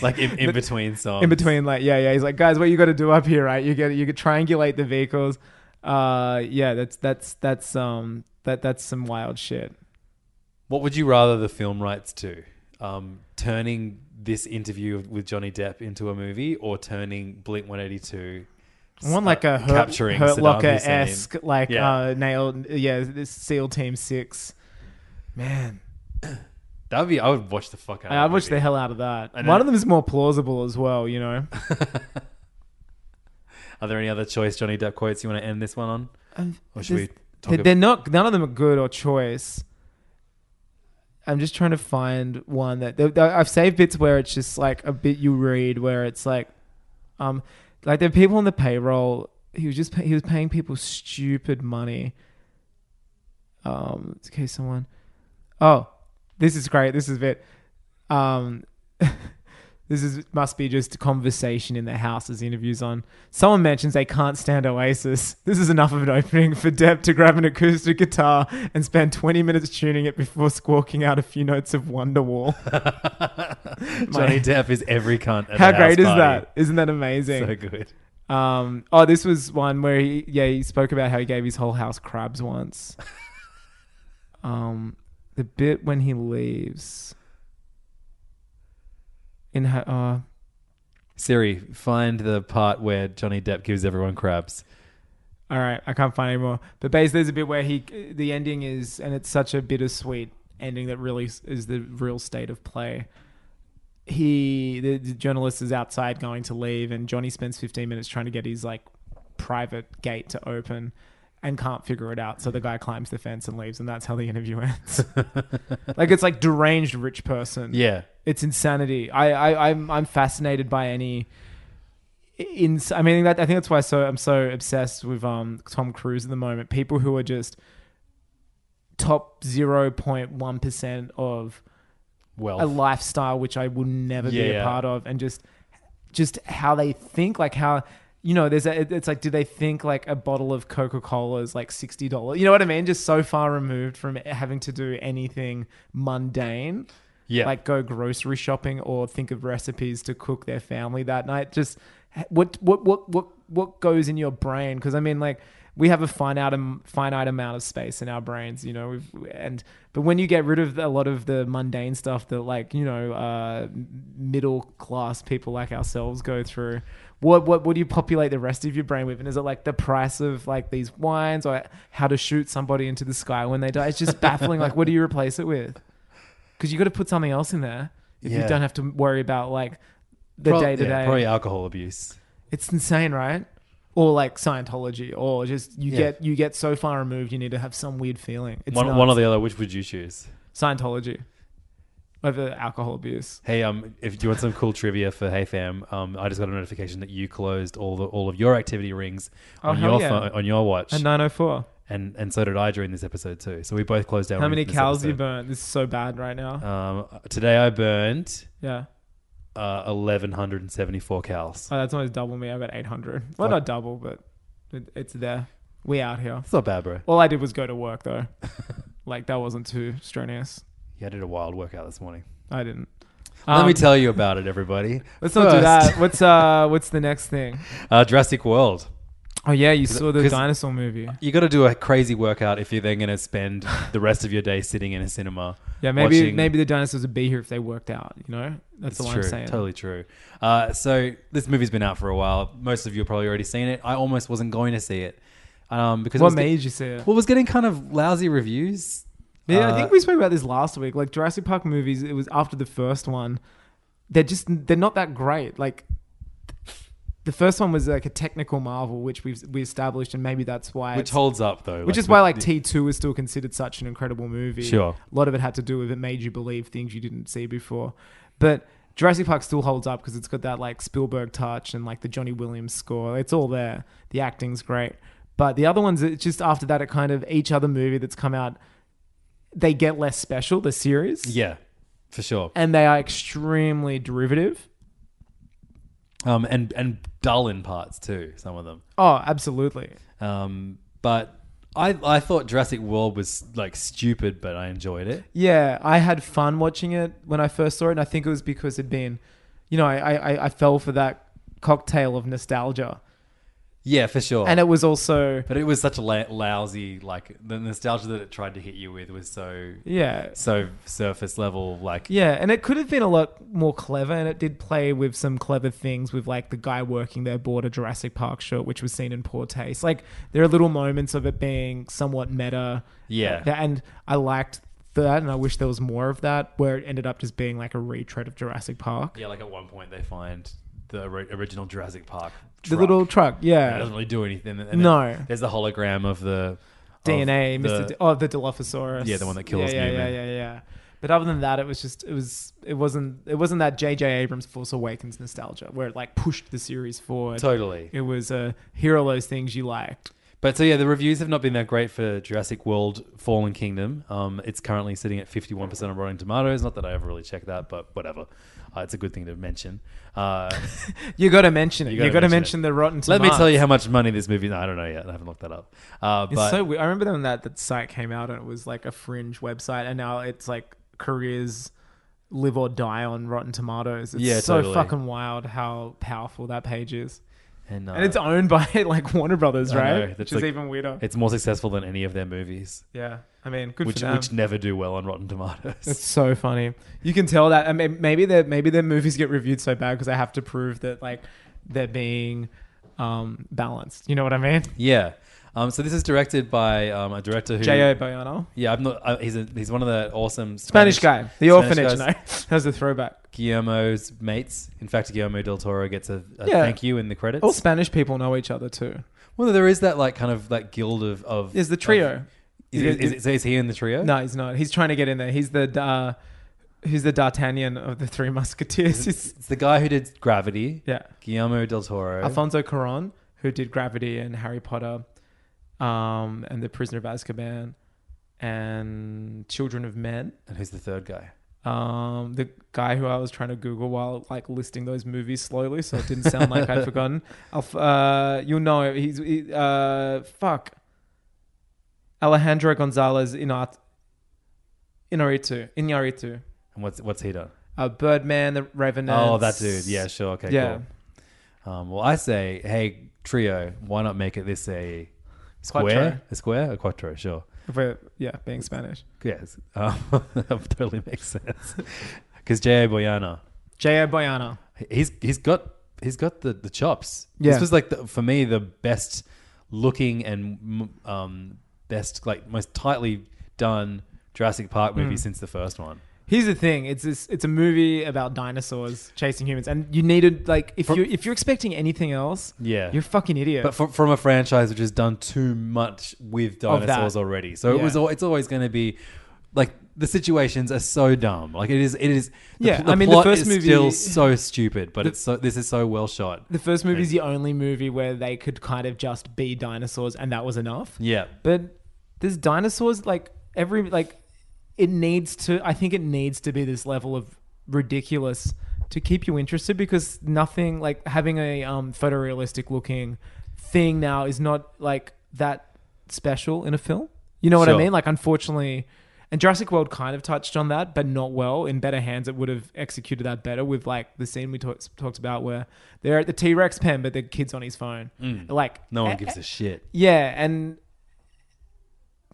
[SPEAKER 6] like in, in between songs.
[SPEAKER 7] in between like yeah yeah he's like guys what you got to do up here right you get you could triangulate the vehicles uh yeah that's that's that's um that that's some wild shit
[SPEAKER 6] What would you rather the film rights to? Um, turning this interview of- with Johnny Depp into a movie, or turning Blink One Eighty Two?
[SPEAKER 7] I want like a Hurt,
[SPEAKER 6] uh, capturing
[SPEAKER 7] Hurt
[SPEAKER 6] Saddam
[SPEAKER 7] Locker
[SPEAKER 6] Hussein.
[SPEAKER 7] esque like
[SPEAKER 6] Yeah.
[SPEAKER 7] uh nailed yeah this SEAL Team Six man
[SPEAKER 6] That'd be. I would watch the fuck out.
[SPEAKER 7] I, I
[SPEAKER 6] of that
[SPEAKER 7] watched the
[SPEAKER 6] movie.
[SPEAKER 7] hell out of that
[SPEAKER 6] I know.
[SPEAKER 7] one of them is more plausible as well you know
[SPEAKER 6] Are there any other choice Johnny Depp quotes you want to end this one on? Or should we
[SPEAKER 7] There's-
[SPEAKER 6] talk
[SPEAKER 7] they're not none of them are good or choice i'm just trying to find one that th- th- i've saved bits where it's just like a bit you read where it's like um like there are people on the payroll he was just pay- he was paying people stupid money um it's okay someone oh this is great this is it um this is must be just conversation in their houses interviews on someone mentions they can't stand oasis this is enough of an opening for depp to grab an acoustic guitar and spend 20 minutes tuning it before squawking out a few notes of wonderwall
[SPEAKER 6] Johnny Depp is every cunt. At
[SPEAKER 7] how
[SPEAKER 6] the
[SPEAKER 7] great
[SPEAKER 6] house
[SPEAKER 7] is
[SPEAKER 6] party.
[SPEAKER 7] that isn't that amazing
[SPEAKER 6] So good.
[SPEAKER 7] um, oh this was one where he yeah he spoke about how he gave his whole house crabs once um, the bit when he leaves in her uh,
[SPEAKER 6] Siri, find the part where Johnny Depp gives everyone crabs.
[SPEAKER 7] All right, I can't find any more. But basically, there's a bit where he, the ending is, and it's such a bittersweet ending that really s- is the real state of play. He, the, the journalist is outside going to leave, and Johnny spends 15 minutes trying to get his like private gate to open, and can't figure it out. So the guy climbs the fence and leaves, and that's how the interview ends. like it's like deranged rich person
[SPEAKER 6] Yeah.
[SPEAKER 7] it's insanity. I, I I'm I'm fascinated by any. In, I mean that I think that's why so I'm so obsessed with um Tom Cruise at the moment. People who are just top zero point one percent of
[SPEAKER 6] Well,
[SPEAKER 7] a lifestyle which I will never be
[SPEAKER 6] Yeah.
[SPEAKER 7] a part of, and just just how they think, like how you know, there's a, it- it's like, do they think like a bottle of Coca Cola is like sixty dollars? You know what I mean? Just so far removed from having to do anything mundane,
[SPEAKER 6] Yeah.
[SPEAKER 7] like go grocery shopping or think of recipes to cook their family that night. Just what what what what what goes in your brain? Because I mean, like. We have a finite, am- finite amount of space in our brains, you know. We've, and but when you get rid of a lot of the mundane stuff that, like you know, uh, middle class people like ourselves go through, what what what do you populate the rest of your brain with? And is it like the price of like these wines or how to shoot somebody into the sky when they die? It's just baffling. like, what do you replace it with? Because you got to put something else in there if
[SPEAKER 6] Yeah.
[SPEAKER 7] you don't have to worry about like the
[SPEAKER 6] Prob-
[SPEAKER 7] day to
[SPEAKER 6] yeah, probably
[SPEAKER 7] day.
[SPEAKER 6] alcohol abuse.
[SPEAKER 7] It's insane, right? Or like Scientology, or just you
[SPEAKER 6] Yeah.
[SPEAKER 7] get you get so far removed, you need to have some weird feeling. It's
[SPEAKER 6] One,
[SPEAKER 7] nuts.
[SPEAKER 6] one or the other. Which would you choose?
[SPEAKER 7] Scientology over alcohol abuse.
[SPEAKER 6] Hey, um, if you want some cool trivia for Hey Fam, um, I just got a notification that you closed all the all of your activity rings
[SPEAKER 7] Oh,
[SPEAKER 6] on
[SPEAKER 7] hell
[SPEAKER 6] your
[SPEAKER 7] yeah.
[SPEAKER 6] phone, on your watch,
[SPEAKER 7] And
[SPEAKER 6] and,
[SPEAKER 7] 904.
[SPEAKER 6] and so did I during this episode too. So we both closed down.
[SPEAKER 7] How many
[SPEAKER 6] this
[SPEAKER 7] cows you
[SPEAKER 6] episode.
[SPEAKER 7] burnt? This is so bad right now.
[SPEAKER 6] Um, today I burned
[SPEAKER 7] yeah.
[SPEAKER 6] uh, eleven hundred and seventy four cows.
[SPEAKER 7] Oh, that's almost double me. I got 800. Well, not double, but it, it's there. We out here.
[SPEAKER 6] It's not bad, bro.
[SPEAKER 7] All I did was go to work, though. like, that wasn't too strenuous.
[SPEAKER 6] Yeah, I did a wild workout this morning.
[SPEAKER 7] I didn't.
[SPEAKER 6] Let me
[SPEAKER 7] Um,
[SPEAKER 6] tell you about it, everybody.
[SPEAKER 7] Let's not do
[SPEAKER 6] First,
[SPEAKER 7] that. What's uh what's the next thing?
[SPEAKER 6] Uh, Jurassic World.
[SPEAKER 7] Oh yeah, you saw the
[SPEAKER 6] 'cause-
[SPEAKER 7] dinosaur movie.
[SPEAKER 6] You got to do a crazy workout if you're then going to spend the rest of your day sitting in a cinema.
[SPEAKER 7] Yeah, maybe
[SPEAKER 6] watching-
[SPEAKER 7] maybe the dinosaurs would be here if they worked out, you know? That's
[SPEAKER 6] It's
[SPEAKER 7] all
[SPEAKER 6] true.
[SPEAKER 7] I'm saying.
[SPEAKER 6] Totally true. Uh, so this movie's been out for a while. Most of you have probably already seen it. I almost wasn't going to see it um, because it
[SPEAKER 7] What
[SPEAKER 6] was get-
[SPEAKER 7] made you see it?
[SPEAKER 6] well, it was getting kind of lousy reviews.
[SPEAKER 7] Yeah, I
[SPEAKER 6] Uh,
[SPEAKER 7] think we spoke about this last week. Like Jurassic Park movies, it was after the first one. They're just they're not that great. Like the first one was like a technical marvel, which we've we established, and maybe that's why.
[SPEAKER 6] which
[SPEAKER 7] it's-
[SPEAKER 6] holds up though.
[SPEAKER 7] which is why like T two is still considered such an incredible movie.
[SPEAKER 6] Sure.
[SPEAKER 7] a lot of it had to do with it made you believe things you didn't see before, but. Jurassic Park still holds up because it's got that like Spielberg touch and like the Johnny Williams score. It's all there. The acting's great, but the other ones, it's just after that, it kind of each other movie that's come out, they get less special. The series,
[SPEAKER 6] yeah, for sure.
[SPEAKER 7] and they are extremely derivative.
[SPEAKER 6] um, and and dull in parts too. Some of them.
[SPEAKER 7] Oh, absolutely.
[SPEAKER 6] Um, but I I thought Jurassic World was like stupid, but I enjoyed it.
[SPEAKER 7] Yeah, I had fun watching it when I first saw it, and I think it was because it'd been, you know, I I, I fell for that cocktail of nostalgia,
[SPEAKER 6] Yeah, for sure.
[SPEAKER 7] and it was also
[SPEAKER 6] but it was such a la- lousy like the nostalgia that it tried to hit you with was so
[SPEAKER 7] yeah
[SPEAKER 6] so surface level. Like
[SPEAKER 7] yeah, and it could have been a lot more clever, and it did play with some clever things with like the guy working there bought a Jurassic Park shirt, which was seen in poor taste. Like there are little moments of it being somewhat meta.
[SPEAKER 6] Yeah.
[SPEAKER 7] That- and I liked that, and I wish there was more of that where it ended up just being like a retread of Jurassic Park.
[SPEAKER 6] yeah, like at one point they find the ori- original Jurassic Park.
[SPEAKER 7] The little truck,
[SPEAKER 6] It
[SPEAKER 7] yeah.
[SPEAKER 6] doesn't really do anything. And then
[SPEAKER 7] No.
[SPEAKER 6] There's the hologram of the of
[SPEAKER 7] DNA,
[SPEAKER 6] the-
[SPEAKER 7] Mr. D- oh, the Dilophosaurus.
[SPEAKER 6] Yeah, the one that kills
[SPEAKER 7] yeah, yeah,
[SPEAKER 6] Newman.
[SPEAKER 7] Yeah, yeah, yeah. But other than that, it was just it was it wasn't it wasn't that J.J. Abrams Force Awakens nostalgia where it like pushed the series forward.
[SPEAKER 6] Totally.
[SPEAKER 7] It was uh, here are those things you liked.
[SPEAKER 6] But so yeah, the reviews have not been that great for Jurassic World: Fallen Kingdom. Um, it's currently sitting at fifty-one percent on Rotten Tomatoes. Not that I ever really checked that, but whatever. Uh, it's a good thing to mention. Uh,
[SPEAKER 7] You got to mention it. You
[SPEAKER 6] gotta
[SPEAKER 7] got to
[SPEAKER 6] mention
[SPEAKER 7] mention,
[SPEAKER 6] it.
[SPEAKER 7] the Rotten.
[SPEAKER 6] let me
[SPEAKER 7] Tomatoes.
[SPEAKER 6] tell you how much money this movie. No, I don't know yet. I haven't looked that up. Uh,
[SPEAKER 7] It's
[SPEAKER 6] but
[SPEAKER 7] so weird. I remember when that that site came out and it was like a fringe website, and now it's like careers live or die on Rotten Tomatoes. It's
[SPEAKER 6] Yeah,
[SPEAKER 7] so
[SPEAKER 6] totally.
[SPEAKER 7] fucking wild how powerful that page is.
[SPEAKER 6] and, uh,
[SPEAKER 7] And it's owned by like Warner Brothers,
[SPEAKER 6] I know,
[SPEAKER 7] right?
[SPEAKER 6] that's
[SPEAKER 7] Which is
[SPEAKER 6] like-
[SPEAKER 7] even weirder.
[SPEAKER 6] it's more successful than any of their movies,
[SPEAKER 7] yeah, I mean, good
[SPEAKER 6] which
[SPEAKER 7] for them.
[SPEAKER 6] which never do well on Rotten Tomatoes.
[SPEAKER 7] it's so funny. You can tell that. I mean, maybe their maybe their movies get reviewed so bad because they have to prove that like they're being um, balanced. You know what I mean?
[SPEAKER 6] yeah. Um, so this is directed by um, a director who
[SPEAKER 7] J.O. Bayano,
[SPEAKER 6] Yeah, I'm not. Uh, he's a, he's one of the awesome
[SPEAKER 7] Spanish guy, the
[SPEAKER 6] Spanish
[SPEAKER 7] orphanage. No,
[SPEAKER 6] guys.
[SPEAKER 7] that was a throwback.
[SPEAKER 6] Guillermo's mates. In fact, Guillermo del Toro gets a, a
[SPEAKER 7] Yeah.
[SPEAKER 6] thank you in the credits.
[SPEAKER 7] All Spanish people know each other too.
[SPEAKER 6] well, there is that like kind of like guild of of
[SPEAKER 7] Is the trio?
[SPEAKER 6] of- Oh. is, is, is, is he in the trio?
[SPEAKER 7] No, he's not. He's trying to get in there. He's the uh, he's the D'Artagnan of the Three Musketeers. He's,
[SPEAKER 6] it's the guy who did Gravity.
[SPEAKER 7] yeah,
[SPEAKER 6] Guillermo del Toro.
[SPEAKER 7] Alfonso Cuarón, who did Gravity and Harry Potter, um, and The Prisoner of Azkaban, and Children of Men.
[SPEAKER 6] and who's the third guy?
[SPEAKER 7] Um, the guy who I was trying to Google while like listing those movies slowly, so it didn't sound like I'd forgotten. Alf- uh, you'll know he's he, uh, fuck Alejandro Gonzalez Inart Inarritu Inarritu,
[SPEAKER 6] And what's what's he done?
[SPEAKER 7] uh, Birdman, The Revenant.
[SPEAKER 6] oh, that dude. Yeah, sure. Okay,
[SPEAKER 7] yeah.
[SPEAKER 6] cool. Um, well, I say, hey, trio, why not make it this a square?
[SPEAKER 7] Quattro.
[SPEAKER 6] A square? A quattro, sure.
[SPEAKER 7] If we're- yeah, being Spanish.
[SPEAKER 6] Yes. Um, that totally makes sense. Because J.A. Boyana,
[SPEAKER 7] J.O. Boyana.
[SPEAKER 6] he's he's got he's got the the chops.
[SPEAKER 7] Yeah.
[SPEAKER 6] This was like the, for me the best looking and m- um best like most tightly done Jurassic Park
[SPEAKER 7] Hmm.
[SPEAKER 6] movie since the first one.
[SPEAKER 7] Here's the thing: it's this, it's a movie about dinosaurs chasing humans, and you needed like if you if you're expecting anything else,
[SPEAKER 6] Yeah.
[SPEAKER 7] you're a fucking idiot.
[SPEAKER 6] But from, from a franchise which has done too much with
[SPEAKER 7] Of that.
[SPEAKER 6] dinosaurs already, so it
[SPEAKER 7] Yeah.
[SPEAKER 6] was al- it's always going to be like the situations are so dumb. Like it is it is the,
[SPEAKER 7] Yeah,
[SPEAKER 6] The
[SPEAKER 7] I mean, the
[SPEAKER 6] plot
[SPEAKER 7] first
[SPEAKER 6] is
[SPEAKER 7] movie-
[SPEAKER 6] still so stupid, but it's so this is so well shot.
[SPEAKER 7] the first movie is the only movie where they could kind of just be dinosaurs, and that was enough.
[SPEAKER 6] Yeah.
[SPEAKER 7] But there's dinosaurs like every like it needs to. I think it needs to be this level of ridiculous to keep you interested because nothing like having a um, photorealistic looking thing now is not like that special in a film. You know what I
[SPEAKER 6] Sure.
[SPEAKER 7] mean? Like unfortunately. And Jurassic World kind of touched on that, but not well. In better hands, it would have executed that better with like the scene we talked talked about where they're at the T Rex pen, but the kid's on his phone.
[SPEAKER 6] Mm.
[SPEAKER 7] Like
[SPEAKER 6] No one gives a shit.
[SPEAKER 7] yeah, and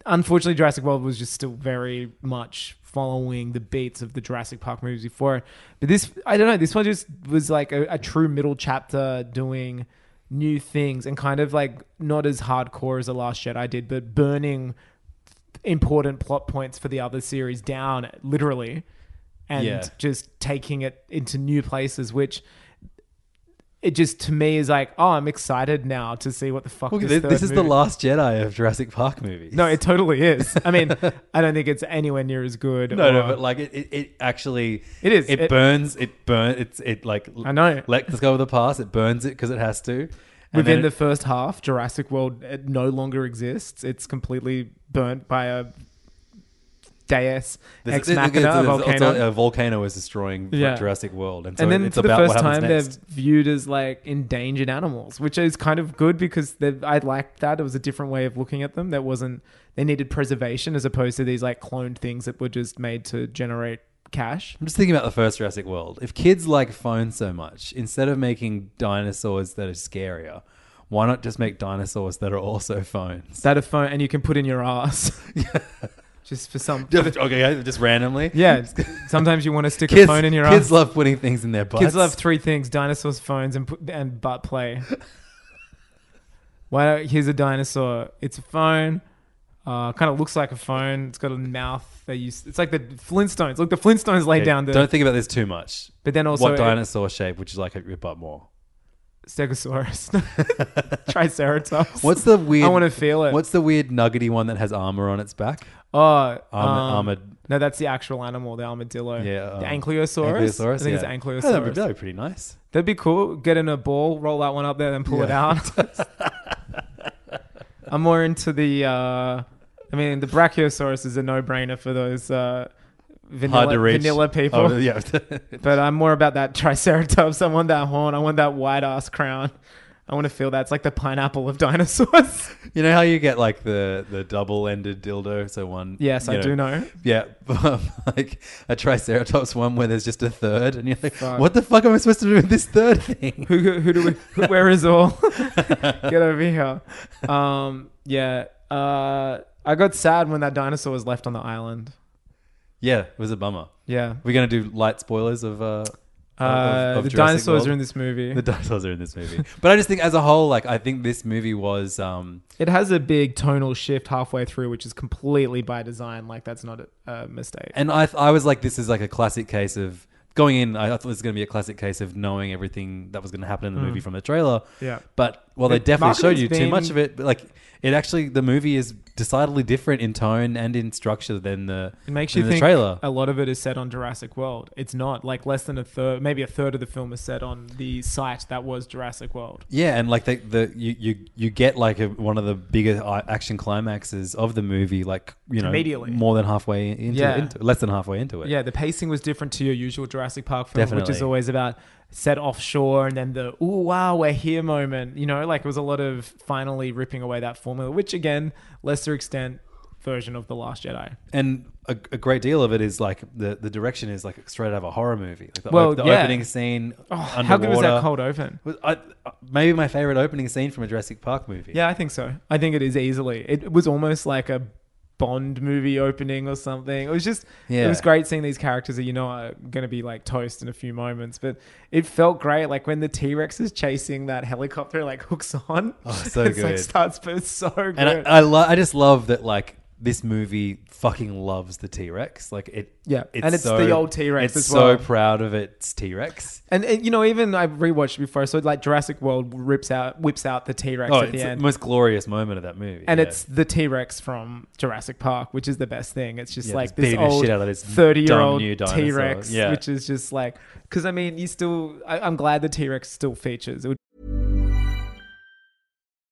[SPEAKER 7] unfortunately, Jurassic World was just still very much following the beats of the Jurassic Park movies before. But this, I don't know, this one just was like a, a true middle chapter doing new things and kind of like not as hardcore as the Last Jedi did, but burning important plot points for the other series down literally and
[SPEAKER 6] Yeah.
[SPEAKER 7] just taking it into new places which it just to me is like oh i'm excited now to see what the fuck
[SPEAKER 6] Look,
[SPEAKER 7] this,
[SPEAKER 6] this,
[SPEAKER 7] third
[SPEAKER 6] this is the
[SPEAKER 7] movie-
[SPEAKER 6] last Jedi of Jurassic Park movies.
[SPEAKER 7] no it totally is i mean i don't think it's anywhere near as good
[SPEAKER 6] no, no,
[SPEAKER 7] or-
[SPEAKER 6] but like it, it, it actually,
[SPEAKER 7] It is.
[SPEAKER 6] It,
[SPEAKER 7] It-
[SPEAKER 6] burns. It burn. It's it like
[SPEAKER 7] I know.
[SPEAKER 6] Let, us go with the past. It burns it because it has to. And
[SPEAKER 7] within
[SPEAKER 6] then
[SPEAKER 7] the
[SPEAKER 6] it-
[SPEAKER 7] first half uh, jurassic world it no longer exists it's completely burnt by a Deus
[SPEAKER 6] There's-
[SPEAKER 7] Ex
[SPEAKER 6] there's- there's-
[SPEAKER 7] Machina, a
[SPEAKER 6] there's
[SPEAKER 7] volcano.
[SPEAKER 6] also A volcano is destroying
[SPEAKER 7] Yeah.
[SPEAKER 6] Jurassic World, and so
[SPEAKER 7] and then
[SPEAKER 6] it's
[SPEAKER 7] for the
[SPEAKER 6] about
[SPEAKER 7] first
[SPEAKER 6] what
[SPEAKER 7] time,
[SPEAKER 6] happens
[SPEAKER 7] they're
[SPEAKER 6] next.
[SPEAKER 7] viewed as like endangered animals, which is kind of good because they've- I liked that. It was a different way of looking at them. That wasn't they needed preservation as opposed to these like cloned things that were just made to generate cash.
[SPEAKER 6] I'm just thinking about the first Jurassic World. If kids like phones so much, instead of making dinosaurs that are scarier, why not just make dinosaurs that are also phones?
[SPEAKER 7] That a phone, and you can put in your ass, just for some.
[SPEAKER 6] okay, just randomly.
[SPEAKER 7] Yeah, sometimes you want to stick a
[SPEAKER 6] Kids,
[SPEAKER 7] phone in your
[SPEAKER 6] kids
[SPEAKER 7] ass.
[SPEAKER 6] love putting things in their butts.
[SPEAKER 7] Kids love three things: dinosaurs, phones, and pu- and butt play. Why? Don't, here's a dinosaur. It's a phone. Uh, kind of looks like a phone. It's got a mouth. They use. It's like the Flintstones. Look, the Flintstones laid
[SPEAKER 6] Okay,
[SPEAKER 7] down the.
[SPEAKER 6] Don't think about this too much.
[SPEAKER 7] but then also
[SPEAKER 6] what
[SPEAKER 7] a
[SPEAKER 6] dinosaur shape would you like your butt more?
[SPEAKER 7] Stegosaurus, Triceratops.
[SPEAKER 6] What's the weird?
[SPEAKER 7] I want to feel it.
[SPEAKER 6] What's the weird nuggety one that has armor on its back?
[SPEAKER 7] oh um,
[SPEAKER 6] armored-
[SPEAKER 7] No, that's the actual animal, the armadillo.
[SPEAKER 6] Yeah, um,
[SPEAKER 7] the ankylosaurus. I think
[SPEAKER 6] yeah.
[SPEAKER 7] it's ankylosaurus.
[SPEAKER 6] Oh, that'd, be, that'd be pretty nice.
[SPEAKER 7] That'd be cool. Get in a ball, roll that one up there, then pull it out. I'm more into the. Uh, I mean, the Brachiosaurus is a no-brainer for those uh, vanilla,
[SPEAKER 6] Hard to reach.
[SPEAKER 7] vanilla people.
[SPEAKER 6] Oh, yeah.
[SPEAKER 7] But I'm more about that Triceratops. I want that horn. I want that wide ass crown. I want to feel that. It's like the pineapple of dinosaurs.
[SPEAKER 6] you know how you get like the the double ended dildo? So one.
[SPEAKER 7] yes,
[SPEAKER 6] you
[SPEAKER 7] I do know.
[SPEAKER 6] Yeah, but, like a triceratops one where there's just a third, and you're like, what the fuck am I supposed to do with this third thing?
[SPEAKER 7] Who, who do we? Who, where is all? Get over here. Um, yeah. Uh, I got sad when that dinosaur was left on the island.
[SPEAKER 6] yeah, it was a bummer.
[SPEAKER 7] Yeah.
[SPEAKER 6] We're gonna do light spoilers of. Uh, of-
[SPEAKER 7] Uh,
[SPEAKER 6] of
[SPEAKER 7] the
[SPEAKER 6] Jurassic
[SPEAKER 7] dinosaurs
[SPEAKER 6] World.
[SPEAKER 7] are in this movie.
[SPEAKER 6] The dinosaurs are in this movie, but I just think as a whole, like I think this movie was um,
[SPEAKER 7] it has a big tonal shift halfway through, which is completely by design. Like that's not a, a mistake.
[SPEAKER 6] And I, I was like, this is like a classic case of going in. I thought this was going to be a classic case of knowing everything that was going to happen in the movie from the trailer.
[SPEAKER 7] Mm. Yeah.
[SPEAKER 6] But well, they
[SPEAKER 7] The
[SPEAKER 6] definitely showed you
[SPEAKER 7] marketing's
[SPEAKER 6] too much
[SPEAKER 7] been-
[SPEAKER 6] of it. But like, it actually the movie is decidedly different in tone and in structure than the
[SPEAKER 7] It makes you
[SPEAKER 6] than
[SPEAKER 7] think
[SPEAKER 6] the trailer.
[SPEAKER 7] a lot of it is set on Jurassic World. It's not like less than a third, maybe a third of the film is set on the site that was Jurassic World.
[SPEAKER 6] Yeah, and like the, the you, you you get like a, one of the bigger uh, action climaxes of the movie, like you know,
[SPEAKER 7] Immediately.
[SPEAKER 6] more than halfway into,
[SPEAKER 7] Yeah.
[SPEAKER 6] into less than halfway into it.
[SPEAKER 7] Yeah, the pacing was different to your usual Jurassic Park film, which is
[SPEAKER 6] Definitely.
[SPEAKER 7] always about set offshore and then the "ooh wow we're here" moment. You know, like it was a lot of finally ripping away that formula, which again, lesser extent version of the Last Jedi.
[SPEAKER 6] and a, a great deal of it is like the, the direction is like straight out of a horror movie. Like the,
[SPEAKER 7] Well,
[SPEAKER 6] op- the
[SPEAKER 7] yeah. Oh,
[SPEAKER 6] opening scene. underwater.
[SPEAKER 7] How good was that cold open?
[SPEAKER 6] Was- I, uh, maybe my favorite opening scene from a Jurassic Park movie.
[SPEAKER 7] Yeah, I think so. I think it is easily. It was almost like a Bond movie opening or something. It was just, it
[SPEAKER 6] Yeah.
[SPEAKER 7] was great seeing these characters that you know are going to be like toast in a few moments. But it felt great, like when the T Rex is chasing that helicopter, like hooks on. Oh,
[SPEAKER 6] so
[SPEAKER 7] it's Like
[SPEAKER 6] good.
[SPEAKER 7] starts, but it's so good.
[SPEAKER 6] and I I, lo- I just love that like this movie fucking loves the T Rex. Like it.
[SPEAKER 7] Yeah, and it's the old T-Rex
[SPEAKER 6] It's
[SPEAKER 7] as well.
[SPEAKER 6] so proud of its T Rex.
[SPEAKER 7] and, and, you know, even I rewatched it before, so like Jurassic World rips out, whips out the T Rex
[SPEAKER 6] Oh,
[SPEAKER 7] at
[SPEAKER 6] it's
[SPEAKER 7] the
[SPEAKER 6] the
[SPEAKER 7] end.
[SPEAKER 6] most glorious moment of that movie.
[SPEAKER 7] and
[SPEAKER 6] yeah.
[SPEAKER 7] it's the T Rex from Jurassic Park, which is the best thing. It's just
[SPEAKER 6] Yeah,
[SPEAKER 7] like
[SPEAKER 6] just
[SPEAKER 7] this
[SPEAKER 6] beating the
[SPEAKER 7] old
[SPEAKER 6] shit out of this
[SPEAKER 7] thirty-year-old
[SPEAKER 6] dumb new dinosaur.
[SPEAKER 7] T Rex,
[SPEAKER 6] Yeah.
[SPEAKER 7] which is just like because I mean, you still. I, I'm glad the T Rex still features. It would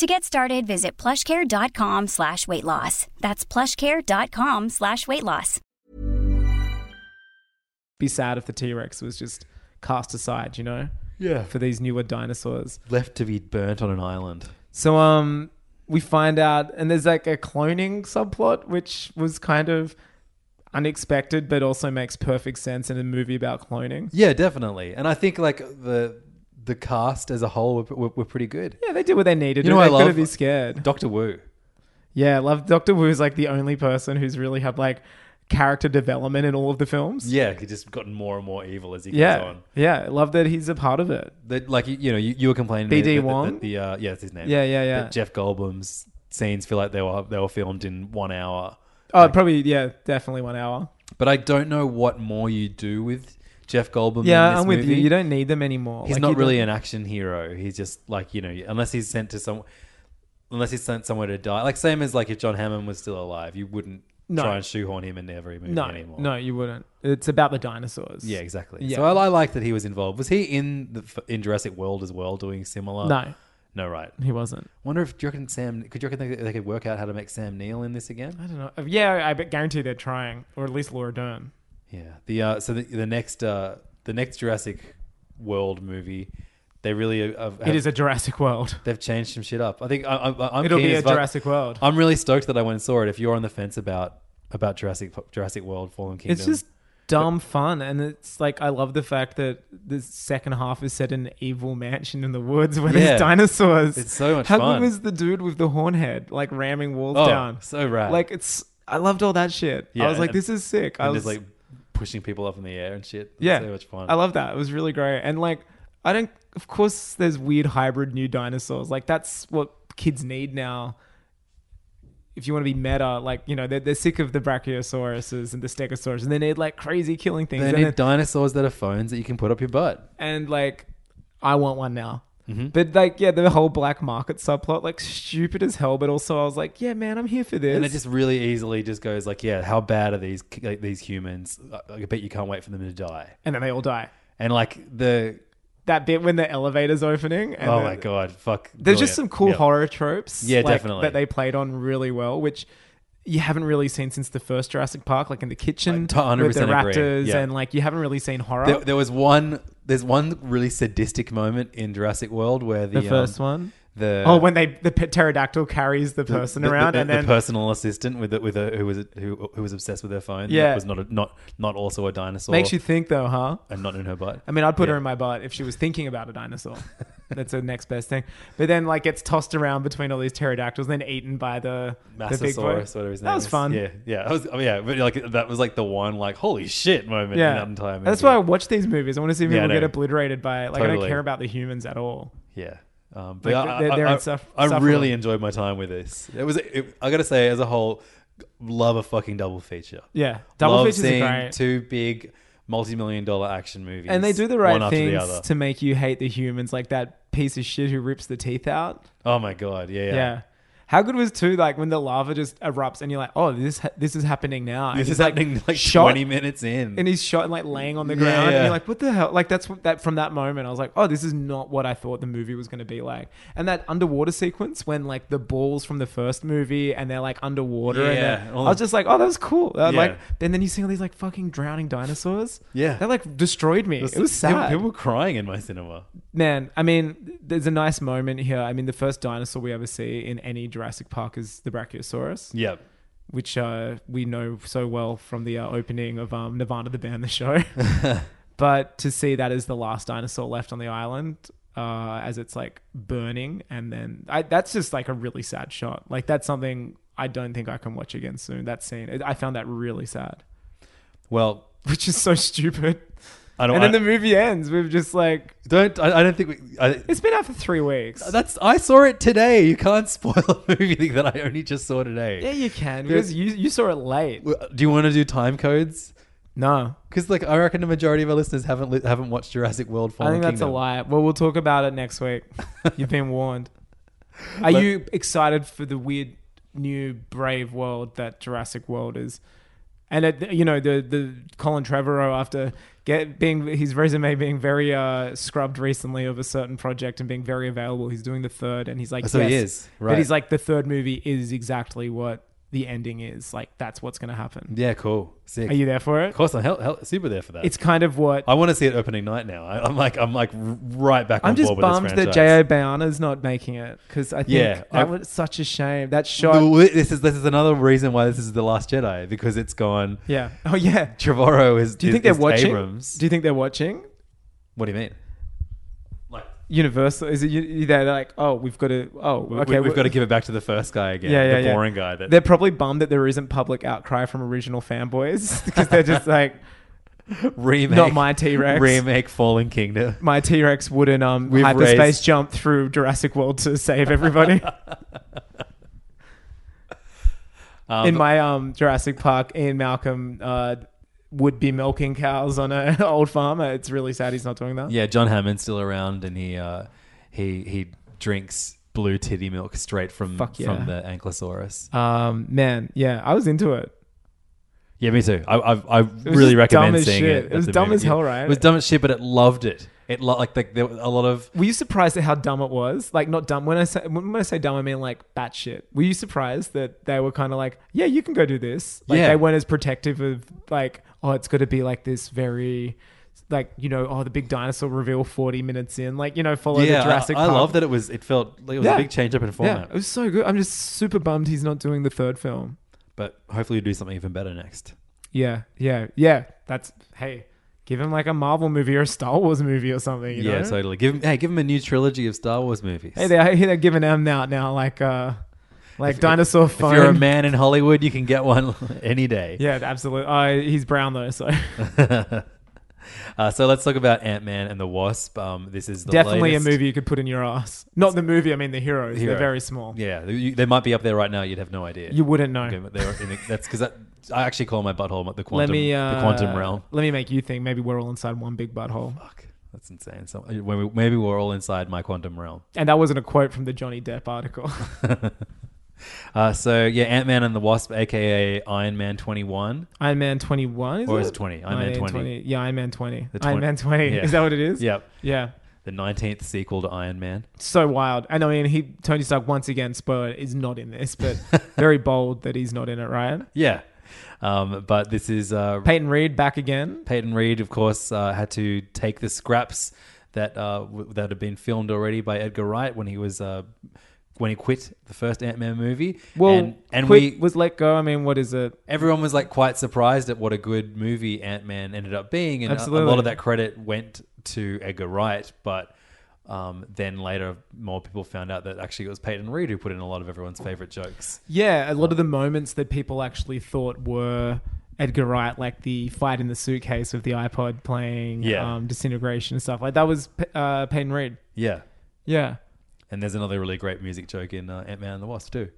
[SPEAKER 1] To get started, visit plushcare.com slash weight loss. That's plushcare.com slash weight loss.
[SPEAKER 7] Be sad if the T Rex was just cast aside, you know?
[SPEAKER 6] Yeah.
[SPEAKER 7] For these newer dinosaurs.
[SPEAKER 6] Left to be burnt on an island.
[SPEAKER 7] So um we find out and there's like a cloning subplot which was kind of unexpected but also makes perfect sense in a movie about cloning.
[SPEAKER 6] Yeah, definitely. And I think like the the cast as a whole were, were, were pretty good.
[SPEAKER 7] Yeah, they did what they needed.
[SPEAKER 6] You know
[SPEAKER 7] they
[SPEAKER 6] what I love?
[SPEAKER 7] couldn't be scared.
[SPEAKER 6] Doctor Wu.
[SPEAKER 7] Yeah, I love Doctor Who's like the only person who's really had like character development in all of the films.
[SPEAKER 6] Yeah, he just gotten more and more evil as he goes
[SPEAKER 7] Yeah.
[SPEAKER 6] on.
[SPEAKER 7] Yeah, I love that he's a part of it.
[SPEAKER 6] That like you, you know you, you were complaining that-
[SPEAKER 7] BD
[SPEAKER 6] that-
[SPEAKER 7] Wong?
[SPEAKER 6] that the uh, yeah it's his name
[SPEAKER 7] Yeah, yeah, yeah.
[SPEAKER 6] That Jeff Goldblum's scenes feel like they were they were filmed in one hour
[SPEAKER 7] Oh, probably yeah, definitely 1 hour.
[SPEAKER 6] but I don't know what more you do with Jeff Goldblum in
[SPEAKER 7] Yeah,
[SPEAKER 6] this
[SPEAKER 7] I'm with
[SPEAKER 6] movie.
[SPEAKER 7] you. You don't need them anymore.
[SPEAKER 6] he's
[SPEAKER 7] Like, you
[SPEAKER 6] not
[SPEAKER 7] don't-
[SPEAKER 6] really an action hero he's just like you know unless he's sent to some unless he's sent somewhere to die like same as like if John Hammond was still alive you wouldn't
[SPEAKER 7] No.
[SPEAKER 6] try and shoehorn him into every movie
[SPEAKER 7] no,
[SPEAKER 6] anymore
[SPEAKER 7] no, you wouldn't. It's about the dinosaurs.
[SPEAKER 6] yeah exactly
[SPEAKER 7] Yeah.
[SPEAKER 6] so I, I like that he was involved was he in the f- in Jurassic World as well doing similar
[SPEAKER 7] No,
[SPEAKER 6] no right
[SPEAKER 7] he wasn't.
[SPEAKER 6] Wonder if do you reckon Sam could you reckon they, they could work out how to make Sam Neill in this again?
[SPEAKER 7] I don't know. Yeah, I bet- guarantee they're trying, or at least Laura Dern.
[SPEAKER 6] Yeah. The uh, so the, the next uh, the next Jurassic World movie, they really have, have
[SPEAKER 7] it is a Jurassic World.
[SPEAKER 6] they've changed some shit up. I think I, I, I'm
[SPEAKER 7] It'll
[SPEAKER 6] keen
[SPEAKER 7] be a
[SPEAKER 6] as fuck.
[SPEAKER 7] Jurassic World.
[SPEAKER 6] I'm really stoked that I went and saw it. If you're on the fence about about Jurassic Jurassic World Fallen Kingdom,
[SPEAKER 7] It's just dumb fun, and it's like I love the fact that the second half is set in an evil mansion in the woods where
[SPEAKER 6] Yeah.
[SPEAKER 7] there's dinosaurs.
[SPEAKER 6] It's so much
[SPEAKER 7] How
[SPEAKER 6] fun.
[SPEAKER 7] good was the dude with the horn head, like ramming walls
[SPEAKER 6] Oh,
[SPEAKER 7] down?
[SPEAKER 6] so rad.
[SPEAKER 7] Like it's, I loved all that shit.
[SPEAKER 6] Yeah,
[SPEAKER 7] I was like,
[SPEAKER 6] and-
[SPEAKER 7] this is sick. I
[SPEAKER 6] and
[SPEAKER 7] was
[SPEAKER 6] just like pushing people up in the air and shit. It's
[SPEAKER 7] yeah,
[SPEAKER 6] so much fun.
[SPEAKER 7] I love that. It was really great. And like, I don't. Of course, there's weird hybrid new dinosaurs. Like that's what kids need now. If you want to be meta, like you know, they're, they're sick of the brachiosauruses and the stegosauruses, and they need like crazy killing things.
[SPEAKER 6] they
[SPEAKER 7] and,
[SPEAKER 6] need
[SPEAKER 7] then-
[SPEAKER 6] dinosaurs that are phones that you can put up your butt.
[SPEAKER 7] and like, I want one now.
[SPEAKER 6] Mm-hmm.
[SPEAKER 7] But like, yeah, the whole black market subplot, like stupid as hell. But also, I was like, yeah, man, I'm here for this.
[SPEAKER 6] And it just really easily just goes like, yeah, how bad are these like, these humans? I I bet you can't wait for them to die.
[SPEAKER 7] and then they all die.
[SPEAKER 6] And like the
[SPEAKER 7] That bit when the elevator's opening. And
[SPEAKER 6] oh
[SPEAKER 7] the-
[SPEAKER 6] my god, fuck.
[SPEAKER 7] There's just some
[SPEAKER 6] brilliant.
[SPEAKER 7] cool
[SPEAKER 6] Yeah.
[SPEAKER 7] horror tropes.
[SPEAKER 6] Yeah,
[SPEAKER 7] like,
[SPEAKER 6] definitely.
[SPEAKER 7] That they played on really well, which you haven't really seen since the first Jurassic Park, like in the kitchen
[SPEAKER 6] I t- 100%
[SPEAKER 7] with the
[SPEAKER 6] agree.
[SPEAKER 7] raptors,
[SPEAKER 6] Yeah.
[SPEAKER 7] and like you haven't really seen horror.
[SPEAKER 6] There, there was one. There's one really sadistic moment in Jurassic World where the,
[SPEAKER 7] the first
[SPEAKER 6] um,
[SPEAKER 7] one.
[SPEAKER 6] the
[SPEAKER 7] oh, when they the pe- pterodactyl carries the person
[SPEAKER 6] the- the-
[SPEAKER 7] around,
[SPEAKER 6] the,
[SPEAKER 7] and
[SPEAKER 6] the
[SPEAKER 7] then
[SPEAKER 6] personal assistant with the, with a, who was who, who was obsessed with her phone. that
[SPEAKER 7] Yeah.
[SPEAKER 6] was not a, not not also a dinosaur.
[SPEAKER 7] makes you think, though, huh?
[SPEAKER 6] and not in her butt.
[SPEAKER 7] I mean, I'd put her in my butt if she was thinking about a dinosaur. That's the next best thing. But then, like, gets tossed around between all these pterodactyls, then eaten by the the big boy.
[SPEAKER 6] Massasaurus, whatever his name
[SPEAKER 7] That was
[SPEAKER 6] is.
[SPEAKER 7] fun.
[SPEAKER 6] Yeah, yeah, that was, oh, yeah. But like that was like the one like holy shit moment in that entire movie.
[SPEAKER 7] That's why I watch these movies. I want to see people
[SPEAKER 6] I know.
[SPEAKER 7] get obliterated by it. Like I don't
[SPEAKER 6] Totally.
[SPEAKER 7] care about the humans at all.
[SPEAKER 6] Yeah. Um, but
[SPEAKER 7] Like,
[SPEAKER 6] I-
[SPEAKER 7] they're-
[SPEAKER 6] I,
[SPEAKER 7] they're
[SPEAKER 6] I-
[SPEAKER 7] insuff-
[SPEAKER 6] I really
[SPEAKER 7] suffering.
[SPEAKER 6] enjoyed my time with this. It was, it, I gotta say, as a whole, love a fucking double feature.
[SPEAKER 7] Yeah, double
[SPEAKER 6] love
[SPEAKER 7] features are
[SPEAKER 6] seeing
[SPEAKER 7] great,
[SPEAKER 6] two big multi-million dollar action movies,
[SPEAKER 7] and they do the
[SPEAKER 6] one
[SPEAKER 7] right
[SPEAKER 6] after the
[SPEAKER 7] things
[SPEAKER 6] other.
[SPEAKER 7] to make you hate the humans. Like that piece of shit who rips the teeth out.
[SPEAKER 6] oh my god, yeah, yeah.
[SPEAKER 7] Yeah. How good was too? Like when the lava just erupts and you're like, oh, this ha- this is happening now. And
[SPEAKER 6] This
[SPEAKER 7] he's,
[SPEAKER 6] is happening like
[SPEAKER 7] shot-
[SPEAKER 6] twenty minutes in.
[SPEAKER 7] And he's shot and like laying on the
[SPEAKER 6] Yeah,
[SPEAKER 7] ground. And
[SPEAKER 6] yeah.
[SPEAKER 7] you're like, what the hell? Like that's what, that from that moment, I was like, oh, this is not what I thought the movie was going to be like. And that underwater sequence when like the balls from the first movie and they're like underwater. and
[SPEAKER 6] Yeah,
[SPEAKER 7] they're-
[SPEAKER 6] all
[SPEAKER 7] I was
[SPEAKER 6] the-
[SPEAKER 7] just like, oh, that was cool. Uh,
[SPEAKER 6] Yeah.
[SPEAKER 7] Like, and then you see all these like fucking drowning dinosaurs.
[SPEAKER 6] Yeah.
[SPEAKER 7] that like destroyed me. It was,
[SPEAKER 6] People,
[SPEAKER 7] sad,
[SPEAKER 6] people were crying in my cinema.
[SPEAKER 7] man. I mean, there's a nice moment here. I mean, the first dinosaur we ever see in any Jurassic Park is the Brachiosaurus,
[SPEAKER 6] Yeah.
[SPEAKER 7] which uh, we know so well from the uh, opening of um, Nirvana the band, the show. but to see that as the last dinosaur left on the island, uh, as it's like burning, and then I, that's just like a really sad shot. Like that's something I don't think I can watch again soon. That scene, I- I found that really sad,
[SPEAKER 6] Well,
[SPEAKER 7] which is so stupid.
[SPEAKER 6] I don't.
[SPEAKER 7] And then
[SPEAKER 6] I,
[SPEAKER 7] the movie ends with just like
[SPEAKER 6] don't. I, I don't think we. I,
[SPEAKER 7] it's been out for three weeks.
[SPEAKER 6] that's. I saw it today. You can't spoil a movie that I only just saw today.
[SPEAKER 7] Yeah, you can because you you saw it late.
[SPEAKER 6] Do you want to do time codes?
[SPEAKER 7] No,
[SPEAKER 6] Because like I reckon the majority of our listeners haven't li- haven't watched Jurassic World.
[SPEAKER 7] I
[SPEAKER 6] Fallen
[SPEAKER 7] think that's a
[SPEAKER 6] Kingdom.
[SPEAKER 7] lie. Well, we'll talk about it next week. You've been warned. Are
[SPEAKER 6] Let-
[SPEAKER 7] you excited for the weird new brave world that Jurassic World is? And it, you know the the Colin Trevorrow after get being his resume being very uh, scrubbed recently of a certain project and being very available. He's doing the third, and he's like,
[SPEAKER 6] So
[SPEAKER 7] yes.
[SPEAKER 6] he is, right.
[SPEAKER 7] But he's like, the third movie is exactly what the ending is. Like that's what's going to happen.
[SPEAKER 6] Yeah, Mm. cool. Sick.
[SPEAKER 7] Are you there for
[SPEAKER 6] Of
[SPEAKER 7] it?
[SPEAKER 6] course, I'm hell, hell, super there for that.
[SPEAKER 7] It's kind of what
[SPEAKER 6] I want to see it opening night now. I, I'm like, I'm like r- right back.
[SPEAKER 7] I'm
[SPEAKER 6] on
[SPEAKER 7] just
[SPEAKER 6] board with this
[SPEAKER 7] bummed that
[SPEAKER 6] franchise.
[SPEAKER 7] J.O. Bayana's not making it because I think
[SPEAKER 6] Yeah,
[SPEAKER 7] that
[SPEAKER 6] I-
[SPEAKER 7] was such a shame. That shot.
[SPEAKER 6] Well, This is this is another reason why this is the Last Jedi because it's gone.
[SPEAKER 7] Yeah. Oh yeah.
[SPEAKER 6] Trevorrow is.
[SPEAKER 7] Do you
[SPEAKER 6] is-
[SPEAKER 7] think they're
[SPEAKER 6] is
[SPEAKER 7] watching?
[SPEAKER 6] Abrams.
[SPEAKER 7] Do you think they're watching?
[SPEAKER 6] what do you mean? Like,
[SPEAKER 7] Universal is it? u- They're like, oh, we've got to. Oh,
[SPEAKER 6] we,
[SPEAKER 7] okay,
[SPEAKER 6] we, have
[SPEAKER 7] we-
[SPEAKER 6] got to give it back to the first guy again.
[SPEAKER 7] Yeah, yeah,
[SPEAKER 6] the
[SPEAKER 7] yeah.
[SPEAKER 6] boring guy. That
[SPEAKER 7] They're probably bummed that there isn't public outcry from original fanboys because they're just like,
[SPEAKER 6] remake.
[SPEAKER 7] not my T-Rex.
[SPEAKER 6] Remake Fallen Kingdom.
[SPEAKER 7] my T Rex wouldn't um
[SPEAKER 6] We've
[SPEAKER 7] hyperspace
[SPEAKER 6] raised-
[SPEAKER 7] jump through Jurassic World to save everybody.
[SPEAKER 6] Um,
[SPEAKER 7] In my um Jurassic Park, Ian Malcolm uh, would be milking cows on an old farm. It's really sad he's not doing that.
[SPEAKER 6] Yeah, John Hammond's still around, and he uh, he he drinks blue titty milk straight from
[SPEAKER 7] Fuck yeah.
[SPEAKER 6] from the ankylosaurus.
[SPEAKER 7] Um, man, yeah, I was into it.
[SPEAKER 6] Yeah, me too. I I, I
[SPEAKER 7] was
[SPEAKER 6] really
[SPEAKER 7] just
[SPEAKER 6] recommend
[SPEAKER 7] dumb as
[SPEAKER 6] seeing
[SPEAKER 7] shit.
[SPEAKER 6] it.
[SPEAKER 7] It
[SPEAKER 6] at
[SPEAKER 7] was
[SPEAKER 6] the
[SPEAKER 7] dumb
[SPEAKER 6] moment.
[SPEAKER 7] as hell,
[SPEAKER 6] Yeah.
[SPEAKER 7] right?
[SPEAKER 6] It was dumb as shit, but it loved it. It lo- like the, there were a lot of
[SPEAKER 7] Were you surprised at how dumb it was? Like, not dumb. When I say when I say dumb, I mean like batshit. Were you surprised that they were kind of like, yeah, you can go do this. Like,
[SPEAKER 6] Yeah.
[SPEAKER 7] they weren't as protective of like, oh, it's got to be like this very, like you know, oh, the big dinosaur reveal forty minutes in, like you know, follow
[SPEAKER 6] yeah.
[SPEAKER 7] the Jurassic.
[SPEAKER 6] I, I
[SPEAKER 7] Park.
[SPEAKER 6] love that it was. It felt like it was
[SPEAKER 7] Yeah.
[SPEAKER 6] a big change up in
[SPEAKER 7] Yeah,
[SPEAKER 6] format.
[SPEAKER 7] it was so good. I'm just super bummed he's not doing the third film.
[SPEAKER 6] but hopefully, we do something even better next.
[SPEAKER 7] Yeah, yeah, yeah. That's hey, give him like a Marvel movie or a Star Wars movie or something. You
[SPEAKER 6] yeah,
[SPEAKER 7] know?
[SPEAKER 6] totally. Give him hey, give him a new trilogy of Star Wars movies.
[SPEAKER 7] Hey, they're, hey, they're giving them out now, like uh, like dinosaur
[SPEAKER 6] if
[SPEAKER 7] phone.
[SPEAKER 6] you're a man in Hollywood, you can get one any day.
[SPEAKER 7] Yeah, absolutely. Uh, he's brown though, so
[SPEAKER 6] Uh, so let's talk about Ant Man and the Wasp. Um, this is the
[SPEAKER 7] definitely
[SPEAKER 6] latest-
[SPEAKER 7] a movie you could put in your ass. Not the movie. I mean, the heroes.
[SPEAKER 6] Hero.
[SPEAKER 7] They're very small.
[SPEAKER 6] Yeah, they, you- they might be up there right now. You'd have no idea.
[SPEAKER 7] You wouldn't know.
[SPEAKER 6] Okay, but they're in the, that's because I actually call my butthole the
[SPEAKER 7] Let
[SPEAKER 6] quantum,
[SPEAKER 7] me uh,
[SPEAKER 6] the quantum realm.
[SPEAKER 7] Let me make you think. Maybe we're all inside one big butthole.
[SPEAKER 6] Fuck, that's insane. So uh, when we, maybe we're all inside my quantum realm.
[SPEAKER 7] And that wasn't a quote from the Johnny Depp article.
[SPEAKER 6] Uh, so yeah, Ant Man and the Wasp, aka Iron Man twenty one.
[SPEAKER 7] Iron Man twenty one.
[SPEAKER 6] Or is it 20? Iron Man 20.
[SPEAKER 7] Yeah, Iron Man twenty.
[SPEAKER 6] The
[SPEAKER 7] Iron
[SPEAKER 6] 20
[SPEAKER 7] Man twenty.
[SPEAKER 6] Yeah.
[SPEAKER 7] Is that what it is?
[SPEAKER 6] Yep,
[SPEAKER 7] Yeah.
[SPEAKER 6] the nineteenth sequel to Iron Man.
[SPEAKER 7] So wild. And I mean, he Tony Stark once again. Spoiler is not in this, but very bold that he's not in it. Right.
[SPEAKER 6] Yeah, um, but this is uh,
[SPEAKER 7] Peyton Reed back again.
[SPEAKER 6] Peyton Reed, of course, uh, had to take the scraps that uh, w- that had been filmed already by Edgar Wright when he was uh, when he quit the first Ant Man movie.
[SPEAKER 7] Well,
[SPEAKER 6] and, and
[SPEAKER 7] quit
[SPEAKER 6] we
[SPEAKER 7] was let go. I mean, what is it?
[SPEAKER 6] everyone was like quite surprised at what a good movie Ant Man ended up being, and a- a,
[SPEAKER 7] Absolutely.
[SPEAKER 6] lot of that credit went to Edgar Wright, but. Um, then later, more people found out that actually it was Peyton Reed who put in a lot of everyone's favorite jokes.
[SPEAKER 7] Yeah, a lot of the moments that people actually thought were Edgar Wright, like the fight in the suitcase with the iPod playing,
[SPEAKER 6] Yeah.
[SPEAKER 7] um, disintegration and stuff like that, was uh, Peyton Reed.
[SPEAKER 6] Yeah,
[SPEAKER 7] Yeah.
[SPEAKER 6] and there's another really great music joke in uh, Ant Man and the Wasp too,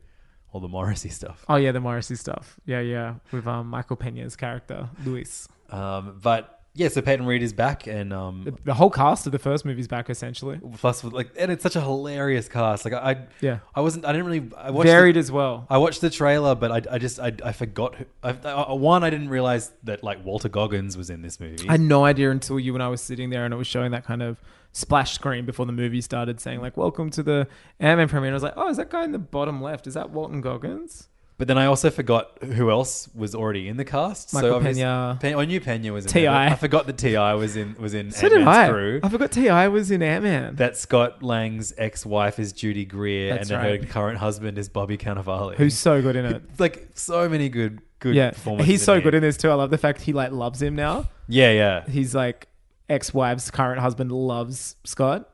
[SPEAKER 6] all the Morrissey stuff.
[SPEAKER 7] Oh yeah, the Morrissey stuff. Yeah, yeah, with um, Michael Pena's character Luis.
[SPEAKER 6] Um, but yeah, so Peyton Reed is back, and um,
[SPEAKER 7] The whole cast of the first movie's back essentially.
[SPEAKER 6] plus with like, and it's such a hilarious cast. Like I, I
[SPEAKER 7] Yeah.
[SPEAKER 6] I wasn't, I didn't really, I watched,
[SPEAKER 7] Varied
[SPEAKER 6] the,
[SPEAKER 7] as well.
[SPEAKER 6] I watched the trailer, but I, I just, I, I forgot. Who, I, I, one, I didn't realize that like Walter Goggins was in this movie.
[SPEAKER 7] I had no idea until you and I was sitting there and it was showing that kind of splash screen before the movie started saying like welcome to the Ant-Man premiere and I was like oh is that guy in the bottom left is that Walton Goggins
[SPEAKER 6] but then I also forgot who else was already in the cast.
[SPEAKER 7] Michael
[SPEAKER 6] obvious-
[SPEAKER 7] Peña.
[SPEAKER 6] Pe- I knew Pena was in
[SPEAKER 7] T.I..
[SPEAKER 6] there, but I forgot that Ti was in was in
[SPEAKER 7] so did
[SPEAKER 6] Ant-Man's
[SPEAKER 7] I
[SPEAKER 6] crew.
[SPEAKER 7] I forgot T.I. was in Ant-Man
[SPEAKER 6] That Scott Lang's ex-wife is Judy Greer,
[SPEAKER 7] That's
[SPEAKER 6] and
[SPEAKER 7] right.
[SPEAKER 6] her current husband is Bobby Cannavale.
[SPEAKER 7] who's so good in it
[SPEAKER 6] like so many good good
[SPEAKER 7] yeah
[SPEAKER 6] performances
[SPEAKER 7] he's so
[SPEAKER 6] here.
[SPEAKER 7] good in this too I love the fact he like loves him now
[SPEAKER 6] yeah yeah
[SPEAKER 7] he's like ex-wife's current husband loves Scott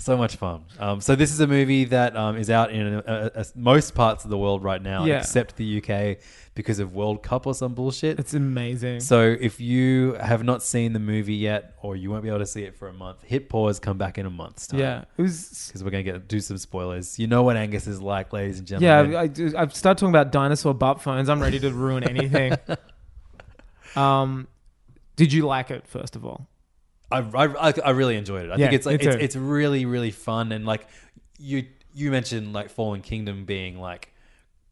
[SPEAKER 6] so much fun um, so this is a movie that um, is out in uh uh most parts of the world right now
[SPEAKER 7] Yeah.
[SPEAKER 6] except the uk because of world cup or some bullshit
[SPEAKER 7] it's amazing
[SPEAKER 6] so if you have not seen the movie yet or you won't be able to see it for a month hit pause come back in a month's time
[SPEAKER 7] yeah it was
[SPEAKER 6] because we're going to get do some spoilers you know what angus is like ladies and
[SPEAKER 7] yeah
[SPEAKER 6] gentlemen
[SPEAKER 7] I, I, do- I've started talking about dinosaur butt phones I'm ready to ruin anything um did you like it first of all
[SPEAKER 6] I, I, I- I really enjoyed it. I
[SPEAKER 7] Yeah,
[SPEAKER 6] think it's like
[SPEAKER 7] me
[SPEAKER 6] it's,
[SPEAKER 7] too.
[SPEAKER 6] it's really really fun and like you you mentioned like Fallen Kingdom being like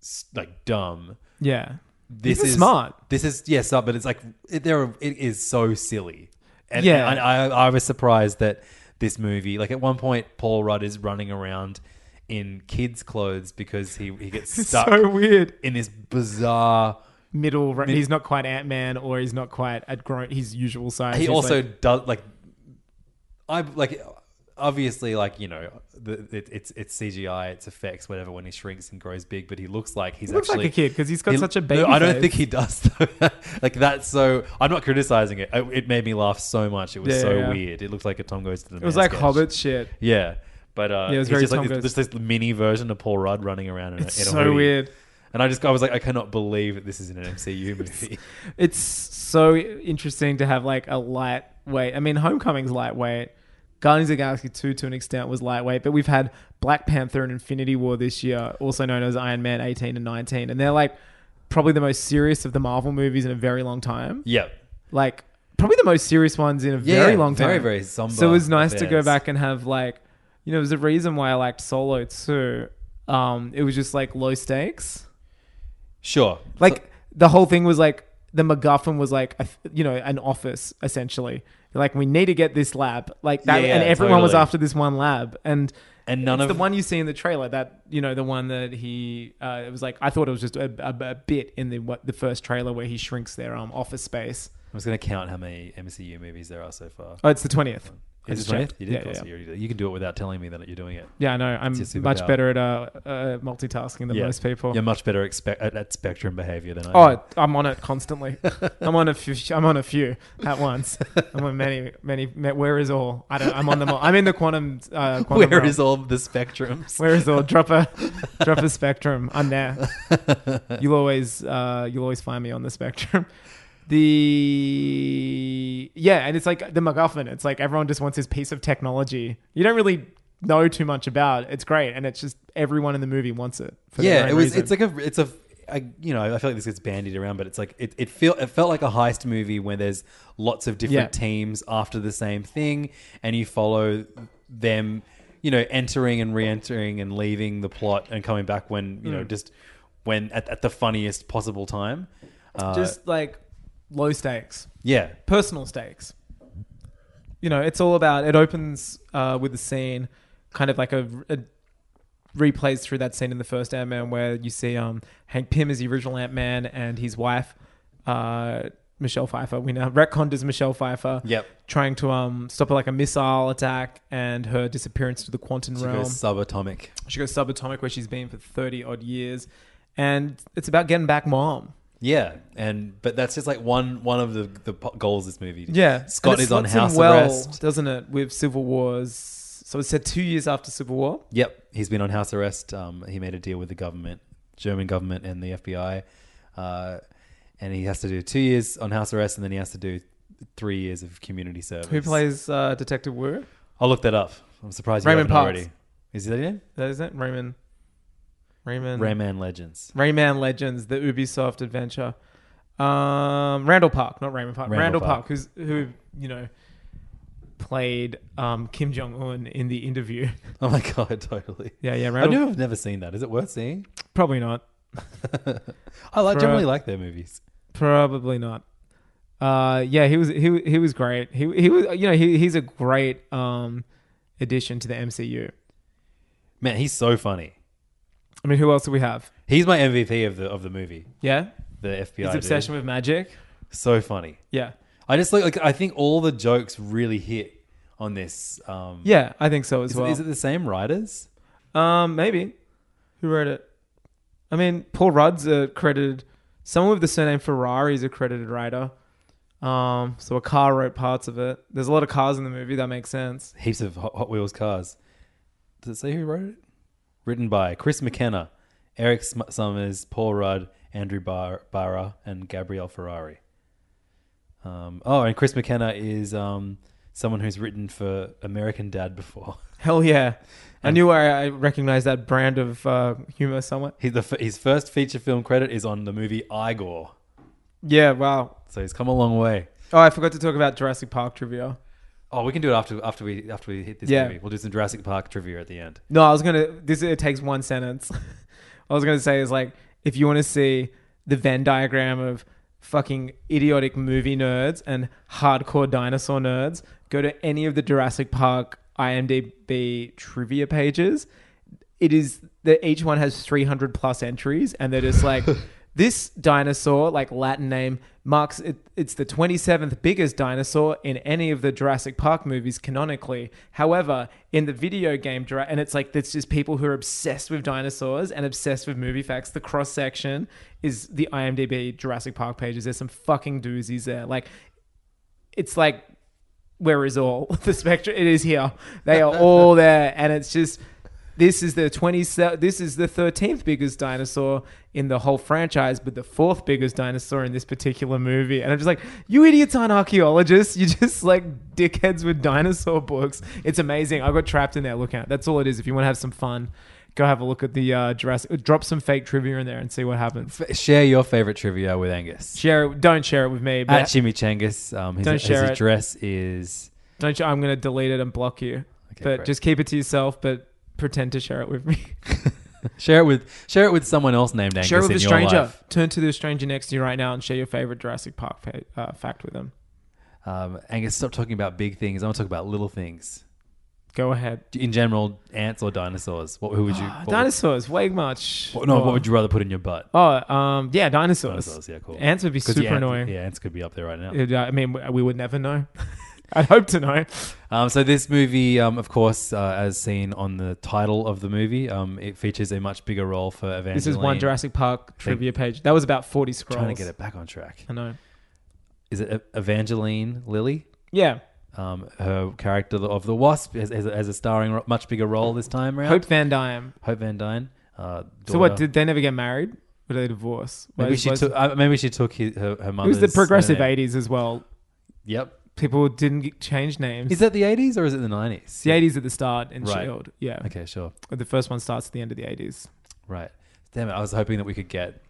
[SPEAKER 6] s- like dumb.
[SPEAKER 7] Yeah.
[SPEAKER 6] this
[SPEAKER 7] This
[SPEAKER 6] is
[SPEAKER 7] is smart.
[SPEAKER 6] This is yes, uh, but it's like it, there are- it is so silly. And
[SPEAKER 7] Yeah.
[SPEAKER 6] and I, I was surprised that this movie, like at one point, Paul Rudd is running around in kids' clothes because he he gets stuck
[SPEAKER 7] so weird.
[SPEAKER 6] in this bizarre.
[SPEAKER 7] Middle, ra- he's not quite Ant Man, or he's not quite at grown his usual size.
[SPEAKER 6] He
[SPEAKER 7] He's
[SPEAKER 6] also
[SPEAKER 7] like-
[SPEAKER 6] does like I like obviously like you know the, it, it's it's CGI, it's effects, whatever. When he shrinks and grows big, but he looks like he's
[SPEAKER 7] looks like
[SPEAKER 6] actually
[SPEAKER 7] a kid 'cause he's got such a baby
[SPEAKER 6] I don't
[SPEAKER 7] face.
[SPEAKER 6] think he does. Though. like that's so. I'm not criticizing it. It, it made me laugh so much. It was
[SPEAKER 7] Yeah,
[SPEAKER 6] so
[SPEAKER 7] yeah.
[SPEAKER 6] weird. It looked like a Tom goes to the.
[SPEAKER 7] it was like
[SPEAKER 6] sketch.
[SPEAKER 7] Hobbit shit.
[SPEAKER 6] Yeah. But uh,
[SPEAKER 7] Yeah, it was
[SPEAKER 6] he's
[SPEAKER 7] very
[SPEAKER 6] just
[SPEAKER 7] Tom
[SPEAKER 6] like
[SPEAKER 7] Goes-
[SPEAKER 6] this, this mini version of Paul Rudd running around in
[SPEAKER 7] It's
[SPEAKER 6] a, in a
[SPEAKER 7] so
[SPEAKER 6] hoodie.
[SPEAKER 7] weird.
[SPEAKER 6] And I just I was like I cannot believe that this is in an MCU movie.
[SPEAKER 7] It's so interesting to have like a lightweight. I mean, Homecoming's lightweight. Guardians of the Galaxy 2 to an extent was lightweight, but we've had Black Panther and Infinity War this year, also known as Iron Man 18 and 19. And they're like probably the most serious of the Marvel movies in a very long time.
[SPEAKER 6] yep.
[SPEAKER 7] Like, probably the most serious ones in a
[SPEAKER 6] Yeah,
[SPEAKER 7] very long time.
[SPEAKER 6] very, very somber
[SPEAKER 7] So it was nice to go
[SPEAKER 6] affairs.
[SPEAKER 7] back and have like, you know, there's a reason why I liked Solo too. Um, it was just like low stakes.
[SPEAKER 6] Sure.
[SPEAKER 7] Like the whole thing was like the MacGuffin was like a, you know an office essentially. Like we need to get this lab. Like that,
[SPEAKER 6] Yeah, yeah,
[SPEAKER 7] and everyone was
[SPEAKER 6] totally.
[SPEAKER 7] after this one lab. And
[SPEAKER 6] And none
[SPEAKER 7] it's
[SPEAKER 6] of-
[SPEAKER 7] the one you see in the trailer. That you know the one that he. Uh, it was like I thought it was just a, a, a bit in the what, the first trailer where he shrinks their um office space.
[SPEAKER 6] I was going to count how many MCU movies there are so far.
[SPEAKER 7] Oh, it's the twentieth.
[SPEAKER 6] Is it 20th? You did,
[SPEAKER 7] yeah,
[SPEAKER 6] of course,
[SPEAKER 7] yeah.
[SPEAKER 6] you already did. You can do it without telling me that you're doing it.
[SPEAKER 7] Yeah, I know. I'm
[SPEAKER 6] It's your
[SPEAKER 7] much
[SPEAKER 6] superpower.
[SPEAKER 7] better at uh, uh, multitasking than most people.
[SPEAKER 6] You're much better expe- at, at spectrum behavior than I am.
[SPEAKER 7] Oh, I'm on it constantly. I'm on a few. I'm on a few at once. I'm on many, many. ma- Where is all? I don't. I'm on them all. I'm in the quantum. Uh, quantum
[SPEAKER 6] Where
[SPEAKER 7] realm.
[SPEAKER 6] is all the spectrums?
[SPEAKER 7] Where is all? Drop a, drop a spectrum. I'm there. You'll always, uh, you'll always find me on the spectrum. The yeah, and it's like the MacGuffin. It's like everyone just wants this piece of technology. You don't really know too much about. It's great, and it's just everyone in the movie wants it. For their
[SPEAKER 6] yeah,
[SPEAKER 7] own
[SPEAKER 6] it was.
[SPEAKER 7] reason.
[SPEAKER 6] It's like a. It's a. I, you know, I feel like this gets bandied around, but it's like it. It feel it felt like a heist movie where there's lots of different
[SPEAKER 7] Yeah.
[SPEAKER 6] teams after the same thing, and you follow them. You know, entering and re-entering and leaving the plot and coming back when you know
[SPEAKER 7] Hmm.
[SPEAKER 6] just when at, at the funniest possible time. Uh,
[SPEAKER 7] just like low stakes.
[SPEAKER 6] yeah,
[SPEAKER 7] personal stakes. You know, it's all about. It opens uh, with a scene, kind of like a, a replays through that scene in the first Ant Man, where you see um, Hank Pym as the original Ant Man and his wife, uh, Michelle Pfeiffer. We now retconned as Michelle Pfeiffer.
[SPEAKER 6] Yep.
[SPEAKER 7] Trying to um, stop like a missile attack and her disappearance to the quantum
[SPEAKER 6] she
[SPEAKER 7] realm.
[SPEAKER 6] goes subatomic.
[SPEAKER 7] she goes subatomic, where she's been for thirty odd years, and it's about getting back mom.
[SPEAKER 6] Yeah, and but that's just like one one of the the po- goals of this movie.
[SPEAKER 7] Yeah,
[SPEAKER 6] Scott
[SPEAKER 7] And it
[SPEAKER 6] is on
[SPEAKER 7] slots in
[SPEAKER 6] house
[SPEAKER 7] well,
[SPEAKER 6] arrest.
[SPEAKER 7] doesn't it? With Civil Wars, so it said two years after Civil War.
[SPEAKER 6] Yep, he's been on house arrest. Um, he made a deal with the government, German government, and the FBI, uh, and he has to do two years on house arrest, and then he has to do three years of community service.
[SPEAKER 7] Who plays uh, Detective Wu?
[SPEAKER 6] I'll look that up. I'm surprised you
[SPEAKER 7] Raymond
[SPEAKER 6] haven't
[SPEAKER 7] Parks.
[SPEAKER 6] already. Is that it?
[SPEAKER 7] That is it, Raymond. Raymond.
[SPEAKER 6] Rayman Legends.
[SPEAKER 7] Rayman Legends, the Ubisoft adventure. Um, Randall Park, not Raymond Park.
[SPEAKER 6] Randall
[SPEAKER 7] Randall,
[SPEAKER 6] Park.
[SPEAKER 7] Park. who's who you know played um, Kim Jong Un in the interview.
[SPEAKER 6] Oh my god, totally.
[SPEAKER 7] yeah, yeah.
[SPEAKER 6] I knew
[SPEAKER 7] Randall,
[SPEAKER 6] I've never seen that. Is it worth seeing?
[SPEAKER 7] probably not.
[SPEAKER 6] I like,
[SPEAKER 7] For,
[SPEAKER 6] generally
[SPEAKER 7] uh,
[SPEAKER 6] like their movies.
[SPEAKER 7] Probably not. Uh, yeah, he was he he was great. He he was you know he he's a great um addition to the MCU.
[SPEAKER 6] Man, he's so funny.
[SPEAKER 7] I mean, who else do we have?
[SPEAKER 6] He's my MVP of the of the movie.
[SPEAKER 7] Yeah,
[SPEAKER 6] The FBI.
[SPEAKER 7] his
[SPEAKER 6] dude.
[SPEAKER 7] obsession with magic.
[SPEAKER 6] so funny.
[SPEAKER 7] Yeah,
[SPEAKER 6] I just like, like I think all the jokes really hit on this. Um,
[SPEAKER 7] yeah, I think so as
[SPEAKER 6] is,
[SPEAKER 7] well.
[SPEAKER 6] it, is it the same writers?
[SPEAKER 7] um, maybe who wrote it? I mean, Paul Rudd's a credited. Someone with the surname Ferrari is a credited writer. Um, so a car wrote parts of it. There's a lot of cars in the movie. That makes sense.
[SPEAKER 6] Heaps of Hot, Hot Wheels cars. Does it say who wrote it? Written by Chris McKenna, Eric Sm- Summers, Paul Rudd, Andrew Bar- Barra, and Gabrielle Ferrari. Um, oh, and Chris McKenna is um, someone who's written for American Dad before.
[SPEAKER 7] Hell yeah! I knew I, I recognized that brand of uh, humor somewhat.
[SPEAKER 6] He, the, f- his first feature film credit is on the movie Igor,
[SPEAKER 7] Yeah, wow.
[SPEAKER 6] so he's come a long way.
[SPEAKER 7] Oh, I forgot to talk about Jurassic Park trivia.
[SPEAKER 6] Oh, we can do it after after we after we hit this
[SPEAKER 7] Yeah.
[SPEAKER 6] movie. We'll do some Jurassic Park trivia at the end.
[SPEAKER 7] No, I was gonna. This it takes one sentence. I was gonna say is like if you want to see the Venn diagram of fucking idiotic movie nerds and hardcore dinosaur nerds, go to any of the Jurassic Park IMDb trivia pages. It is that each one has 300 plus entries, and they're just like, this dinosaur, like Latin name, marks it, it's the 27th biggest dinosaur in any of the Jurassic Park movies canonically. However, in the video game, Jura- and it's like it's just people who are obsessed with dinosaurs and obsessed with movie facts. The cross section is the IMDb Jurassic Park pages. There's some fucking doozies there. Like, it's like where is all the spectrum? It is here. They are all there, and it's just this is the twenty. This is the thirteenth biggest dinosaur in the whole franchise, but the fourth biggest dinosaur in this particular movie. And I'm just like, you idiots aren't archaeologists. You're just like dickheads with dinosaur books. It's amazing. I got trapped in there looking at. It. That's all it is. If you want to have some fun. Go have a look at the uh, Jurassic. Drop some fake trivia in there and see what happens.
[SPEAKER 6] F- share your favorite trivia with Angus.
[SPEAKER 7] Share it. Don't share it with me.
[SPEAKER 6] At Chimichangas, um, his,
[SPEAKER 7] Don't
[SPEAKER 6] his
[SPEAKER 7] share it.
[SPEAKER 6] address is.
[SPEAKER 7] Don't you? I'm going to delete it and block you. but
[SPEAKER 6] great.
[SPEAKER 7] just keep it to yourself, but pretend to share it with me.
[SPEAKER 6] Share it with share it with someone else named Angus
[SPEAKER 7] share it with
[SPEAKER 6] in
[SPEAKER 7] a
[SPEAKER 6] your
[SPEAKER 7] stranger.
[SPEAKER 6] life.
[SPEAKER 7] Turn to the stranger next to you right now and share your favorite Jurassic Park fa- uh, fact with them.
[SPEAKER 6] Um, Angus, stop talking about big things. I want to talk about little things.
[SPEAKER 7] Go ahead.
[SPEAKER 6] In general, ants or dinosaurs? What? Who would you? what would-
[SPEAKER 7] Dinosaurs, way much.
[SPEAKER 6] what- no, what would you rather put in your butt?
[SPEAKER 7] Oh, um, yeah, dinosaurs.
[SPEAKER 6] Dinosaurs. Yeah, cool.
[SPEAKER 7] Ants would be
[SPEAKER 6] 'Cause
[SPEAKER 7] super
[SPEAKER 6] the ant-
[SPEAKER 7] annoying.
[SPEAKER 6] Yeah, ants could be up there right now.
[SPEAKER 7] It- uh, I mean, w- we would never know. I'd hope to know.
[SPEAKER 6] Um, so this movie, um, of course, uh, as seen on the title of the movie, um, it features a much bigger role for Evangeline.
[SPEAKER 7] This is one Jurassic Park trivia page. That was about 40 scrolls.
[SPEAKER 6] Trying to get it back on track.
[SPEAKER 7] I know.
[SPEAKER 6] Is it E- Evangeline Lilly?
[SPEAKER 7] Yeah.
[SPEAKER 6] Um, her character of the Wasp has, has, has a starring ro- much bigger role this time around.
[SPEAKER 7] Hope Van Dyne.
[SPEAKER 6] Hope Van Dyne. Uh,
[SPEAKER 7] So what,
[SPEAKER 6] daughter.
[SPEAKER 7] did they never get married? Or did they divorce?
[SPEAKER 6] maybe
[SPEAKER 7] Was-
[SPEAKER 6] she
[SPEAKER 7] was-
[SPEAKER 6] took? Uh, maybe she took his, her, her
[SPEAKER 7] It
[SPEAKER 6] mother's.
[SPEAKER 7] was the progressive
[SPEAKER 6] surname.
[SPEAKER 7] 80s as well.
[SPEAKER 6] Yep.
[SPEAKER 7] People didn't get- change names.
[SPEAKER 6] Is that the eighties or is it the nineties?
[SPEAKER 7] the 80s at the start in
[SPEAKER 6] Right.
[SPEAKER 7] Shield. Yeah.
[SPEAKER 6] Okay, sure.
[SPEAKER 7] The first one starts at the end of the 80s.
[SPEAKER 6] Right. Damn it! I was hoping that we could get.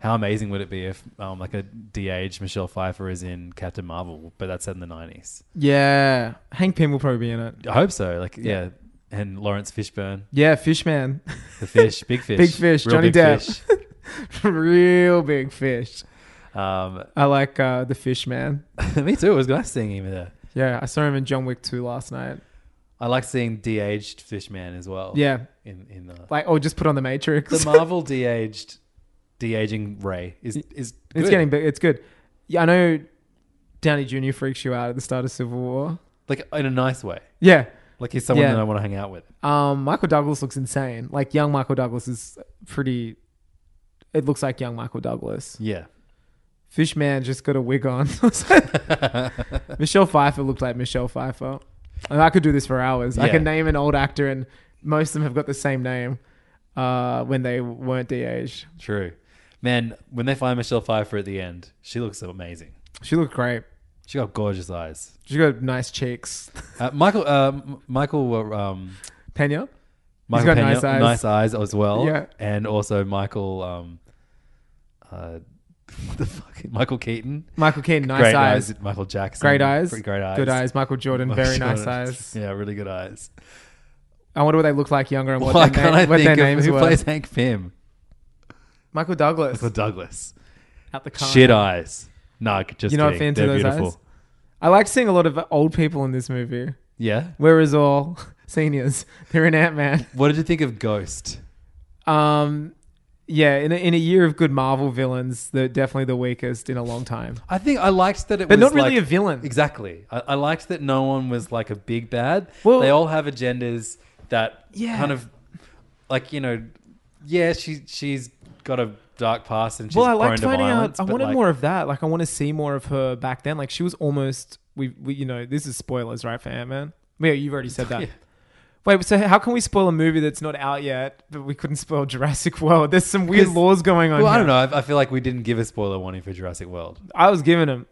[SPEAKER 6] How amazing would it be if, um, like a de-aged Michelle Pfeiffer is in Captain Marvel, but that's set in the nineties?
[SPEAKER 7] Yeah. Hank Pym will probably be in it.
[SPEAKER 6] I hope so. Like, yeah. And Lawrence Fishburne,
[SPEAKER 7] Yeah, Fishman.
[SPEAKER 6] the fish, big fish,
[SPEAKER 7] Big fish, Johnny Depp. Real big fish.
[SPEAKER 6] fish. Um,
[SPEAKER 7] I like uh, the Fishman.
[SPEAKER 6] me too. It was nice seeing him there.
[SPEAKER 7] Yeah, I saw him in John Wick 2 last night.
[SPEAKER 6] I like seeing de-aged Fishman as well.
[SPEAKER 7] Yeah.
[SPEAKER 6] In in uh,
[SPEAKER 7] Like, oh, just put on the Matrix.
[SPEAKER 6] the Marvel de-aged, de-aging Ray is is good.
[SPEAKER 7] it's getting big. It's good. Yeah, I know Downey Jr. freaks you out at the start of Civil War.
[SPEAKER 6] like in a nice way.
[SPEAKER 7] Yeah.
[SPEAKER 6] Like he's someone
[SPEAKER 7] Yeah.
[SPEAKER 6] that I want to hang out with.
[SPEAKER 7] Um, Michael Douglas looks insane. Like, young Michael Douglas is pretty. It looks like young Michael Douglas.
[SPEAKER 6] Yeah.
[SPEAKER 7] Fishman just got a wig on. Michelle Pfeiffer looked like Michelle Pfeiffer. And I could do this for hours. I
[SPEAKER 6] Yeah.
[SPEAKER 7] could name an old actor, and most of them have got the same name uh, when they weren't de-aged.
[SPEAKER 6] True. Man, when they find Michelle Pfeiffer at the end, she looks amazing.
[SPEAKER 7] She looked great.
[SPEAKER 6] She got gorgeous eyes.
[SPEAKER 7] She got nice cheeks.
[SPEAKER 6] Uh, Michael, uh, M- Michael, uh, um,
[SPEAKER 7] Pena.
[SPEAKER 6] Michael
[SPEAKER 7] got
[SPEAKER 6] Pena,
[SPEAKER 7] nice eyes.
[SPEAKER 6] as well.
[SPEAKER 7] Yeah.
[SPEAKER 6] and also Michael, um, uh, what the fuck, Michael Keaton.
[SPEAKER 7] Michael Keaton, nice
[SPEAKER 6] great
[SPEAKER 7] eyes.
[SPEAKER 6] Michael Jackson.
[SPEAKER 7] Great eyes.
[SPEAKER 6] Pretty great eyes.
[SPEAKER 7] Good eyes. Michael Jordan,
[SPEAKER 6] Michael
[SPEAKER 7] very nice
[SPEAKER 6] Jordan.
[SPEAKER 7] eyes.
[SPEAKER 6] Yeah, really good eyes.
[SPEAKER 7] I wonder what they look like younger and what,
[SPEAKER 6] Why
[SPEAKER 7] their,
[SPEAKER 6] can't
[SPEAKER 7] na-
[SPEAKER 6] I
[SPEAKER 7] what their
[SPEAKER 6] think of
[SPEAKER 7] names
[SPEAKER 6] who
[SPEAKER 7] were.
[SPEAKER 6] plays Hank Pym?
[SPEAKER 7] Michael Douglas.
[SPEAKER 6] Michael Douglas.
[SPEAKER 7] At the car.
[SPEAKER 6] Shit eyes. No, just
[SPEAKER 7] You're not a
[SPEAKER 6] kidding.
[SPEAKER 7] fan to
[SPEAKER 6] They're
[SPEAKER 7] those
[SPEAKER 6] beautiful.
[SPEAKER 7] eyes? I like seeing a lot of old people in this movie.
[SPEAKER 6] Yeah.
[SPEAKER 7] Whereas all seniors, they're in Ant Man.
[SPEAKER 6] What did you think of Ghost?
[SPEAKER 7] Um, yeah, in a, in a year of good Marvel villains, they're definitely the weakest in a long time.
[SPEAKER 6] I think I liked that it
[SPEAKER 7] But
[SPEAKER 6] was
[SPEAKER 7] not really
[SPEAKER 6] like-
[SPEAKER 7] a villain.
[SPEAKER 6] Exactly. I, I liked that no one was like a big bad.
[SPEAKER 7] Well-
[SPEAKER 6] they all have agendas that
[SPEAKER 7] Yeah.
[SPEAKER 6] kind of like, you know, yeah, she she's got a dark past and she's
[SPEAKER 7] well, I
[SPEAKER 6] prone
[SPEAKER 7] liked
[SPEAKER 6] to
[SPEAKER 7] finding
[SPEAKER 6] violence.
[SPEAKER 7] out. I
[SPEAKER 6] but,
[SPEAKER 7] wanted
[SPEAKER 6] like,
[SPEAKER 7] more of that. Like, I want to see more of her back then. Like, she was almost we, we you know, this is spoilers, right, for Ant Man? Yeah, you've already said that. Wait, so how can we spoil a movie that's not out yet? But we couldn't spoil Jurassic World. There's some weird
[SPEAKER 6] 'Cause-
[SPEAKER 7] laws going on.
[SPEAKER 6] Well, I
[SPEAKER 7] here.
[SPEAKER 6] don't know. I, I feel like we didn't give a spoiler warning for Jurassic World.
[SPEAKER 7] I was giving him.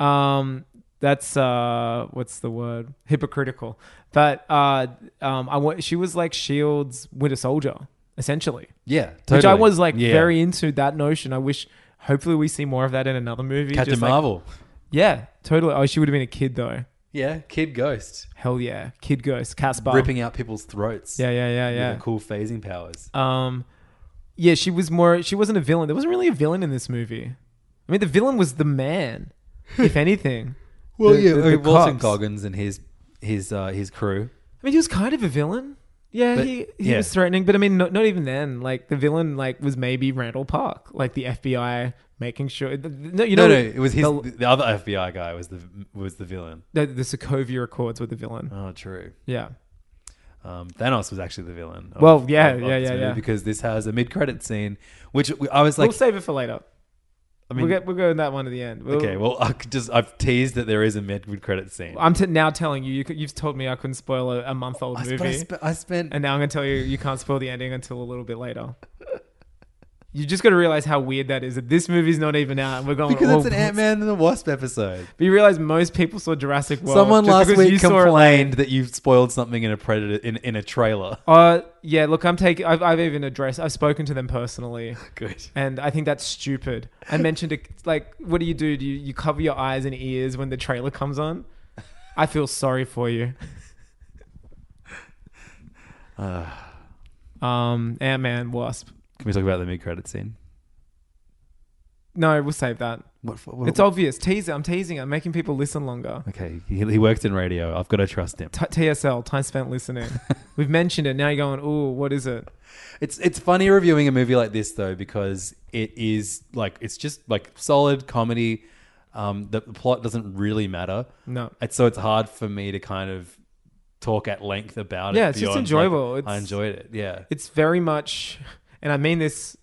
[SPEAKER 7] um, that's uh, what's the word? Hypocritical. But uh, um, I wa- she was like Shield's Winter Soldier, essentially,
[SPEAKER 6] Yeah, totally.
[SPEAKER 7] which I was like
[SPEAKER 6] Yeah.
[SPEAKER 7] very into that notion. I wish. Hopefully, we see more of that in another movie.
[SPEAKER 6] Captain
[SPEAKER 7] just like-
[SPEAKER 6] Marvel.
[SPEAKER 7] yeah, totally. Oh, she would have been a kid though.
[SPEAKER 6] yeah, Kid Ghost
[SPEAKER 7] Hell yeah, kid ghost, Casper.
[SPEAKER 6] ripping out people's throats.
[SPEAKER 7] Yeah, Uh, yeah, yeah,
[SPEAKER 6] with
[SPEAKER 7] yeah.
[SPEAKER 6] her cool phasing powers.
[SPEAKER 7] Um, Yeah, she was more. She wasn't a villain. There wasn't really a villain in this movie. I mean, the villain was the man, if anything.
[SPEAKER 6] Well,
[SPEAKER 7] The-
[SPEAKER 6] yeah,
[SPEAKER 7] the- the
[SPEAKER 6] okay, Walton
[SPEAKER 7] uh, cops.
[SPEAKER 6] Goggins and his his uh, his crew.
[SPEAKER 7] I mean, he was kind of a villain. Yeah,
[SPEAKER 6] But-
[SPEAKER 7] he, he
[SPEAKER 6] yeah.
[SPEAKER 7] was threatening, but I mean, not, not even then. Like the villain, like was maybe Randall Park, like the FBI making sure. th- th- No, you know,
[SPEAKER 6] no, no, it was his.
[SPEAKER 7] the,
[SPEAKER 6] The, other FBI guy was the was the villain.
[SPEAKER 7] the, the Sokovia Accords were the villain.
[SPEAKER 6] Oh, true.
[SPEAKER 7] Yeah,
[SPEAKER 6] Um, Thanos was actually the villain. of-
[SPEAKER 7] Well, yeah, yeah,
[SPEAKER 6] this
[SPEAKER 7] yeah,
[SPEAKER 6] movie
[SPEAKER 7] yeah.
[SPEAKER 6] Because this has a mid credit scene, which we- I was like,
[SPEAKER 7] we'll save it for later.
[SPEAKER 6] I mean,
[SPEAKER 7] we'll get we'll go in that one at the end. We'll-
[SPEAKER 6] okay, well, I could just I've teased that there is a mid credit scene.
[SPEAKER 7] I'm t- now telling you, you could- you've told me I couldn't spoil a, a month old
[SPEAKER 6] I,
[SPEAKER 7] movie,
[SPEAKER 6] sp- I, sp- I spent
[SPEAKER 7] and now I'm gonna tell you you can't spoil the ending until a little bit later. you just got to realize how weird that is. That this movie's not even out, and we're going
[SPEAKER 6] because
[SPEAKER 7] "Oh,
[SPEAKER 6] it's an Ant Man and the Wasp episode.
[SPEAKER 7] But you realize most people saw Jurassic World.
[SPEAKER 6] Someone
[SPEAKER 7] just
[SPEAKER 6] last
[SPEAKER 7] because you
[SPEAKER 6] week
[SPEAKER 7] saw it-
[SPEAKER 6] complained that you've spoiled something in a predator in, in a trailer.
[SPEAKER 7] Uh, yeah. Look, I'm taking. I've, I've even addressed. I've spoken to them personally,
[SPEAKER 6] Good.
[SPEAKER 7] and I think that's stupid. I mentioned it. Like, what do you do? Do you, you cover your eyes and ears when the trailer comes on? I feel sorry for you. um, Ant Man, Wasp.
[SPEAKER 6] Can we talk about the mid credit scene?
[SPEAKER 7] No, we'll save that.
[SPEAKER 6] What, for-
[SPEAKER 7] It's obvious. Teaser. I'm teasing. I'm making people listen longer.
[SPEAKER 6] okay. He, he works in radio. I've got to trust him.
[SPEAKER 7] T- TSL, time spent listening. We've mentioned it. Now you're going, ooh, what is it?
[SPEAKER 6] It's it's funny reviewing a movie like this though because it is like it's just like solid comedy. Um, the, the plot doesn't really matter.
[SPEAKER 7] No.
[SPEAKER 6] and so it's hard for me to kind of talk at length about it.
[SPEAKER 7] Yeah, it's just
[SPEAKER 6] beyond,
[SPEAKER 7] enjoyable.
[SPEAKER 6] like, I
[SPEAKER 7] It's-
[SPEAKER 6] enjoyed it. Yeah,
[SPEAKER 7] it's very much, and I mean this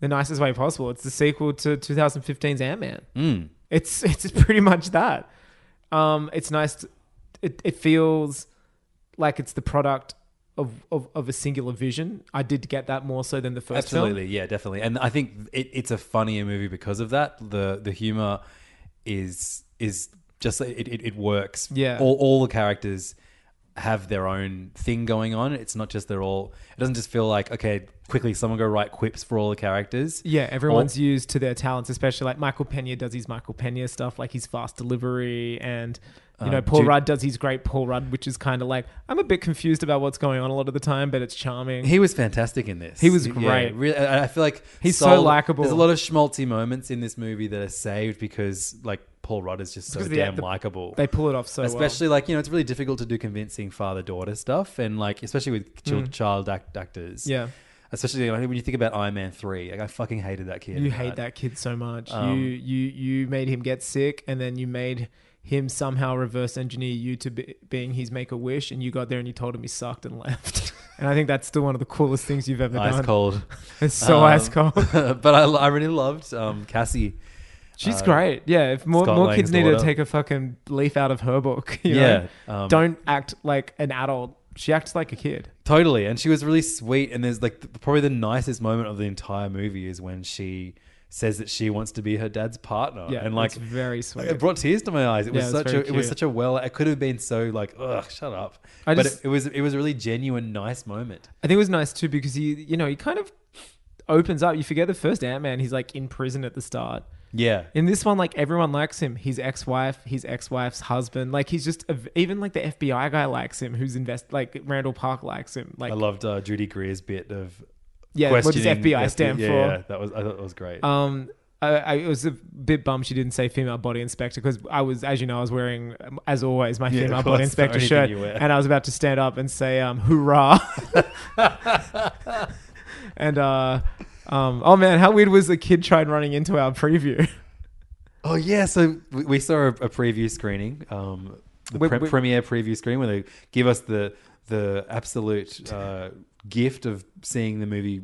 [SPEAKER 7] the nicest way possible. It's the sequel to 2015's Ant Man.
[SPEAKER 6] Mm.
[SPEAKER 7] It's it's pretty much that. Um, it's nice. To, it it feels like it's the product of, of of a singular vision. I did get that more so than the first film.
[SPEAKER 6] absolutely. Yeah, definitely. And I think it, it's a funnier movie because of that. The the humor is is just it it, it works.
[SPEAKER 7] Yeah.
[SPEAKER 6] all all the characters have their own thing going on. It's not just they're all. It doesn't just feel like okay, quickly someone go write quips for all the characters.
[SPEAKER 7] Yeah, everyone's used to their talents, especially like Michael Pena does his Michael Pena stuff, like his fast delivery, and you know Paul
[SPEAKER 6] Jude-
[SPEAKER 7] Rudd does his great Paul Rudd, which is kind of like I'm a bit confused about what's going on a lot of the time, but it's charming.
[SPEAKER 6] He was fantastic in this.
[SPEAKER 7] He was
[SPEAKER 6] Yeah,
[SPEAKER 7] great.
[SPEAKER 6] really, I I feel like
[SPEAKER 7] He's so likable.
[SPEAKER 6] There's a lot of schmaltzy moments in this movie that are saved because like Paul Rudd is just so
[SPEAKER 7] Because the-
[SPEAKER 6] damn
[SPEAKER 7] the-
[SPEAKER 6] likable.
[SPEAKER 7] they pull it off so um, well.
[SPEAKER 6] especially like you know it's really difficult to do convincing father daughter stuff and like especially with chil- child act- actors.
[SPEAKER 7] Mm. Yeah.
[SPEAKER 6] Especially like, when you think about Iron Man three, like I fucking hated that kid.
[SPEAKER 7] You
[SPEAKER 6] in
[SPEAKER 7] hate that kid so much.
[SPEAKER 6] Um,
[SPEAKER 7] you you you made him get sick, and then you made him somehow reverse engineer you to be, being his make a wish, and you got there and you told him he sucked and left. and I think that's still one of the coolest things you've ever
[SPEAKER 6] Ice
[SPEAKER 7] done.
[SPEAKER 6] cold. Um,
[SPEAKER 7] It's so ice cold.
[SPEAKER 6] but I, I really loved um, Cassie.
[SPEAKER 7] She's
[SPEAKER 6] uh,
[SPEAKER 7] great. Yeah, if more,
[SPEAKER 6] Scott
[SPEAKER 7] more
[SPEAKER 6] Lang's
[SPEAKER 7] kids need to
[SPEAKER 6] daughter.
[SPEAKER 7] take a fucking leaf out of her book, you
[SPEAKER 6] Yeah,
[SPEAKER 7] know?
[SPEAKER 6] um,
[SPEAKER 7] don't act like an adult. She acts like a kid.
[SPEAKER 6] Totally, and she was really sweet. And there's like th- probably the nicest moment of the entire movie is when she says that she wants to be her dad's partner.
[SPEAKER 7] Yeah,
[SPEAKER 6] and like
[SPEAKER 7] it's very sweet.
[SPEAKER 6] It brought tears to my eyes. It was
[SPEAKER 7] Yeah, it was
[SPEAKER 6] such a
[SPEAKER 7] very
[SPEAKER 6] it was
[SPEAKER 7] cute.
[SPEAKER 6] such a well. It could have been so like ugh, shut up.
[SPEAKER 7] I
[SPEAKER 6] but
[SPEAKER 7] just-
[SPEAKER 6] it, it was it was a really genuine, nice moment.
[SPEAKER 7] I think it was nice too because he, you know, he kind of opens up. You forget the first Ant Man, he's like in prison at the start.
[SPEAKER 6] Yeah,
[SPEAKER 7] In this one, like everyone likes him. His ex-wife, his ex-wife's husband. Like he's just a, even like the FBI guy likes him. Who's invest like Randall Park likes him. Like
[SPEAKER 6] I loved uh, Judy Greer's bit of
[SPEAKER 7] yeah, what does
[SPEAKER 6] questioning
[SPEAKER 7] FBI stand
[SPEAKER 6] yeah,
[SPEAKER 7] for?
[SPEAKER 6] Yeah, that was I thought that was great.
[SPEAKER 7] Um, I, I it was a bit bummed she didn't say female body inspector because I was, as you know, I was wearing, um, as always, my
[SPEAKER 6] Yeah, of
[SPEAKER 7] female
[SPEAKER 6] course,
[SPEAKER 7] body
[SPEAKER 6] it's the
[SPEAKER 7] inspector
[SPEAKER 6] only thing
[SPEAKER 7] shirt,
[SPEAKER 6] you wear.
[SPEAKER 7] and I was about to stand up and say, um, "Hoorah!" and uh, um, oh man, how weird was the kid tried running into our preview?
[SPEAKER 6] Oh yeah, so we- we saw a, a preview screening, um, the
[SPEAKER 7] We-
[SPEAKER 6] pre-
[SPEAKER 7] we-
[SPEAKER 6] premiere preview screen where they give us the the absolute uh, gift of seeing the movie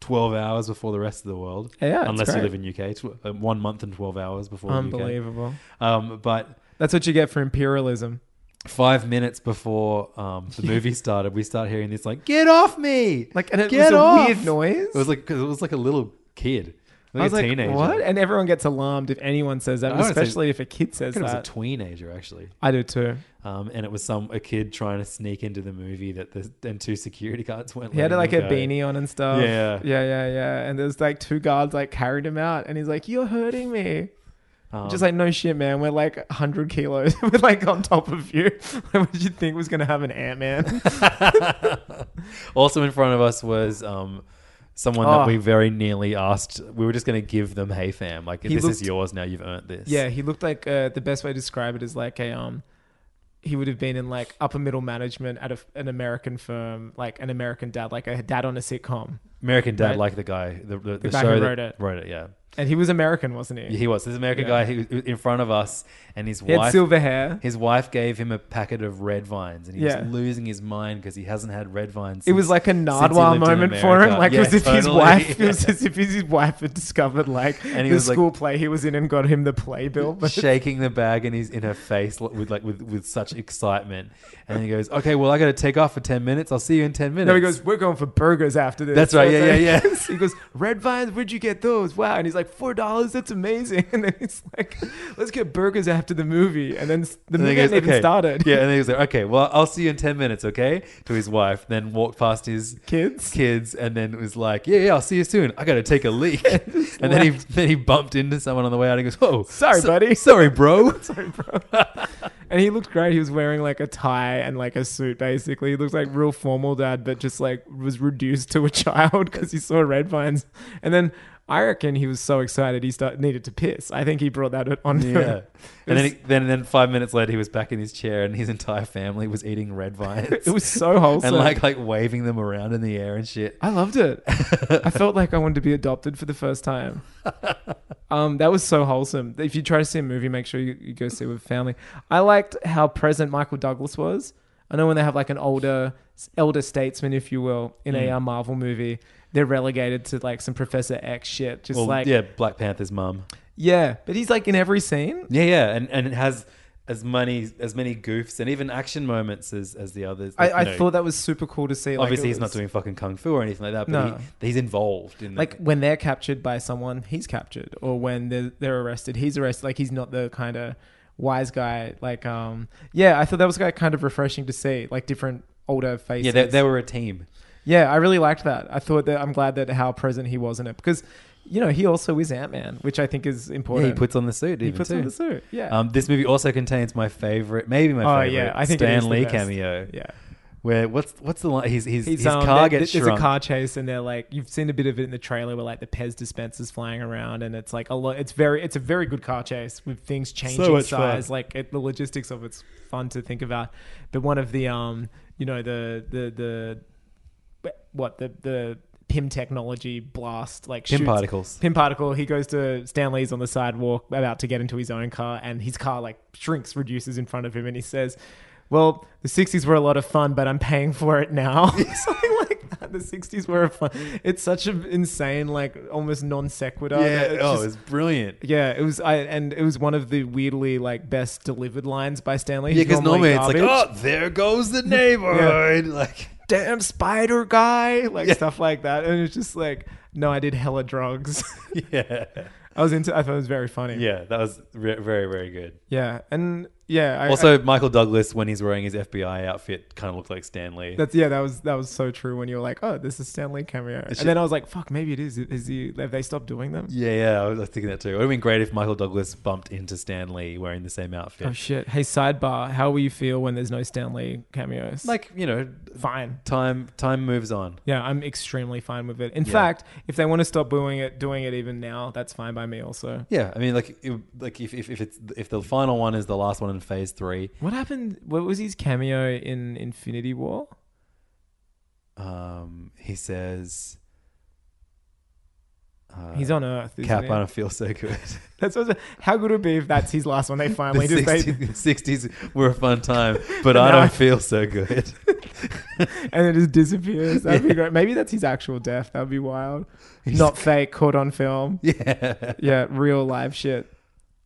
[SPEAKER 6] twelve hours before the rest of the world.
[SPEAKER 7] Yeah, it's
[SPEAKER 6] unless you
[SPEAKER 7] great.
[SPEAKER 6] live in UK, tw- uh, one month and twelve hours before
[SPEAKER 7] Unbelievable.
[SPEAKER 6] the UK. Um, but
[SPEAKER 7] That's what you get for imperialism.
[SPEAKER 6] five minutes before um, the movie started, we start hearing this like "Get off me!"
[SPEAKER 7] Like, and it
[SPEAKER 6] Get
[SPEAKER 7] was a
[SPEAKER 6] off!
[SPEAKER 7] weird noise.
[SPEAKER 6] It was like 'cause it was like a little kid, like
[SPEAKER 7] I was
[SPEAKER 6] a
[SPEAKER 7] like,
[SPEAKER 6] teenager.
[SPEAKER 7] what? And everyone gets alarmed if anyone says that,
[SPEAKER 6] I wouldn't say-
[SPEAKER 7] especially if a kid
[SPEAKER 6] I
[SPEAKER 7] says
[SPEAKER 6] think it was a
[SPEAKER 7] that.
[SPEAKER 6] teenager actually.
[SPEAKER 7] I do too.
[SPEAKER 6] Um, and it was some a kid trying to sneak into the movie that the and two security guards went.
[SPEAKER 7] He had like a beanie on and stuff.
[SPEAKER 6] Yeah.
[SPEAKER 7] yeah, yeah, yeah. And there's like two guards like carried him out, and he's like, "You're hurting me." Just like no shit, man. We're like hundred kilos. We're like on top of you. what did you think was gonna have an Ant Man?
[SPEAKER 6] also in front of us was um, someone
[SPEAKER 7] Oh.
[SPEAKER 6] that we very nearly asked. We were just going to give them Hey Fam. Like,
[SPEAKER 7] He
[SPEAKER 6] this
[SPEAKER 7] looked-
[SPEAKER 6] is yours now. You've earned this.
[SPEAKER 7] Yeah, he looked like uh, the best way to describe it is like a um, he would have been in like upper middle management at a, an American firm, like an American dad, like a dad on a sitcom.
[SPEAKER 6] American Dad,
[SPEAKER 7] Right.
[SPEAKER 6] like the guy, the, the, the
[SPEAKER 7] guy
[SPEAKER 6] show
[SPEAKER 7] who
[SPEAKER 6] that
[SPEAKER 7] wrote it.
[SPEAKER 6] Wrote it, yeah.
[SPEAKER 7] And he was American, wasn't he?
[SPEAKER 6] Yeah, he was. This American
[SPEAKER 7] Yeah.
[SPEAKER 6] guy who who- in front of us, and his
[SPEAKER 7] He had
[SPEAKER 6] wife
[SPEAKER 7] silver hair.
[SPEAKER 6] His wife gave him a packet of red vines, and he
[SPEAKER 7] Yeah.
[SPEAKER 6] was losing his mind because he hasn't had red vines.
[SPEAKER 7] It was
[SPEAKER 6] since-
[SPEAKER 7] like a
[SPEAKER 6] since he
[SPEAKER 7] Nardwar
[SPEAKER 6] lived in
[SPEAKER 7] moment for him,
[SPEAKER 6] America.
[SPEAKER 7] like it
[SPEAKER 6] Yeah,
[SPEAKER 7] was if his
[SPEAKER 6] totally.
[SPEAKER 7] wife, it was
[SPEAKER 6] Yeah.
[SPEAKER 7] as if his wife had discovered like
[SPEAKER 6] And he
[SPEAKER 7] the
[SPEAKER 6] was like-
[SPEAKER 7] school play he was in and got him the playbill. But
[SPEAKER 6] shaking the bag and he's in her face li- with like with, with such excitement, and he goes, "Okay, well, I got to take off for ten minutes. I'll see you in ten minutes."
[SPEAKER 7] no, he goes, "We're going for burgers after this."
[SPEAKER 6] That's right,
[SPEAKER 7] So
[SPEAKER 6] yeah,
[SPEAKER 7] it's
[SPEAKER 6] yeah,
[SPEAKER 7] like-
[SPEAKER 6] yeah.
[SPEAKER 7] he goes, "Red vines, where'd you get those? Wow!" And he's like, four dollars. That's amazing." And then he's like, "Let's get burgers after the movie." And then s-
[SPEAKER 6] And
[SPEAKER 7] the
[SPEAKER 6] then
[SPEAKER 7] movie
[SPEAKER 6] he goes,
[SPEAKER 7] hadn't even
[SPEAKER 6] "Okay."
[SPEAKER 7] started.
[SPEAKER 6] Yeah, and then he was like, "Okay, well, I'll see you in ten minutes, okay?" To his wife, then walked past his
[SPEAKER 7] Kids?
[SPEAKER 6] kids, and then was like, "Yeah, yeah, I'll see you soon. I got to take a leak." and then he then he bumped into someone on the way out. and He goes, "Oh,
[SPEAKER 7] Sorry, buddy."
[SPEAKER 6] sorry, bro."
[SPEAKER 7] And he looked great. He was wearing like a tie and like a suit, basically. He looked like real formal dad, but just like was reduced to a child because he saw red vines. And then I reckon he was so excited he start, needed to piss. I think he brought that on.
[SPEAKER 6] Yeah.
[SPEAKER 7] him.
[SPEAKER 6] And then,
[SPEAKER 7] was-
[SPEAKER 6] he, then, then five minutes later, he was back in his chair, and his entire family was eating red vines.
[SPEAKER 7] it was so wholesome.
[SPEAKER 6] and like like waving them around in the air and shit.
[SPEAKER 7] I loved it. I felt like I wanted to be adopted for the first time. Um, that was so wholesome. If you try to see a movie, make sure you, you go see it with family. I liked how present Michael Douglas was. I know when they have like an older elder statesman, if you will, in
[SPEAKER 6] Mm.
[SPEAKER 7] a uh, Marvel movie, they're relegated to like some Professor X shit. Just
[SPEAKER 6] Well,
[SPEAKER 7] like
[SPEAKER 6] yeah, Black Panther's mum.
[SPEAKER 7] yeah, but he's like in every scene.
[SPEAKER 6] Yeah, yeah, and and it has as many as many goofs and even action moments as as the others.
[SPEAKER 7] I,
[SPEAKER 6] Like, you
[SPEAKER 7] I
[SPEAKER 6] know,
[SPEAKER 7] thought that was super cool to see. Like,
[SPEAKER 6] obviously
[SPEAKER 7] it
[SPEAKER 6] he's not
[SPEAKER 7] was-
[SPEAKER 6] doing fucking kung fu or anything like that, but
[SPEAKER 7] No.
[SPEAKER 6] he, he's involved in the-
[SPEAKER 7] like when they're captured by someone, he's captured, or when they're they're arrested, he's arrested. Like he's not the kind of wise guy. Like um, yeah, I thought that was like, kind of refreshing to see, like different older faces.
[SPEAKER 6] yeah, they, they were a team.
[SPEAKER 7] yeah, I really liked that. I thought that I'm glad that how present he was in it because, you know, he also is Ant Man, which I think is
[SPEAKER 6] Yeah,
[SPEAKER 7] important.
[SPEAKER 6] he puts on the suit.
[SPEAKER 7] He
[SPEAKER 6] even,
[SPEAKER 7] puts
[SPEAKER 6] too.
[SPEAKER 7] on the suit. Yeah.
[SPEAKER 6] Um, this movie also contains my favorite, maybe my
[SPEAKER 7] oh
[SPEAKER 6] favorite,
[SPEAKER 7] yeah, I think it is
[SPEAKER 6] Stan
[SPEAKER 7] the
[SPEAKER 6] Lee
[SPEAKER 7] best.
[SPEAKER 6] cameo.
[SPEAKER 7] Yeah.
[SPEAKER 6] Where what's what's the line? He's, he's,
[SPEAKER 7] He's,
[SPEAKER 6] his
[SPEAKER 7] um,
[SPEAKER 6] car
[SPEAKER 7] there-
[SPEAKER 6] gets
[SPEAKER 7] there's
[SPEAKER 6] shrunk.
[SPEAKER 7] a car chase and they're like you've seen a bit of it in the trailer where like the Pez dispensers flying around and it's like a lot it's very it's a very good car chase with things changing
[SPEAKER 6] much
[SPEAKER 7] size
[SPEAKER 6] fun.
[SPEAKER 7] like it, the logistics of it's fun to think about but one of the um you know the the the what the the Pim technology blast like
[SPEAKER 6] Pym
[SPEAKER 7] shoots-
[SPEAKER 6] particles.
[SPEAKER 7] Pim particle. He goes to Stanley's on the sidewalk, about to get into his own car, and his car like shrinks, reduces in front of him, and he says, "Well, the '60s were a lot of fun, but I'm paying for it now." Something like that. The '60s were a fun. It's such an insane, like almost non sequitur.
[SPEAKER 6] yeah,
[SPEAKER 7] that it's
[SPEAKER 6] oh,
[SPEAKER 7] just-
[SPEAKER 6] it's brilliant.
[SPEAKER 7] yeah, it was. I and it was one of the weirdly like best delivered lines by Stanley.
[SPEAKER 6] Yeah,
[SPEAKER 7] He's
[SPEAKER 6] because normally, it's like,
[SPEAKER 7] garbage
[SPEAKER 6] oh, there goes the neighborhood. Like,
[SPEAKER 7] damn spider guy, like stuff like that. And it's just like, no, I did hella drugs.
[SPEAKER 6] yeah,
[SPEAKER 7] I was into. I thought it was very funny.
[SPEAKER 6] yeah, that was re- very, very good.
[SPEAKER 7] yeah, and yeah. I, I-
[SPEAKER 6] Also, Michael Douglas, when he's wearing his FBI outfit, kind of looked like Stanley.
[SPEAKER 7] that's yeah. That was that was so true when you were like, oh, this is Stanley cameo, and
[SPEAKER 6] ju-
[SPEAKER 7] then I was like, fuck, maybe it is. Is he? Have they stopped doing them?
[SPEAKER 6] yeah, yeah, I was I was thinking that too. It would have been great if Michael Douglas bumped into Stanley wearing the same outfit.
[SPEAKER 7] Oh shit. Hey, sidebar. How will you feel when there's no Stanley cameos?
[SPEAKER 6] like you know,
[SPEAKER 7] fine.
[SPEAKER 6] time time moves on.
[SPEAKER 7] Yeah, I'm extremely fine with it. In fact, if they want to stop doing it, doing it even now, that's fine by me. Also,
[SPEAKER 6] Yeah, I mean, like, it, like if, if if it's if the final one is the last one in Phase Three,
[SPEAKER 7] what happened? What was his cameo in Infinity War?
[SPEAKER 6] um, he says, uh,
[SPEAKER 7] He's on Earth. Isn't
[SPEAKER 6] "Cap,
[SPEAKER 7] he?
[SPEAKER 6] I don't feel so good."
[SPEAKER 7] That's what, how good it would be if that's his last one. They
[SPEAKER 6] The
[SPEAKER 7] finally just they,
[SPEAKER 6] 60s, the 60s were a fun time, but I
[SPEAKER 7] Now I-
[SPEAKER 6] don't feel so good.
[SPEAKER 7] and it just disappears. That'd be great. Maybe that's his actual death. That'd be wild. Not fake, caught on film.
[SPEAKER 6] yeah.
[SPEAKER 7] Yeah, real live shit.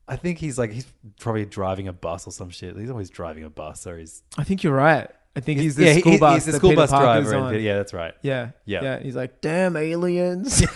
[SPEAKER 6] I think he's like, he's probably driving a bus or some shit. He's always driving a bus, or he's.
[SPEAKER 7] I think you're right. I think he's the
[SPEAKER 6] yeah, he-
[SPEAKER 7] school
[SPEAKER 6] he-
[SPEAKER 7] bus.
[SPEAKER 6] He's the
[SPEAKER 7] that
[SPEAKER 6] school
[SPEAKER 7] Peter
[SPEAKER 6] bus
[SPEAKER 7] Parker's
[SPEAKER 6] driver. in
[SPEAKER 7] on.
[SPEAKER 6] Pe- yeah, that's right.
[SPEAKER 7] yeah,
[SPEAKER 6] Yeah.
[SPEAKER 7] yeah. He's like, damn aliens.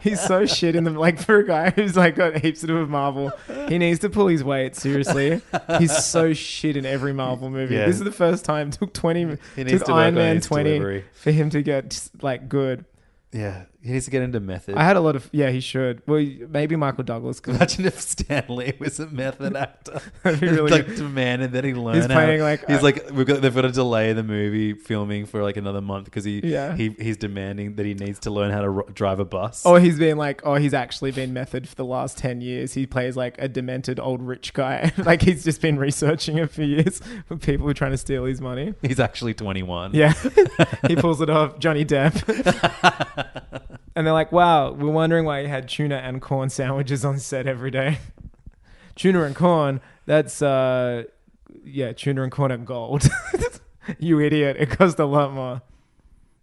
[SPEAKER 7] he's so shit in the like for a guy who's like got heaps to do with Marvel. He needs to pull his weight seriously. He's so shit in every Marvel movie.
[SPEAKER 6] Yeah.
[SPEAKER 7] This is the first time took twenty
[SPEAKER 6] He needs
[SPEAKER 7] took
[SPEAKER 6] to work
[SPEAKER 7] Iron
[SPEAKER 6] on
[SPEAKER 7] Man
[SPEAKER 6] his
[SPEAKER 7] twenty
[SPEAKER 6] delivery.
[SPEAKER 7] for him to get like good.
[SPEAKER 6] Yeah. He needs to get into method.
[SPEAKER 7] I had a lot of yeah. He should. Well, maybe Michael Douglas. Could.
[SPEAKER 6] Imagine if Stanley was a method actor.
[SPEAKER 7] That'd be really
[SPEAKER 6] like
[SPEAKER 7] good.
[SPEAKER 6] man, and then he learned.
[SPEAKER 7] He's playing,
[SPEAKER 6] how,
[SPEAKER 7] like,
[SPEAKER 6] he's
[SPEAKER 7] uh,
[SPEAKER 6] like we've got. They've got to delay the movie filming for like another month because he
[SPEAKER 7] Yeah.
[SPEAKER 6] he he's demanding that he needs to learn how to ro- drive a bus.
[SPEAKER 7] Or he's been like, oh, he's actually been method for the last 10 years. He plays like a demented old rich guy. like he's just been researching it for years for people who are trying to steal his money.
[SPEAKER 6] he's actually twenty one.
[SPEAKER 7] Yeah. he pulls it off, Johnny Depp. and they're like, wow, we're wondering why you had tuna and corn sandwiches on set every day. tuna and corn, that's, uh, yeah, tuna and corn and gold. you idiot. It cost a lot more.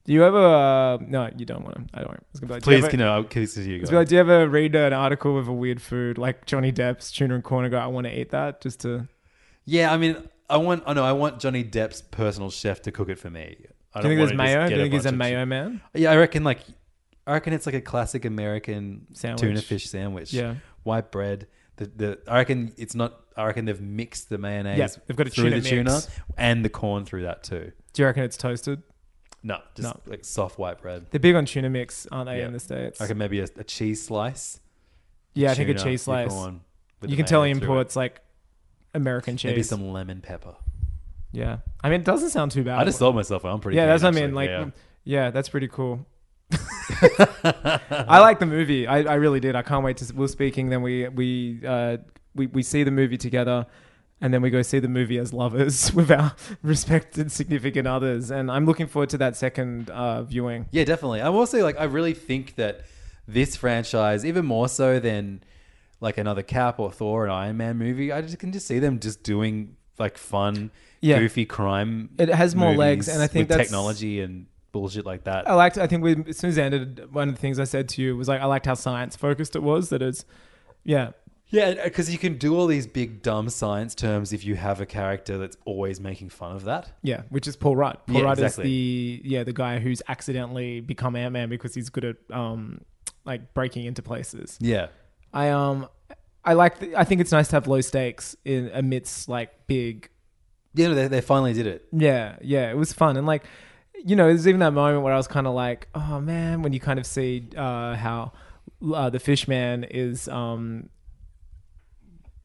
[SPEAKER 7] Do you ever, uh, no, you don't want to. I don't. I was gonna be like, do you
[SPEAKER 6] Please,
[SPEAKER 7] ever-
[SPEAKER 6] can I? Please, you
[SPEAKER 7] it's
[SPEAKER 6] guys.
[SPEAKER 7] be like, do you ever read an article with a weird food like Johnny Depp's tuna and corn and go, I want to eat that just to.
[SPEAKER 6] Yeah, I mean, I want. I know. I want Johnny Depp's personal chef to cook it for me. I
[SPEAKER 7] Do you think
[SPEAKER 6] want
[SPEAKER 7] there's
[SPEAKER 6] to just
[SPEAKER 7] mayo? Do
[SPEAKER 6] get
[SPEAKER 7] you think he's a
[SPEAKER 6] bunch of-
[SPEAKER 7] mayo man?
[SPEAKER 6] Yeah, I reckon like, I reckon it's like a classic American
[SPEAKER 7] Sandwich.
[SPEAKER 6] tuna fish sandwich.
[SPEAKER 7] Yeah.
[SPEAKER 6] white bread. The, the I reckon it's not. I reckon they've mixed the mayonnaise.
[SPEAKER 7] Yeah, they've got a
[SPEAKER 6] through
[SPEAKER 7] tuna
[SPEAKER 6] the tuna
[SPEAKER 7] mix.
[SPEAKER 6] and the corn through that too.
[SPEAKER 7] Do you reckon it's toasted?
[SPEAKER 6] No, just
[SPEAKER 7] No.
[SPEAKER 6] like soft white bread.
[SPEAKER 7] They're big on tuna mix, aren't they,
[SPEAKER 6] Yeah.
[SPEAKER 7] in the States?
[SPEAKER 6] I reckon maybe a, a cheese slice.
[SPEAKER 7] yeah, I think a
[SPEAKER 6] tuna,
[SPEAKER 7] cheese
[SPEAKER 6] your
[SPEAKER 7] slice.
[SPEAKER 6] corn with
[SPEAKER 7] You
[SPEAKER 6] the
[SPEAKER 7] can tell he
[SPEAKER 6] mayonnaise through it.
[SPEAKER 7] imports like American cheese.
[SPEAKER 6] Maybe some lemon pepper.
[SPEAKER 7] Yeah. I mean, it doesn't sound too bad.
[SPEAKER 6] I just sold myself. I'm pretty.
[SPEAKER 7] yeah,
[SPEAKER 6] keen,
[SPEAKER 7] that's what I
[SPEAKER 6] actually.
[SPEAKER 7] mean. Like,
[SPEAKER 6] Yeah.
[SPEAKER 7] yeah. that's pretty cool. I like the movie. I, I really did. I can't wait to. We're speaking. Then we we uh, we we see the movie together, and then we go see the movie as lovers with our respected significant others. And I'm looking forward to that second uh, viewing.
[SPEAKER 6] Yeah, definitely. I'm also like, I really think that this franchise, even more so than like another Cap or Thor and Iron Man movie, I just can just see them just doing like fun,
[SPEAKER 7] Yeah.
[SPEAKER 6] goofy crime.
[SPEAKER 7] It has more legs,
[SPEAKER 6] movies
[SPEAKER 7] and I think
[SPEAKER 6] with
[SPEAKER 7] that's- Oh.
[SPEAKER 6] technology and bullshit like that.
[SPEAKER 7] I liked. I think we, as soon as it ended, one of the things I said to you was like, I liked how science focused it was. That it's, yeah,
[SPEAKER 6] Yeah, because you can do all these big dumb science terms if you have a character that's always making fun of that.
[SPEAKER 7] Yeah, which is Paul Rudd. Paul
[SPEAKER 6] Yeah,
[SPEAKER 7] Rudd
[SPEAKER 6] exactly.
[SPEAKER 7] is the yeah the guy who's accidentally become Ant Man because he's good at um like breaking into places.
[SPEAKER 6] Yeah,
[SPEAKER 7] I um I like the, I think it's nice to have low stakes in amidst like big
[SPEAKER 6] you know they, they finally did it.
[SPEAKER 7] yeah yeah it was fun and like you know there's even that moment where I was kind of like oh man when you kind of see uh, how uh, the Fishman is um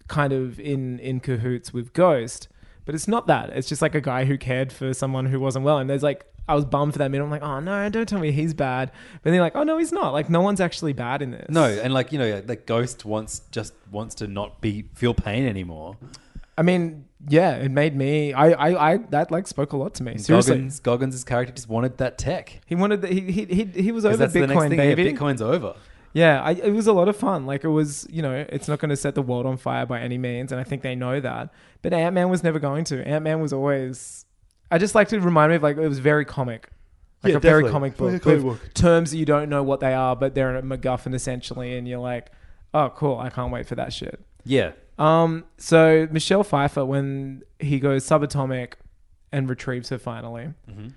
[SPEAKER 7] kind of in in cahoots with Ghost, but it's not that. It's just like a guy who cared for someone who wasn't well. And there's like, I was bummed for that minute. I'm like, oh no, don't tell me he's bad. But then you're like, oh no, he's not. Like no one's actually bad in this.
[SPEAKER 6] No, and like you know, the ghost wants just wants to not be feel pain anymore.
[SPEAKER 7] I mean, yeah, it made me. I I, I that like spoke a lot to me. Seriously,
[SPEAKER 6] Goggins, Goggins' character just wanted that tech.
[SPEAKER 7] he wanted. The, he, he he he was
[SPEAKER 6] 'Cause
[SPEAKER 7] over
[SPEAKER 6] that's the next
[SPEAKER 7] Bitcoin,
[SPEAKER 6] thing.
[SPEAKER 7] baby.
[SPEAKER 6] Yeah, Bitcoin's over.
[SPEAKER 7] Yeah, I, it was a lot of fun. Like it was, you know, it's not going to set the world on fire by any means, and I think they know that. But Ant Man was never going to. Ant Man was always. I just like to remind me of like it was very comic, like
[SPEAKER 6] Yeah,
[SPEAKER 7] a very
[SPEAKER 6] definitely.
[SPEAKER 7] comic book,
[SPEAKER 6] Like a comic
[SPEAKER 7] with
[SPEAKER 6] book.
[SPEAKER 7] terms that you don't know what they are, but they're a MacGuffin essentially, and you're like, oh, cool, I can't wait for that shit.
[SPEAKER 6] Yeah.
[SPEAKER 7] Um, so Michelle Pfeiffer, when he goes subatomic and retrieves her finally,
[SPEAKER 6] Mm-hmm.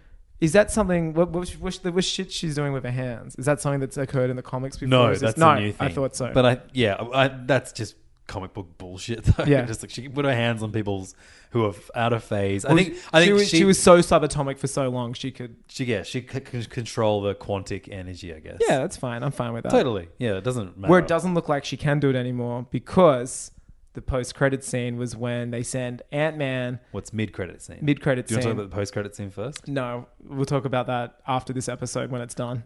[SPEAKER 7] is that something? What, what, what, the what shit she's doing with her hands? Is that something that's occurred in the comics before?
[SPEAKER 6] No,
[SPEAKER 7] Is this-
[SPEAKER 6] that's a new thing.
[SPEAKER 7] I thought so.
[SPEAKER 6] But I, yeah, I, that's just comic book bullshit. Though.
[SPEAKER 7] Yeah.
[SPEAKER 6] just like she can put her hands on people's who are f- out of phase. I
[SPEAKER 7] Well,
[SPEAKER 6] think. I
[SPEAKER 7] she,
[SPEAKER 6] think
[SPEAKER 7] was, she was so subatomic for so long she could.
[SPEAKER 6] She, yeah, she c- can control the quantic energy. I guess.
[SPEAKER 7] Yeah, that's fine. I'm fine with that.
[SPEAKER 6] Totally. Yeah, it doesn't matter.
[SPEAKER 7] Where it doesn't look like she can do it anymore because the post-credit scene was when they send Ant Man.
[SPEAKER 6] What's mid credit scene?
[SPEAKER 7] Mid-credit
[SPEAKER 6] Do you
[SPEAKER 7] scene.
[SPEAKER 6] want to talk about the post credit scene first?
[SPEAKER 7] No, we'll talk about that after this episode when it's done.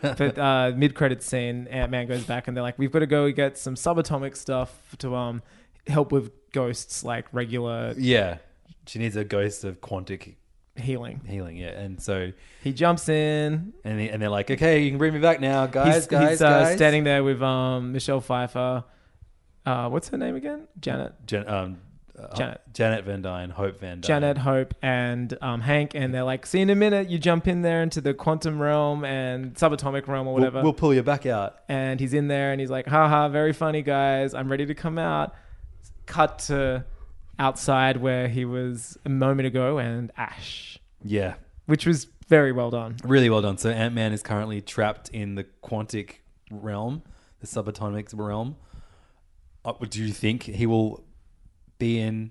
[SPEAKER 7] but uh, mid credit scene, Ant Man goes back and they're like, "We've got to go get some subatomic stuff to um help with ghosts, like regular
[SPEAKER 6] Yeah. She needs a ghost of quantic
[SPEAKER 7] healing."
[SPEAKER 6] healing. Yeah, and so
[SPEAKER 7] He jumps in.
[SPEAKER 6] and they, and they're like, okay, you can bring me back now, guys,
[SPEAKER 7] he's
[SPEAKER 6] guys,
[SPEAKER 7] he's,
[SPEAKER 6] guys.
[SPEAKER 7] Uh, standing there with um Michelle Pfeiffer. Uh, what's her name again? Janet.
[SPEAKER 6] Jan- um, uh,
[SPEAKER 7] Janet.
[SPEAKER 6] Janet Van Dyne, Hope Van Dyne,
[SPEAKER 7] Janet, Hope, and um, Hank, and they're like, "See you in a minute." You jump in there into the quantum realm and subatomic realm or
[SPEAKER 6] We'll-
[SPEAKER 7] whatever.
[SPEAKER 6] we'll pull you back out.
[SPEAKER 7] and he's in there and he's like, haha, very funny, guys. I'm ready to come out. Cut to outside where he was a moment ago and Ash,
[SPEAKER 6] Yeah,
[SPEAKER 7] which was very well done.
[SPEAKER 6] Really well done. So Ant Man is currently trapped in the quantic realm, the subatomic realm. Uh, do you think he will be in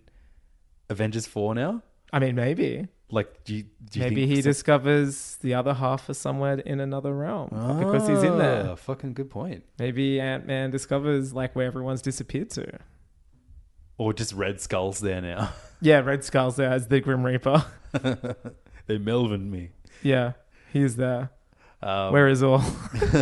[SPEAKER 6] Avengers Four now?
[SPEAKER 7] I mean, maybe.
[SPEAKER 6] Like, do you, do you
[SPEAKER 7] Maybe
[SPEAKER 6] think
[SPEAKER 7] he discovers the other half is somewhere in another realm because he's in
[SPEAKER 6] Ah,
[SPEAKER 7] there.
[SPEAKER 6] Fucking good point.
[SPEAKER 7] Maybe Ant Man discovers like where everyone's disappeared to.
[SPEAKER 6] Or just Red Skull's there now.
[SPEAKER 7] Yeah, Red Skull's there as the Grim Reaper.
[SPEAKER 6] they Melvin me.
[SPEAKER 7] yeah, he's there.
[SPEAKER 6] Um,
[SPEAKER 7] Where is all?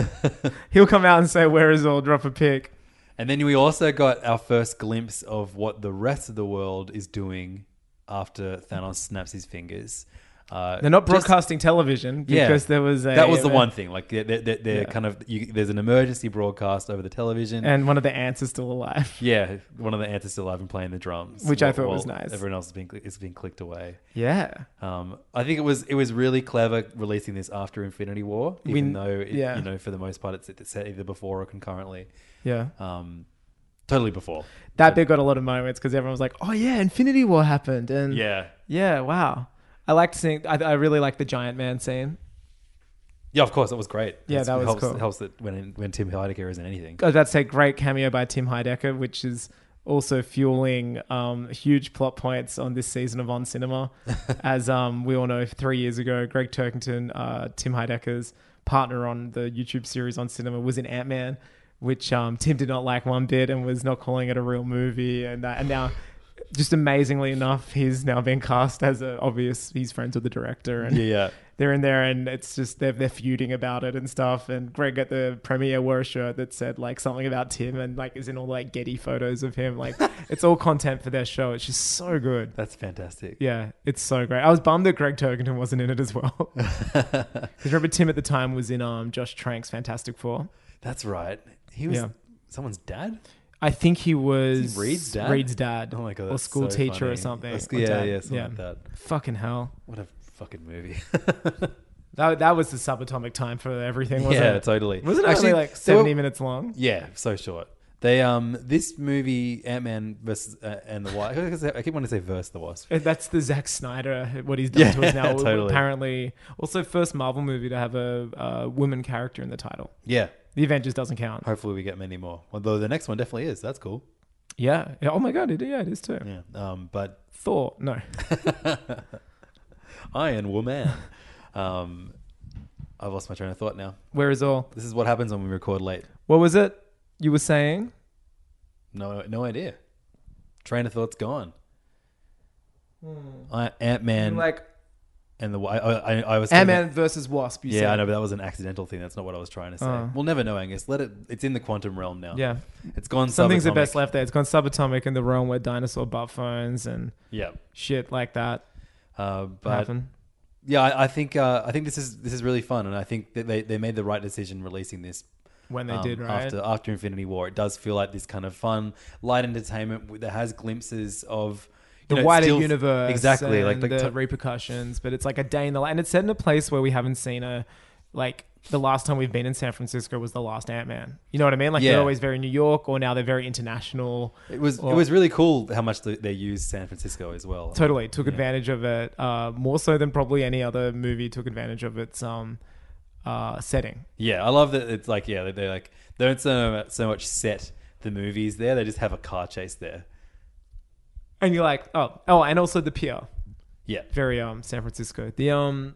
[SPEAKER 7] He'll come out and say, "Where is all?" Drop a pic.
[SPEAKER 6] And then we also got our first glimpse of what the rest of the world is doing after Thanos snaps his fingers. Uh,
[SPEAKER 7] They're not
[SPEAKER 6] just-
[SPEAKER 7] broadcasting television because there was a
[SPEAKER 6] that was the
[SPEAKER 7] a-
[SPEAKER 6] one thing. Like they're, they're, they're they're
[SPEAKER 7] Yeah.
[SPEAKER 6] kind of you, there's an emergency broadcast over the television,
[SPEAKER 7] and one of the ants is still alive.
[SPEAKER 6] yeah, one of the ants is still alive and playing the drums,
[SPEAKER 7] Which I
[SPEAKER 6] while-
[SPEAKER 7] thought was
[SPEAKER 6] while
[SPEAKER 7] nice.
[SPEAKER 6] Everyone else has been cl- has been clicked away.
[SPEAKER 7] Yeah,
[SPEAKER 6] Um, I think it was it was really clever releasing this after Infinity War,
[SPEAKER 7] We-
[SPEAKER 6] even though it,
[SPEAKER 7] yeah.
[SPEAKER 6] you know for the most part it's, it's set either before or concurrently.
[SPEAKER 7] yeah.
[SPEAKER 6] Um, totally before.
[SPEAKER 7] That bit got a lot of moments because everyone was like, "Oh yeah, Infinity War happened," and
[SPEAKER 6] Yeah,
[SPEAKER 7] yeah, wow. I liked seeing. I, I really liked the Giant Man scene.
[SPEAKER 6] yeah, of course, that was great.
[SPEAKER 7] Yeah, that was
[SPEAKER 6] helps,
[SPEAKER 7] cool.
[SPEAKER 6] Helps that when when Tim Heidecker is in anything.
[SPEAKER 7] I was about to say Oh, great cameo by Tim Heidecker, which is also fueling um, huge plot points on this season of On Cinema. As um, we all know, three years ago, Greg Turkington, uh, Tim Heidecker's partner on the YouTube series On Cinema, was in Ant Man, which um, Tim did not like one bit and was not calling it a real movie. And, that, and now, just amazingly enough, he's now been cast as a obvious. He's friends with the director. And
[SPEAKER 6] Yeah, yeah.
[SPEAKER 7] they're in there and it's just they're, they're feuding about it and stuff and greg at the premiere wore a shirt that said like something about tim and like is in all like getty photos of him like it's all content for their show it's just so good
[SPEAKER 6] That's fantastic.
[SPEAKER 7] yeah it's so great i was bummed that greg turkington wasn't in it as well because remember tim at the time was in um josh trank's fantastic four
[SPEAKER 6] That's right. He was
[SPEAKER 7] Yeah.
[SPEAKER 6] someone's dad.
[SPEAKER 7] i think he was
[SPEAKER 6] Is he Reed's dad?
[SPEAKER 7] reed's dad
[SPEAKER 6] Oh my god,
[SPEAKER 7] or
[SPEAKER 6] that's
[SPEAKER 7] school
[SPEAKER 6] so
[SPEAKER 7] teacher
[SPEAKER 6] funny.
[SPEAKER 7] or something
[SPEAKER 6] A sc-
[SPEAKER 7] or
[SPEAKER 6] yeah,
[SPEAKER 7] dad.
[SPEAKER 6] yeah, something like that.
[SPEAKER 7] fucking hell
[SPEAKER 6] What a fucking movie.
[SPEAKER 7] that, that was the subatomic time for everything wasn't
[SPEAKER 6] yeah,
[SPEAKER 7] it
[SPEAKER 6] totally.
[SPEAKER 7] wasn't it actually like
[SPEAKER 6] so-
[SPEAKER 7] 70 minutes long
[SPEAKER 6] Yeah, so short. They um this movie Ant Man versus uh, and the Wasp. I keep wanting to say versus the Wasp.
[SPEAKER 7] Uh, That's the Zack Snyder, uh, what he's done to us
[SPEAKER 6] Yeah,
[SPEAKER 7] now.
[SPEAKER 6] totally.
[SPEAKER 7] Apparently, also first Marvel movie to have a, uh woman character in the title.
[SPEAKER 6] Yeah.
[SPEAKER 7] The Avengers doesn't count.
[SPEAKER 6] Hopefully we get many more. Although the next one definitely is. That's cool.
[SPEAKER 7] Yeah. Yeah, Oh my god, it, yeah, it is too.
[SPEAKER 6] Yeah. Um, but
[SPEAKER 7] Thor, no.
[SPEAKER 6] Iron Woman. um, I've lost my train of thought now.
[SPEAKER 7] Where is all?
[SPEAKER 6] This is what happens when we record late.
[SPEAKER 7] What was it you were saying?
[SPEAKER 6] No, no idea. Train of thought's gone. I Ant Man
[SPEAKER 7] Hmm. like
[SPEAKER 6] and the Wa- I, I, I was
[SPEAKER 7] Ant Man versus Wasp. You
[SPEAKER 6] Yeah,
[SPEAKER 7] said.
[SPEAKER 6] I know, but that was an accidental thing. That's not what I was trying to say.
[SPEAKER 7] Oh.
[SPEAKER 6] We'll never know, Angus. Let it. It's in the quantum realm now.
[SPEAKER 7] Yeah.
[SPEAKER 6] it's gone.
[SPEAKER 7] Something's the
[SPEAKER 6] subatomic.
[SPEAKER 7] best left there. It's gone subatomic in the realm where dinosaur butt phones and
[SPEAKER 6] Yeah,
[SPEAKER 7] shit like that
[SPEAKER 6] uh, but
[SPEAKER 7] happen.
[SPEAKER 6] yeah, I, I think uh, I think this is this is really fun, and I think that they, they made the right decision releasing this.
[SPEAKER 7] When they
[SPEAKER 6] um,
[SPEAKER 7] did, right?
[SPEAKER 6] after after Infinity War, it does feel like this kind of fun, light entertainment with- that has glimpses of
[SPEAKER 7] the
[SPEAKER 6] you know,
[SPEAKER 7] wider
[SPEAKER 6] still-
[SPEAKER 7] universe,
[SPEAKER 6] Exactly, like
[SPEAKER 7] and
[SPEAKER 6] like
[SPEAKER 7] the
[SPEAKER 6] t-
[SPEAKER 7] repercussions. But it's like a day in the life, and it's set in a place where we haven't seen a like the last time we've been in San Francisco was the last Ant Man. You know what I mean? Like
[SPEAKER 6] Yeah.
[SPEAKER 7] they're always very New York, or now they're very international.
[SPEAKER 6] it was it was really cool how much they, they used San Francisco as well.
[SPEAKER 7] Totally took advantage of it uh, more so than probably any other movie took advantage of its um, uh, setting.
[SPEAKER 6] Yeah, I love that. It's like yeah, they- they like they don't so so much set the movies there. They just have a car chase there.
[SPEAKER 7] And you're like, oh, oh, and also the pier,
[SPEAKER 6] Yeah,
[SPEAKER 7] very um San Francisco. The um.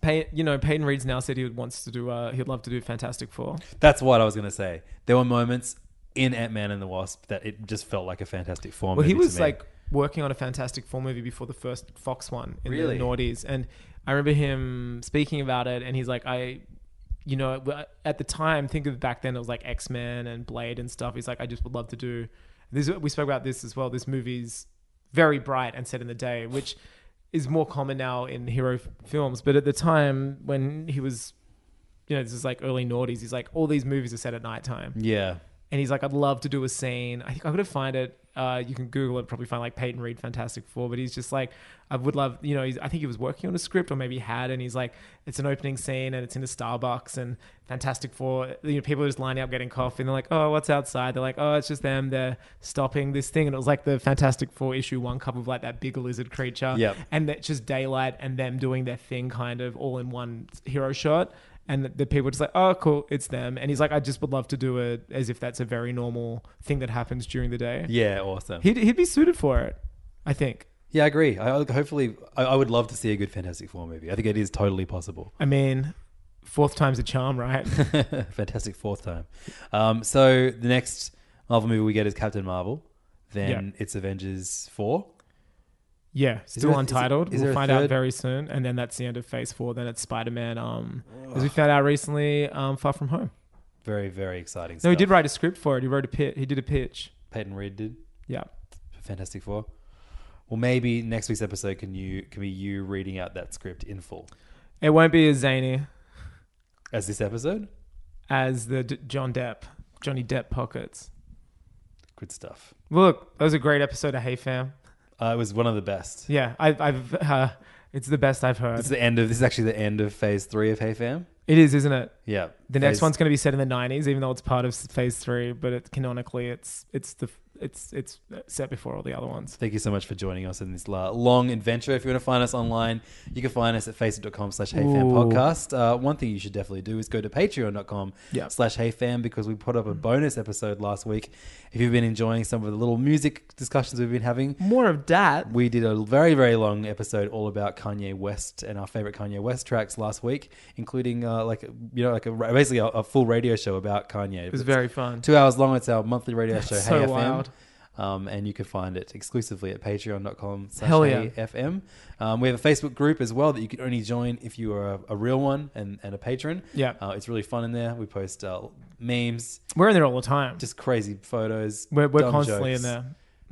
[SPEAKER 7] Pey- you know, Peyton Reed's now said he would wants to do. Uh, he'd love to do Fantastic Four.
[SPEAKER 6] That's what I was going to say. There were moments in Ant Man and the Wasp that it just felt like a Fantastic Four.
[SPEAKER 7] Well,
[SPEAKER 6] movie
[SPEAKER 7] he was
[SPEAKER 6] to me.
[SPEAKER 7] like working on a Fantastic Four movie before the first Fox one in
[SPEAKER 6] Really?
[SPEAKER 7] the noughties, and I remember him speaking about it, and he's like, I. You know, w- at the time, think of back then, it was like X Men and Blade and stuff. He's like, I just would love to do this. We spoke about this as well. This movie's very bright and set in the day, which is more common now in hero f- films. But at the time when he was, you know, this is like early noughties, he's like, all these movies are set at nighttime
[SPEAKER 6] yeah,
[SPEAKER 7] and he's like, I'd love to do a scene. I think I'm gonna find it. Uh, you can Google it, probably find like Peyton Reed Fantastic Four, but he's just like, I would love, you know, he's, I think he was working on a script or maybe he had, and he's like, it's an opening scene and it's in a Starbucks and Fantastic Four, you know, people are just lining up getting coffee and they're like, oh, what's outside? They're like, oh, it's just them, they're stopping this thing. And it was like the Fantastic Four issue one cup of like that big lizard creature.
[SPEAKER 6] Yep.
[SPEAKER 7] And that's just daylight and them doing their thing kind of all in one hero shot. And the, the people just like, oh, cool, it's them. And he's like, I just would love to do it as if that's a very normal thing that happens during the day.
[SPEAKER 6] yeah, awesome.
[SPEAKER 7] He'd, he'd be suited for it, I think.
[SPEAKER 6] Yeah, I agree. I, I- hopefully, I, I would love to see a good Fantastic Four movie. I think it is totally possible.
[SPEAKER 7] I mean, fourth time's a charm, right?
[SPEAKER 6] Fantastic fourth time. Um, so the next Marvel movie we get is Captain Marvel. Then it's Avengers four.
[SPEAKER 7] yeah,
[SPEAKER 6] there
[SPEAKER 7] still
[SPEAKER 6] a- is it-
[SPEAKER 7] untitled.
[SPEAKER 6] is there
[SPEAKER 7] we'll
[SPEAKER 6] a
[SPEAKER 7] find
[SPEAKER 6] third?
[SPEAKER 7] out very soon, and then that's the end of Phase Four. Then it's Spider Man. Um, as we found out recently, um, Far From Home.
[SPEAKER 6] Very very exciting.
[SPEAKER 7] No, he did write a script for it. He wrote a pit. He did a pitch.
[SPEAKER 6] Peyton Reed did
[SPEAKER 7] Yeah.
[SPEAKER 6] for Fantastic Four. Well, maybe next week's episode can you can be you reading out that script in full
[SPEAKER 7] It won't be as zany
[SPEAKER 6] as this episode.
[SPEAKER 7] as the D- John Depp, Johnny Depp pockets.
[SPEAKER 6] Good stuff.
[SPEAKER 7] Look, that was a great episode of Hey Fam.
[SPEAKER 6] Uh, it was one of the best.
[SPEAKER 7] Yeah, I've, I've uh, it's the best I've heard.
[SPEAKER 6] It's the end of this is actually the end of phase three of Hey Fam.
[SPEAKER 7] It is, isn't it?
[SPEAKER 6] Yeah.
[SPEAKER 7] The next
[SPEAKER 6] Phase-
[SPEAKER 7] one's going to be set in the '90s, even though it's part of s- Phase Three. But it, canonically, it's it's the it's it's set before all the other ones.
[SPEAKER 6] Thank you so much for joining us in this la- long adventure. If you want to find us online, you can find us at facebook.com slash heyfampodcast. Uh, one thing you should definitely do is go to patreon.com
[SPEAKER 7] Yeah. Mm.
[SPEAKER 6] slash heyfam because we put up a bonus episode last week. If you've been enjoying some of the little music discussions we've been having,
[SPEAKER 7] More of that.
[SPEAKER 6] we did a very, very long episode all about Kanye West and our favorite Kanye West tracks last week, including uh, like you know like a, basically a, a full radio show about Kanye.
[SPEAKER 7] It was very fun.
[SPEAKER 6] two hours long. It's our monthly radio show.
[SPEAKER 7] so
[SPEAKER 6] hey
[SPEAKER 7] wild.
[SPEAKER 6] FM. Um, and you can find it exclusively at patreon.com slash
[SPEAKER 7] Hell yeah.
[SPEAKER 6] FM. Um, we have a Facebook group as well that you can only join if you are a, a real one and, and a patron.
[SPEAKER 7] Yeah.
[SPEAKER 6] Uh, it's really fun in there. We post uh, memes,
[SPEAKER 7] We're in there all the time.
[SPEAKER 6] just crazy photos.
[SPEAKER 7] we're we're
[SPEAKER 6] dumb
[SPEAKER 7] constantly
[SPEAKER 6] jokes,
[SPEAKER 7] in there.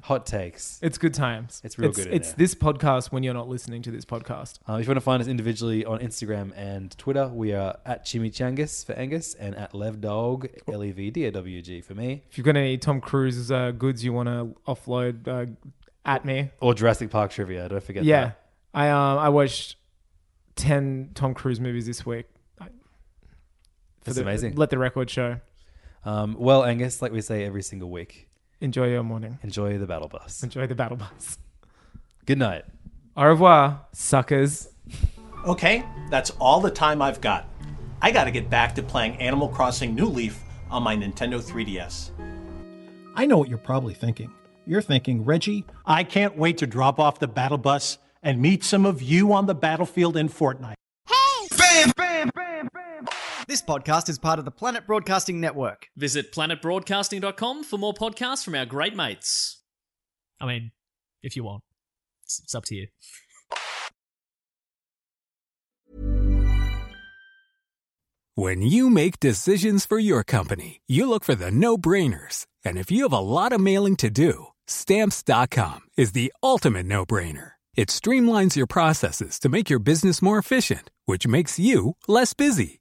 [SPEAKER 6] Hot takes.
[SPEAKER 7] It's good times.
[SPEAKER 6] It's real
[SPEAKER 7] it's,
[SPEAKER 6] good in
[SPEAKER 7] it's
[SPEAKER 6] there.
[SPEAKER 7] this podcast when you're not listening to this podcast.
[SPEAKER 6] Uh, if you want to find us individually on Instagram and Twitter, we are at Chimichangas for Angus and at Levdog, L E V D A W G for me.
[SPEAKER 7] If you've got any Tom Cruise uh, goods you want to offload uh, at me,
[SPEAKER 6] Or Jurassic Park trivia. Don't forget
[SPEAKER 7] yeah,
[SPEAKER 6] that.
[SPEAKER 7] I um I watched ten Tom Cruise movies this week. I-
[SPEAKER 6] That's
[SPEAKER 7] the-
[SPEAKER 6] amazing.
[SPEAKER 7] Let the record show.
[SPEAKER 6] Um, well, Angus, like we say every single week,
[SPEAKER 7] Enjoy your morning.
[SPEAKER 6] enjoy the battle bus.
[SPEAKER 7] Enjoy the battle bus.
[SPEAKER 6] Good night.
[SPEAKER 7] Au revoir, suckers.
[SPEAKER 8] Okay, that's all the time I've got. I gotta get back to playing Animal Crossing New Leaf on my Nintendo 3DS.
[SPEAKER 9] I know what you're probably thinking. You're thinking, Reggie,
[SPEAKER 8] I can't wait to drop off the battle bus and meet some of you on the battlefield in Fortnite.
[SPEAKER 2] This podcast is part of the Planet Broadcasting Network.
[SPEAKER 3] Visit planetbroadcasting.com for more podcasts from our great mates.
[SPEAKER 10] I mean, if you want, it's, it's up to you.
[SPEAKER 11] When you make decisions for your company, you look for the no brainers. And if you have a lot of mailing to do, stamps.com is the ultimate no brainer. It streamlines your processes to make your business more efficient, which makes you less busy.